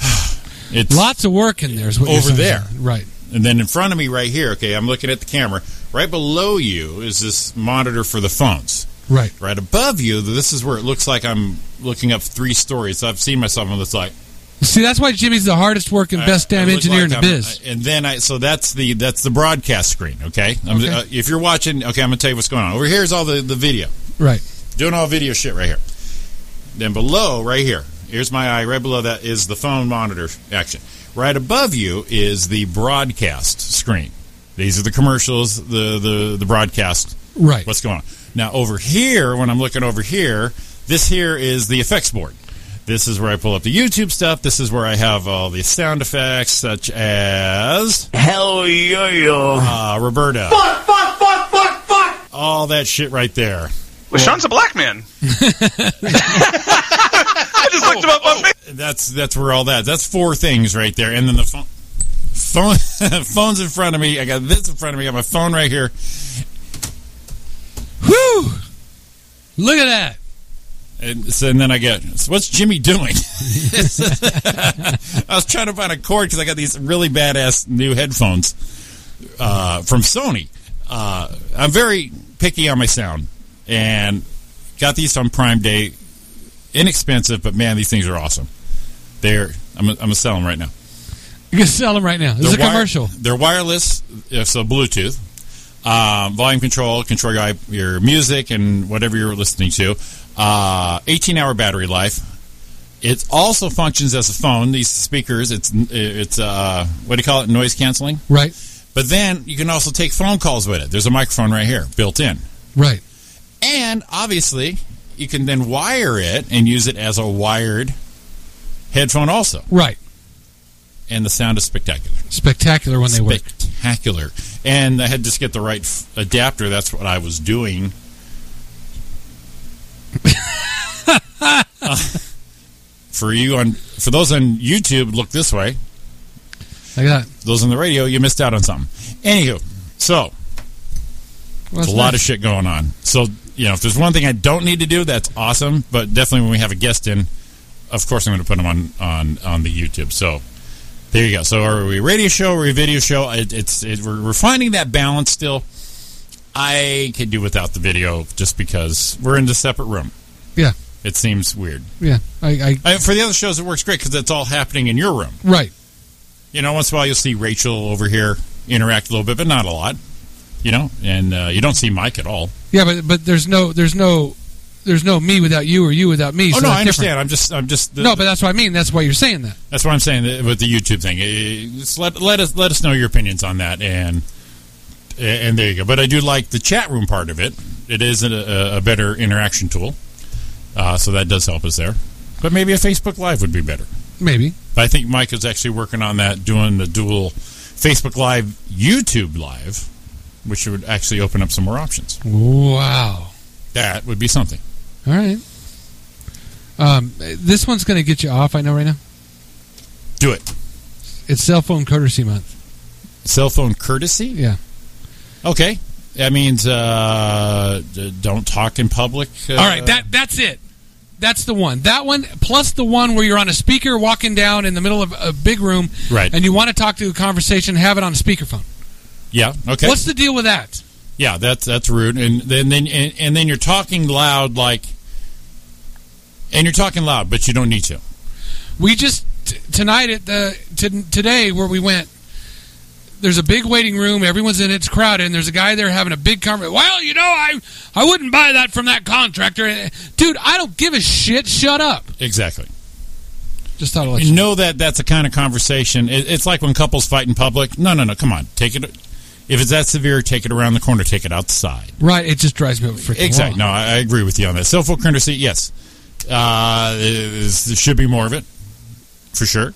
Speaker 4: It's
Speaker 3: Lots of work in there is what you're
Speaker 4: Over
Speaker 3: saying.
Speaker 4: there.
Speaker 3: Right.
Speaker 4: and then in front of me right here, okay, I'm looking at the camera. Right below you is this monitor for the phones.
Speaker 3: Right.
Speaker 4: Right above you, this is where it looks like I'm looking up three stories. I've seen myself on this like
Speaker 3: See, that's why Jimmy's the hardest working, best
Speaker 4: I- I
Speaker 3: damn
Speaker 4: look
Speaker 3: engineer in the
Speaker 4: like I'm-
Speaker 3: biz.
Speaker 4: I- and then I so that's the that's the broadcast screen. Okay, I'm,
Speaker 3: Okay.
Speaker 4: Uh, if you're watching, okay, I'm gonna tell you what's going on. Over here is all the the video,
Speaker 3: right.
Speaker 4: doing all video shit right here. Then below, right here, here's my eye. Right below that is the phone monitor action. Right above you is the broadcast screen. These are the commercials, the the the broadcast.
Speaker 3: Right.
Speaker 4: What's going on now over here? When I'm looking over here, this here is the effects board. This is where I pull up the YouTube stuff. This is where I have all the sound effects, such as
Speaker 1: Hell yo yo.
Speaker 4: uh, Roberta.
Speaker 2: Fuck, fuck, fuck, fuck, fuck!
Speaker 4: All that shit right there.
Speaker 10: Well, Sean's a black man. I just looked him up on Facebook.
Speaker 4: That's that's where all that. That's four things right there, and then the phone. Phone, phone's in front of me. I got this in front of me. I got my phone right here.
Speaker 3: Whew! Look at that.
Speaker 4: And, so, and then I get, so what's Jimmy doing? I was trying to find a cord because I got these really badass new headphones uh, from Sony. Uh, I'm very picky on my sound and got these on Prime Day. Inexpensive, but man, these things are awesome. They're, I'm, I'm going to sell them right now.
Speaker 3: You can sell them right now. This is a
Speaker 4: They're wire-
Speaker 3: commercial.
Speaker 4: They're wireless, if so Bluetooth. Um, volume control, control your, your music and whatever you're listening to. Uh, 18 hour battery life. It also functions as a phone. These speakers, it's it's uh, what do you call it? Noise canceling.
Speaker 3: Right.
Speaker 4: But then you can also take phone calls with it. There's a microphone right here, built in.
Speaker 3: Right.
Speaker 4: And obviously, you can then wire it and use it as a wired headphone also.
Speaker 3: Right.
Speaker 4: And the sound is spectacular.
Speaker 3: Spectacular when they work.
Speaker 4: spectacular. And I had to just get the right f- adapter. That's what I was doing. Uh, for you on for those on YouTube, look this way.
Speaker 3: Like that.
Speaker 4: Those on the radio, you missed out on something. Anywho, so
Speaker 3: Well,
Speaker 4: it's a lot of shit going on. So you know, if there's one thing I don't need to do, that's awesome. But definitely when we have a guest in, of course I'm going to put them on on on the YouTube. So there you go. So are we a radio show? Are we a video show? It, it's it, we're, we're finding that balance still. I could do without the video just because we're in a separate room.
Speaker 3: Yeah.
Speaker 4: It seems weird.
Speaker 3: Yeah. I, I,
Speaker 4: I, for the other shows, it works great because it's all happening in your room.
Speaker 3: right.
Speaker 4: You know, once in a while you'll see Rachel over here interact a little bit, but not a lot. You know, and uh, you don't see Mike at all.
Speaker 3: Yeah, but but there's no there's no there's no me without you or you without me.
Speaker 4: Oh
Speaker 3: so
Speaker 4: no,
Speaker 3: that's
Speaker 4: I
Speaker 3: different.
Speaker 4: understand. I'm just, I'm just. The,
Speaker 3: No, but that's what I mean. That's why you're saying that.
Speaker 4: that's what I'm saying that- with the YouTube thing. Eh, just let let us let us know your opinions on that, and and there you go. But I do like the chat room part of it. It is a- a, a better interaction tool, uh, so that does help us there. But maybe a Facebook Live would be better.
Speaker 3: Maybe.
Speaker 4: But I think Mike is actually working on that, doing the dual Facebook Live, YouTube Live, which would actually open up some more options.
Speaker 3: Wow.
Speaker 4: That would be something.
Speaker 3: All right. Um, this one's going to get you off. I know right now.
Speaker 4: Do it.
Speaker 3: It's cell phone courtesy month.
Speaker 4: Cell phone courtesy.
Speaker 3: Yeah.
Speaker 4: Okay. That means uh, d- don't talk in public. Uh,
Speaker 3: All right, that that's it. That's the one. That one plus the one where you're on a speaker walking down in the middle of a big room,
Speaker 4: Right.
Speaker 3: And you want to talk to a conversation, have it on a speakerphone.
Speaker 4: yeah. Okay.
Speaker 3: What's the deal with that?
Speaker 4: yeah, that's that's rude. And then then and, and then you're talking loud, like, and you're talking loud, but you don't need to.
Speaker 3: We just t- tonight at the t- today where we went. There's a big waiting room. Everyone's in. it, It's crowded. And there's a guy there having a big conversation. Well, you know, I I wouldn't buy that from that contractor, dude. I don't give a shit. Shut up.
Speaker 4: Exactly.
Speaker 3: Just thought I'd let you
Speaker 4: You know that that's the kind of conversation. It, it's like when couples fight in public. No, no, no. Come on, take it. If it's that severe, take it around the corner. Take it outside.
Speaker 3: Right. It just drives me over freaking
Speaker 4: Exactly.
Speaker 3: wall.
Speaker 4: No, I, I agree with you on that. Self courtesy, yes. Uh, is- there should be more of it, for sure.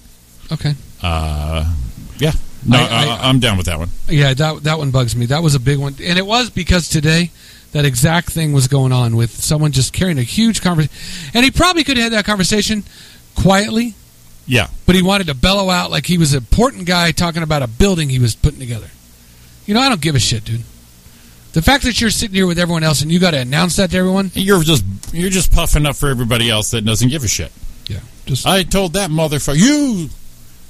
Speaker 3: Okay.
Speaker 4: Uh, yeah. No,
Speaker 3: I-
Speaker 4: I,
Speaker 3: I-
Speaker 4: am down with that one.
Speaker 3: Yeah, that that one bugs me. That was a big one, and it was because today that exact thing was going on with someone just carrying a huge conversation, and he probably could have had that conversation quietly,
Speaker 4: Yeah.
Speaker 3: but he wanted to bellow out like he was an important guy talking about a building he was putting together. You know, I don't give a shit, dude. The fact that you're sitting here with everyone else and you got to announce that to everyone,
Speaker 4: You're just you're just puffing up for everybody else that doesn't give a shit.
Speaker 3: yeah, just
Speaker 4: I told that motherfucker you.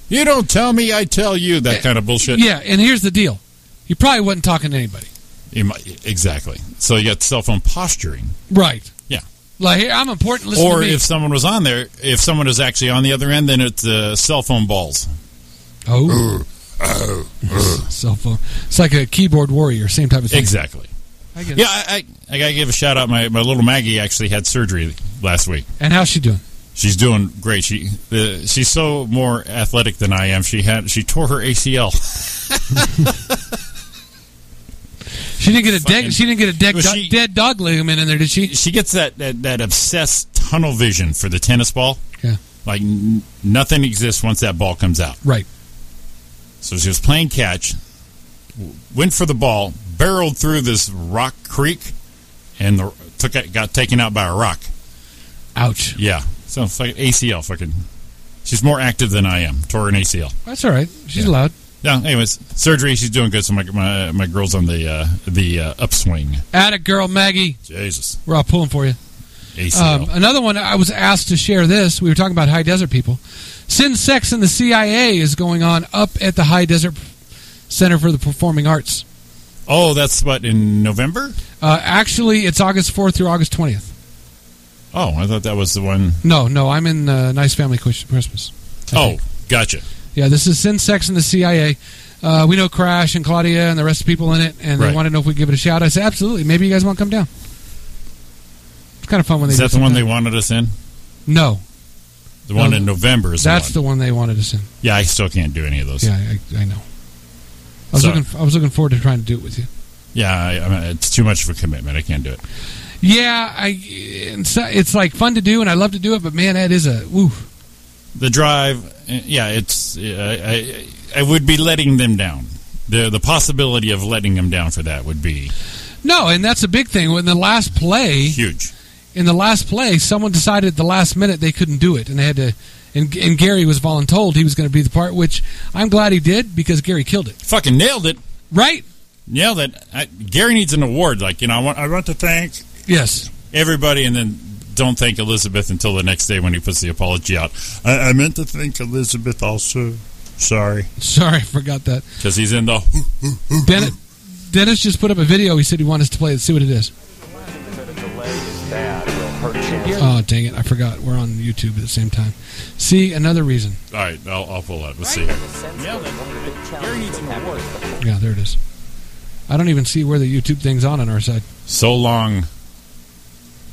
Speaker 4: You don't tell me, I tell you. That kind of bullshit.
Speaker 3: yeah. And here's the deal: you probably wasn't talking to anybody,
Speaker 4: You might- Exactly. So you got cell phone posturing.
Speaker 3: right?
Speaker 4: Yeah.
Speaker 3: Like, here, I'm important. Listen
Speaker 4: or
Speaker 3: to me.
Speaker 4: if someone was on there, if someone is actually on the other end, then it's uh, cell phone balls.
Speaker 3: Oh. Cell phone. It's like a keyboard warrior, same type of thing.
Speaker 4: Exactly.
Speaker 3: I get it.
Speaker 4: Yeah, I, I, I gotta give a shout out. My, my little Maggie actually had surgery last week.
Speaker 3: And how's she doing?
Speaker 4: She's doing great. She the, she's so more athletic than I am. She had she tore her ACL.
Speaker 3: She didn't get a
Speaker 4: Fucking-
Speaker 3: dead. She didn't get a dead,
Speaker 4: Was
Speaker 3: do-
Speaker 4: she-
Speaker 3: dead dog ligament in there, did she?
Speaker 4: She gets that, that that obsessed tunnel vision for the tennis ball.
Speaker 3: Yeah.
Speaker 4: Like n- nothing exists once that ball comes out.
Speaker 3: Right.
Speaker 4: So she was playing catch, w- went for the ball, barreled through this rock creek, and the, took it, got taken out by a rock.
Speaker 3: Ouch.
Speaker 4: Yeah. So fucking ACL fucking. She's more active than I am. Tore an ACL.
Speaker 3: That's all right. She's
Speaker 4: Yeah.
Speaker 3: allowed.
Speaker 4: Yeah. Anyways, surgery. She's doing good. So my my, my girl's on the uh, the uh, upswing.
Speaker 3: At it, girl, Maggie.
Speaker 4: Jesus.
Speaker 3: We're all pulling for you.
Speaker 4: ACL.
Speaker 3: Um, another one. I was asked to share this. We were talking about high desert people. Sin, sex, and the CIA is going on up at the High Desert Center for the Performing Arts.
Speaker 4: oh, that's what in November.
Speaker 3: Uh, actually, it's August fourth through August twentieth.
Speaker 4: Oh, I thought that was the one
Speaker 3: No, no, I'm in uh, Nice Family Ques- Christmas. I
Speaker 4: Oh,
Speaker 3: think.
Speaker 4: gotcha.
Speaker 3: Yeah, this is Sin Sex and the CIA. Uh, we know Crash and Claudia and the rest of the people in it, and they
Speaker 4: Right.
Speaker 3: want to know if we give it a shout. I said, absolutely. Maybe you guys want to come down. It's kind of fun when they
Speaker 4: Is
Speaker 3: do
Speaker 4: that the one they
Speaker 3: something.
Speaker 4: wanted us in?
Speaker 3: No,
Speaker 4: The one
Speaker 3: No.
Speaker 4: in November is
Speaker 3: that's
Speaker 4: the
Speaker 3: the one they wanted us in.
Speaker 4: one. Yeah, I still can't do any of those.
Speaker 3: Yeah,
Speaker 4: Yeah,
Speaker 3: I, I know. I was
Speaker 4: So-
Speaker 3: looking. I was looking forward to trying to do it with you.
Speaker 4: I, I mean, it's too much of a commitment. I can't do it.
Speaker 3: Yeah, I. It's, it's like fun to do, and I love to do it. But man, that is a woo.
Speaker 4: The drive. uh, Yeah, it's. uh, I, I I would be letting them down. The the possibility of letting them down for that would be
Speaker 3: No, and that's a big thing. When the last play,
Speaker 4: huge.
Speaker 3: in the last play, someone decided at the last minute they couldn't do it, and they had to. And, and Gary was voluntold he was going to be the part, which I'm glad he did because Gary killed it.
Speaker 4: Fucking nailed it.
Speaker 3: Right?
Speaker 4: Nailed it. I, Gary needs an award. Like you know, I want I want to thank
Speaker 3: Yes.
Speaker 4: everybody, and then don't thank Elizabeth until the next day when he puts the apology out. I, I meant to thank Elizabeth also. Sorry,
Speaker 3: Sorry, I forgot that.
Speaker 4: because he's in the.
Speaker 3: Dennis, Dennis just put up a video. He said he wanted us to play it. See what it is. Oh dang it! I forgot we're on YouTube at the same time. See another reason.
Speaker 4: All right, I'll, I'll pull up. Let's see.
Speaker 3: Yeah, there it is. I don't even see where the YouTube thing's on on our side.
Speaker 4: So long.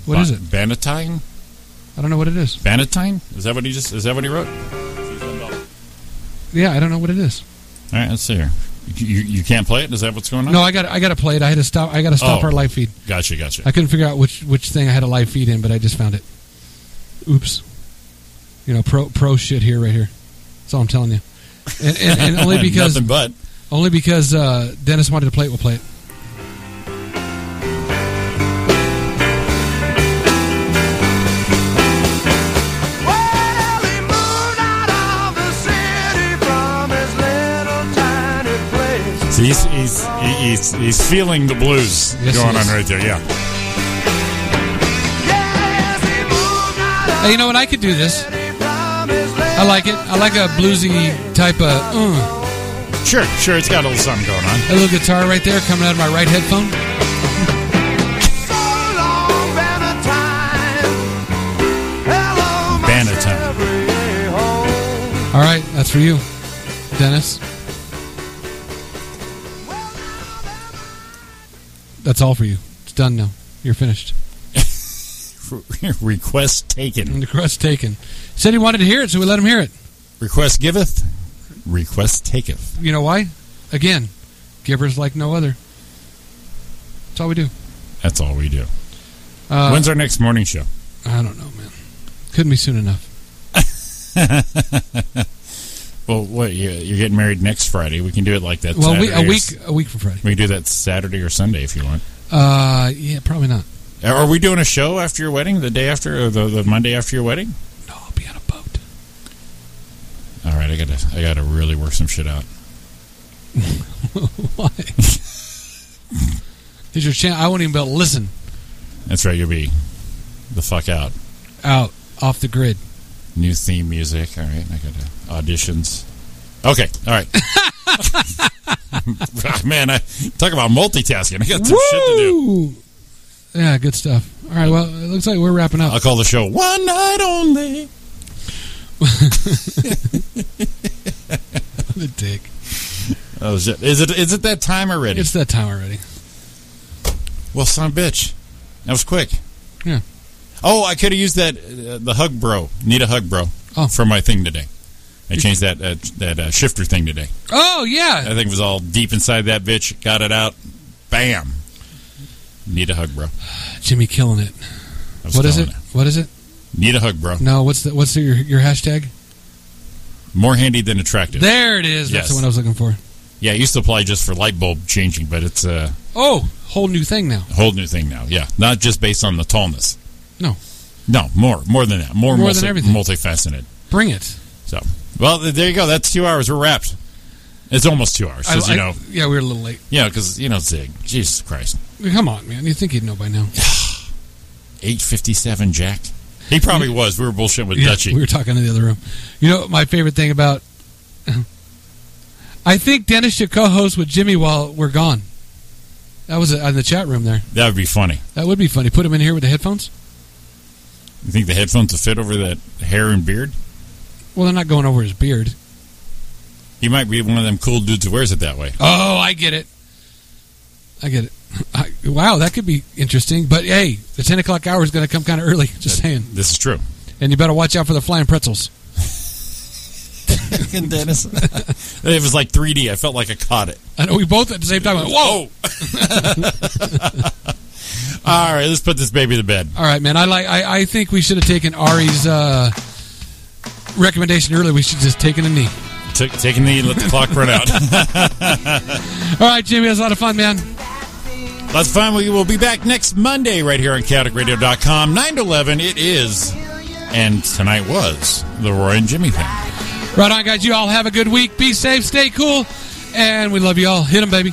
Speaker 3: What is it?
Speaker 4: Bannatyne?
Speaker 3: I don't know what it is.
Speaker 4: Bannatyne? Is that what he just? Is that what he wrote? All
Speaker 3: Yeah, I don't know what it is.
Speaker 4: right, let's see here. You, you, you can't play it. Is that what's going on?
Speaker 3: No, I got I got to play it. I had to stop. I got to stop
Speaker 4: Oh.
Speaker 3: our live feed.
Speaker 4: Gotcha, gotcha.
Speaker 3: I couldn't figure out which which thing I had a live feed in, but I just found it. Oops. You know, pro pro shit here, right here. That's all I'm telling you. And, and, and only because
Speaker 4: Nothing but.
Speaker 3: only because uh, Dennis wanted to play it, we'll play it.
Speaker 4: So he's, he's, he- he's, he's feeling the blues
Speaker 3: Yes, he
Speaker 4: going on
Speaker 3: is.
Speaker 4: right there, yeah.
Speaker 3: Hey, you know what? I could do this. I like it. I like a bluesy type of uh,
Speaker 4: Sure, sure, it's got a little something going on.
Speaker 3: a little guitar right there coming out of my right headphone.
Speaker 4: Bannaton.
Speaker 3: All right, that's for you, Dennis. That's all for you. It's done now. You're finished.
Speaker 4: Request taken.
Speaker 3: And the crust taken. Said he wanted to hear it, so we let him hear it.
Speaker 4: Request giveth, request taketh.
Speaker 3: You know why? Again, givers like no other. That's all we do.
Speaker 4: That's all we do.
Speaker 3: Uh,
Speaker 4: When's our next morning show?
Speaker 3: I don't know, man. Couldn't be soon enough.
Speaker 4: well, what you- you're getting married next Friday. We can do it like that.
Speaker 3: well, we, a
Speaker 4: Saturday or
Speaker 3: week,
Speaker 4: s-
Speaker 3: a week from Friday.
Speaker 4: We can do that Saturday or Sunday if you want.
Speaker 3: Uh, yeah, probably not.
Speaker 4: Are we doing a show after your wedding? The day after, or the, the Monday after your wedding?
Speaker 3: No, I'll be on a boat.
Speaker 4: All right, I gotta, I gotta really work some shit out.
Speaker 3: why? Is your channel? I won't even be able to listen
Speaker 4: That's right, you'll be the fuck out.
Speaker 3: out off the grid.
Speaker 4: New theme music. All right, I gotta auditions. Okay, all right. Man, I talk about multitasking. I got some shit to do.
Speaker 3: Woo! Yeah, good stuff. All right, well, it looks like we're wrapping up.
Speaker 4: I'll call the show one night only.
Speaker 3: the dick.
Speaker 4: Oh shit! Is it is it that time already?
Speaker 3: It's that time already.
Speaker 4: Well, son of a bitch. That was quick.
Speaker 3: Yeah.
Speaker 4: Oh, I could have used that, uh, the hug bro. Need a hug bro
Speaker 3: Oh.
Speaker 4: for my thing today. I changed that uh, that uh, shifter thing today.
Speaker 3: Oh yeah,
Speaker 4: That thing was all deep inside that bitch. Got it out. Bam. Need a hug bro.
Speaker 3: Jimmy killing it.
Speaker 4: I was
Speaker 3: What is it?
Speaker 4: telling her.
Speaker 3: What is it?
Speaker 4: Need a hug bro.
Speaker 3: No, what's the what's the, your your hashtag?
Speaker 4: More handy than attractive.
Speaker 3: There it is. That's
Speaker 4: Yes.
Speaker 3: the one I was looking for.
Speaker 4: yeah, it used to apply just for light bulb changing, but it's uh,
Speaker 3: Oh, whole new thing now.
Speaker 4: a whole new thing now. Yeah, not just based on the tallness.
Speaker 3: No.
Speaker 4: No, more, more than that. More,
Speaker 3: More
Speaker 4: multi-
Speaker 3: than everything.
Speaker 4: multifaceted.
Speaker 3: Bring it.
Speaker 4: So, well, th- there you go. That's two hours. We're wrapped. It's almost two hours. 'cause,
Speaker 3: I-
Speaker 4: you
Speaker 3: I-
Speaker 4: know,
Speaker 3: yeah, we were a little late.
Speaker 4: you know, because you know, Zig. Jesus Christ,
Speaker 3: Come on, man. You think he'd know by now?
Speaker 4: eight fifty-seven, Jack. He probably was. We were bullshitting with
Speaker 3: Yeah,
Speaker 4: Dutchie.
Speaker 3: We were talking in the other room. You know, my favorite thing about. I think Dennis should co host with Jimmy while we're gone. That was uh, in the chat room there.
Speaker 4: That would be funny.
Speaker 3: That would be funny. Put him in here with the headphones.
Speaker 4: You think the headphones will fit over that hair and beard?
Speaker 3: Well, they're not going over his beard.
Speaker 4: He might be one of them cool dudes who wears it that way.
Speaker 3: Oh, I get it. I get it. I, wow, that could be interesting. But hey, the 10 o'clock hour is going to come kind of early. Just saying.
Speaker 4: This is true.
Speaker 3: And you better watch out for the flying pretzels.
Speaker 4: and Dennis, it was like 3D. I felt like I caught it.
Speaker 3: I know we both at the same time went, whoa.
Speaker 4: Oh! All right, let's put this baby to bed.
Speaker 3: All right, man. I like. I, I think we should have taken Ari's uh, recommendation earlier. We should just taken a knee.
Speaker 4: T- take a knee and let the clock run out.
Speaker 3: All right, Jimmy. That was a lot of fun, man.
Speaker 4: Lots of fun. We will be back next Monday right here on chaoticradio.com. 9 to 11, it is, and tonight was, the Roy and Jimmy thing.
Speaker 3: Right on, guys. You all have a good week. Be safe. Stay cool. And we love you all. Hit them, baby.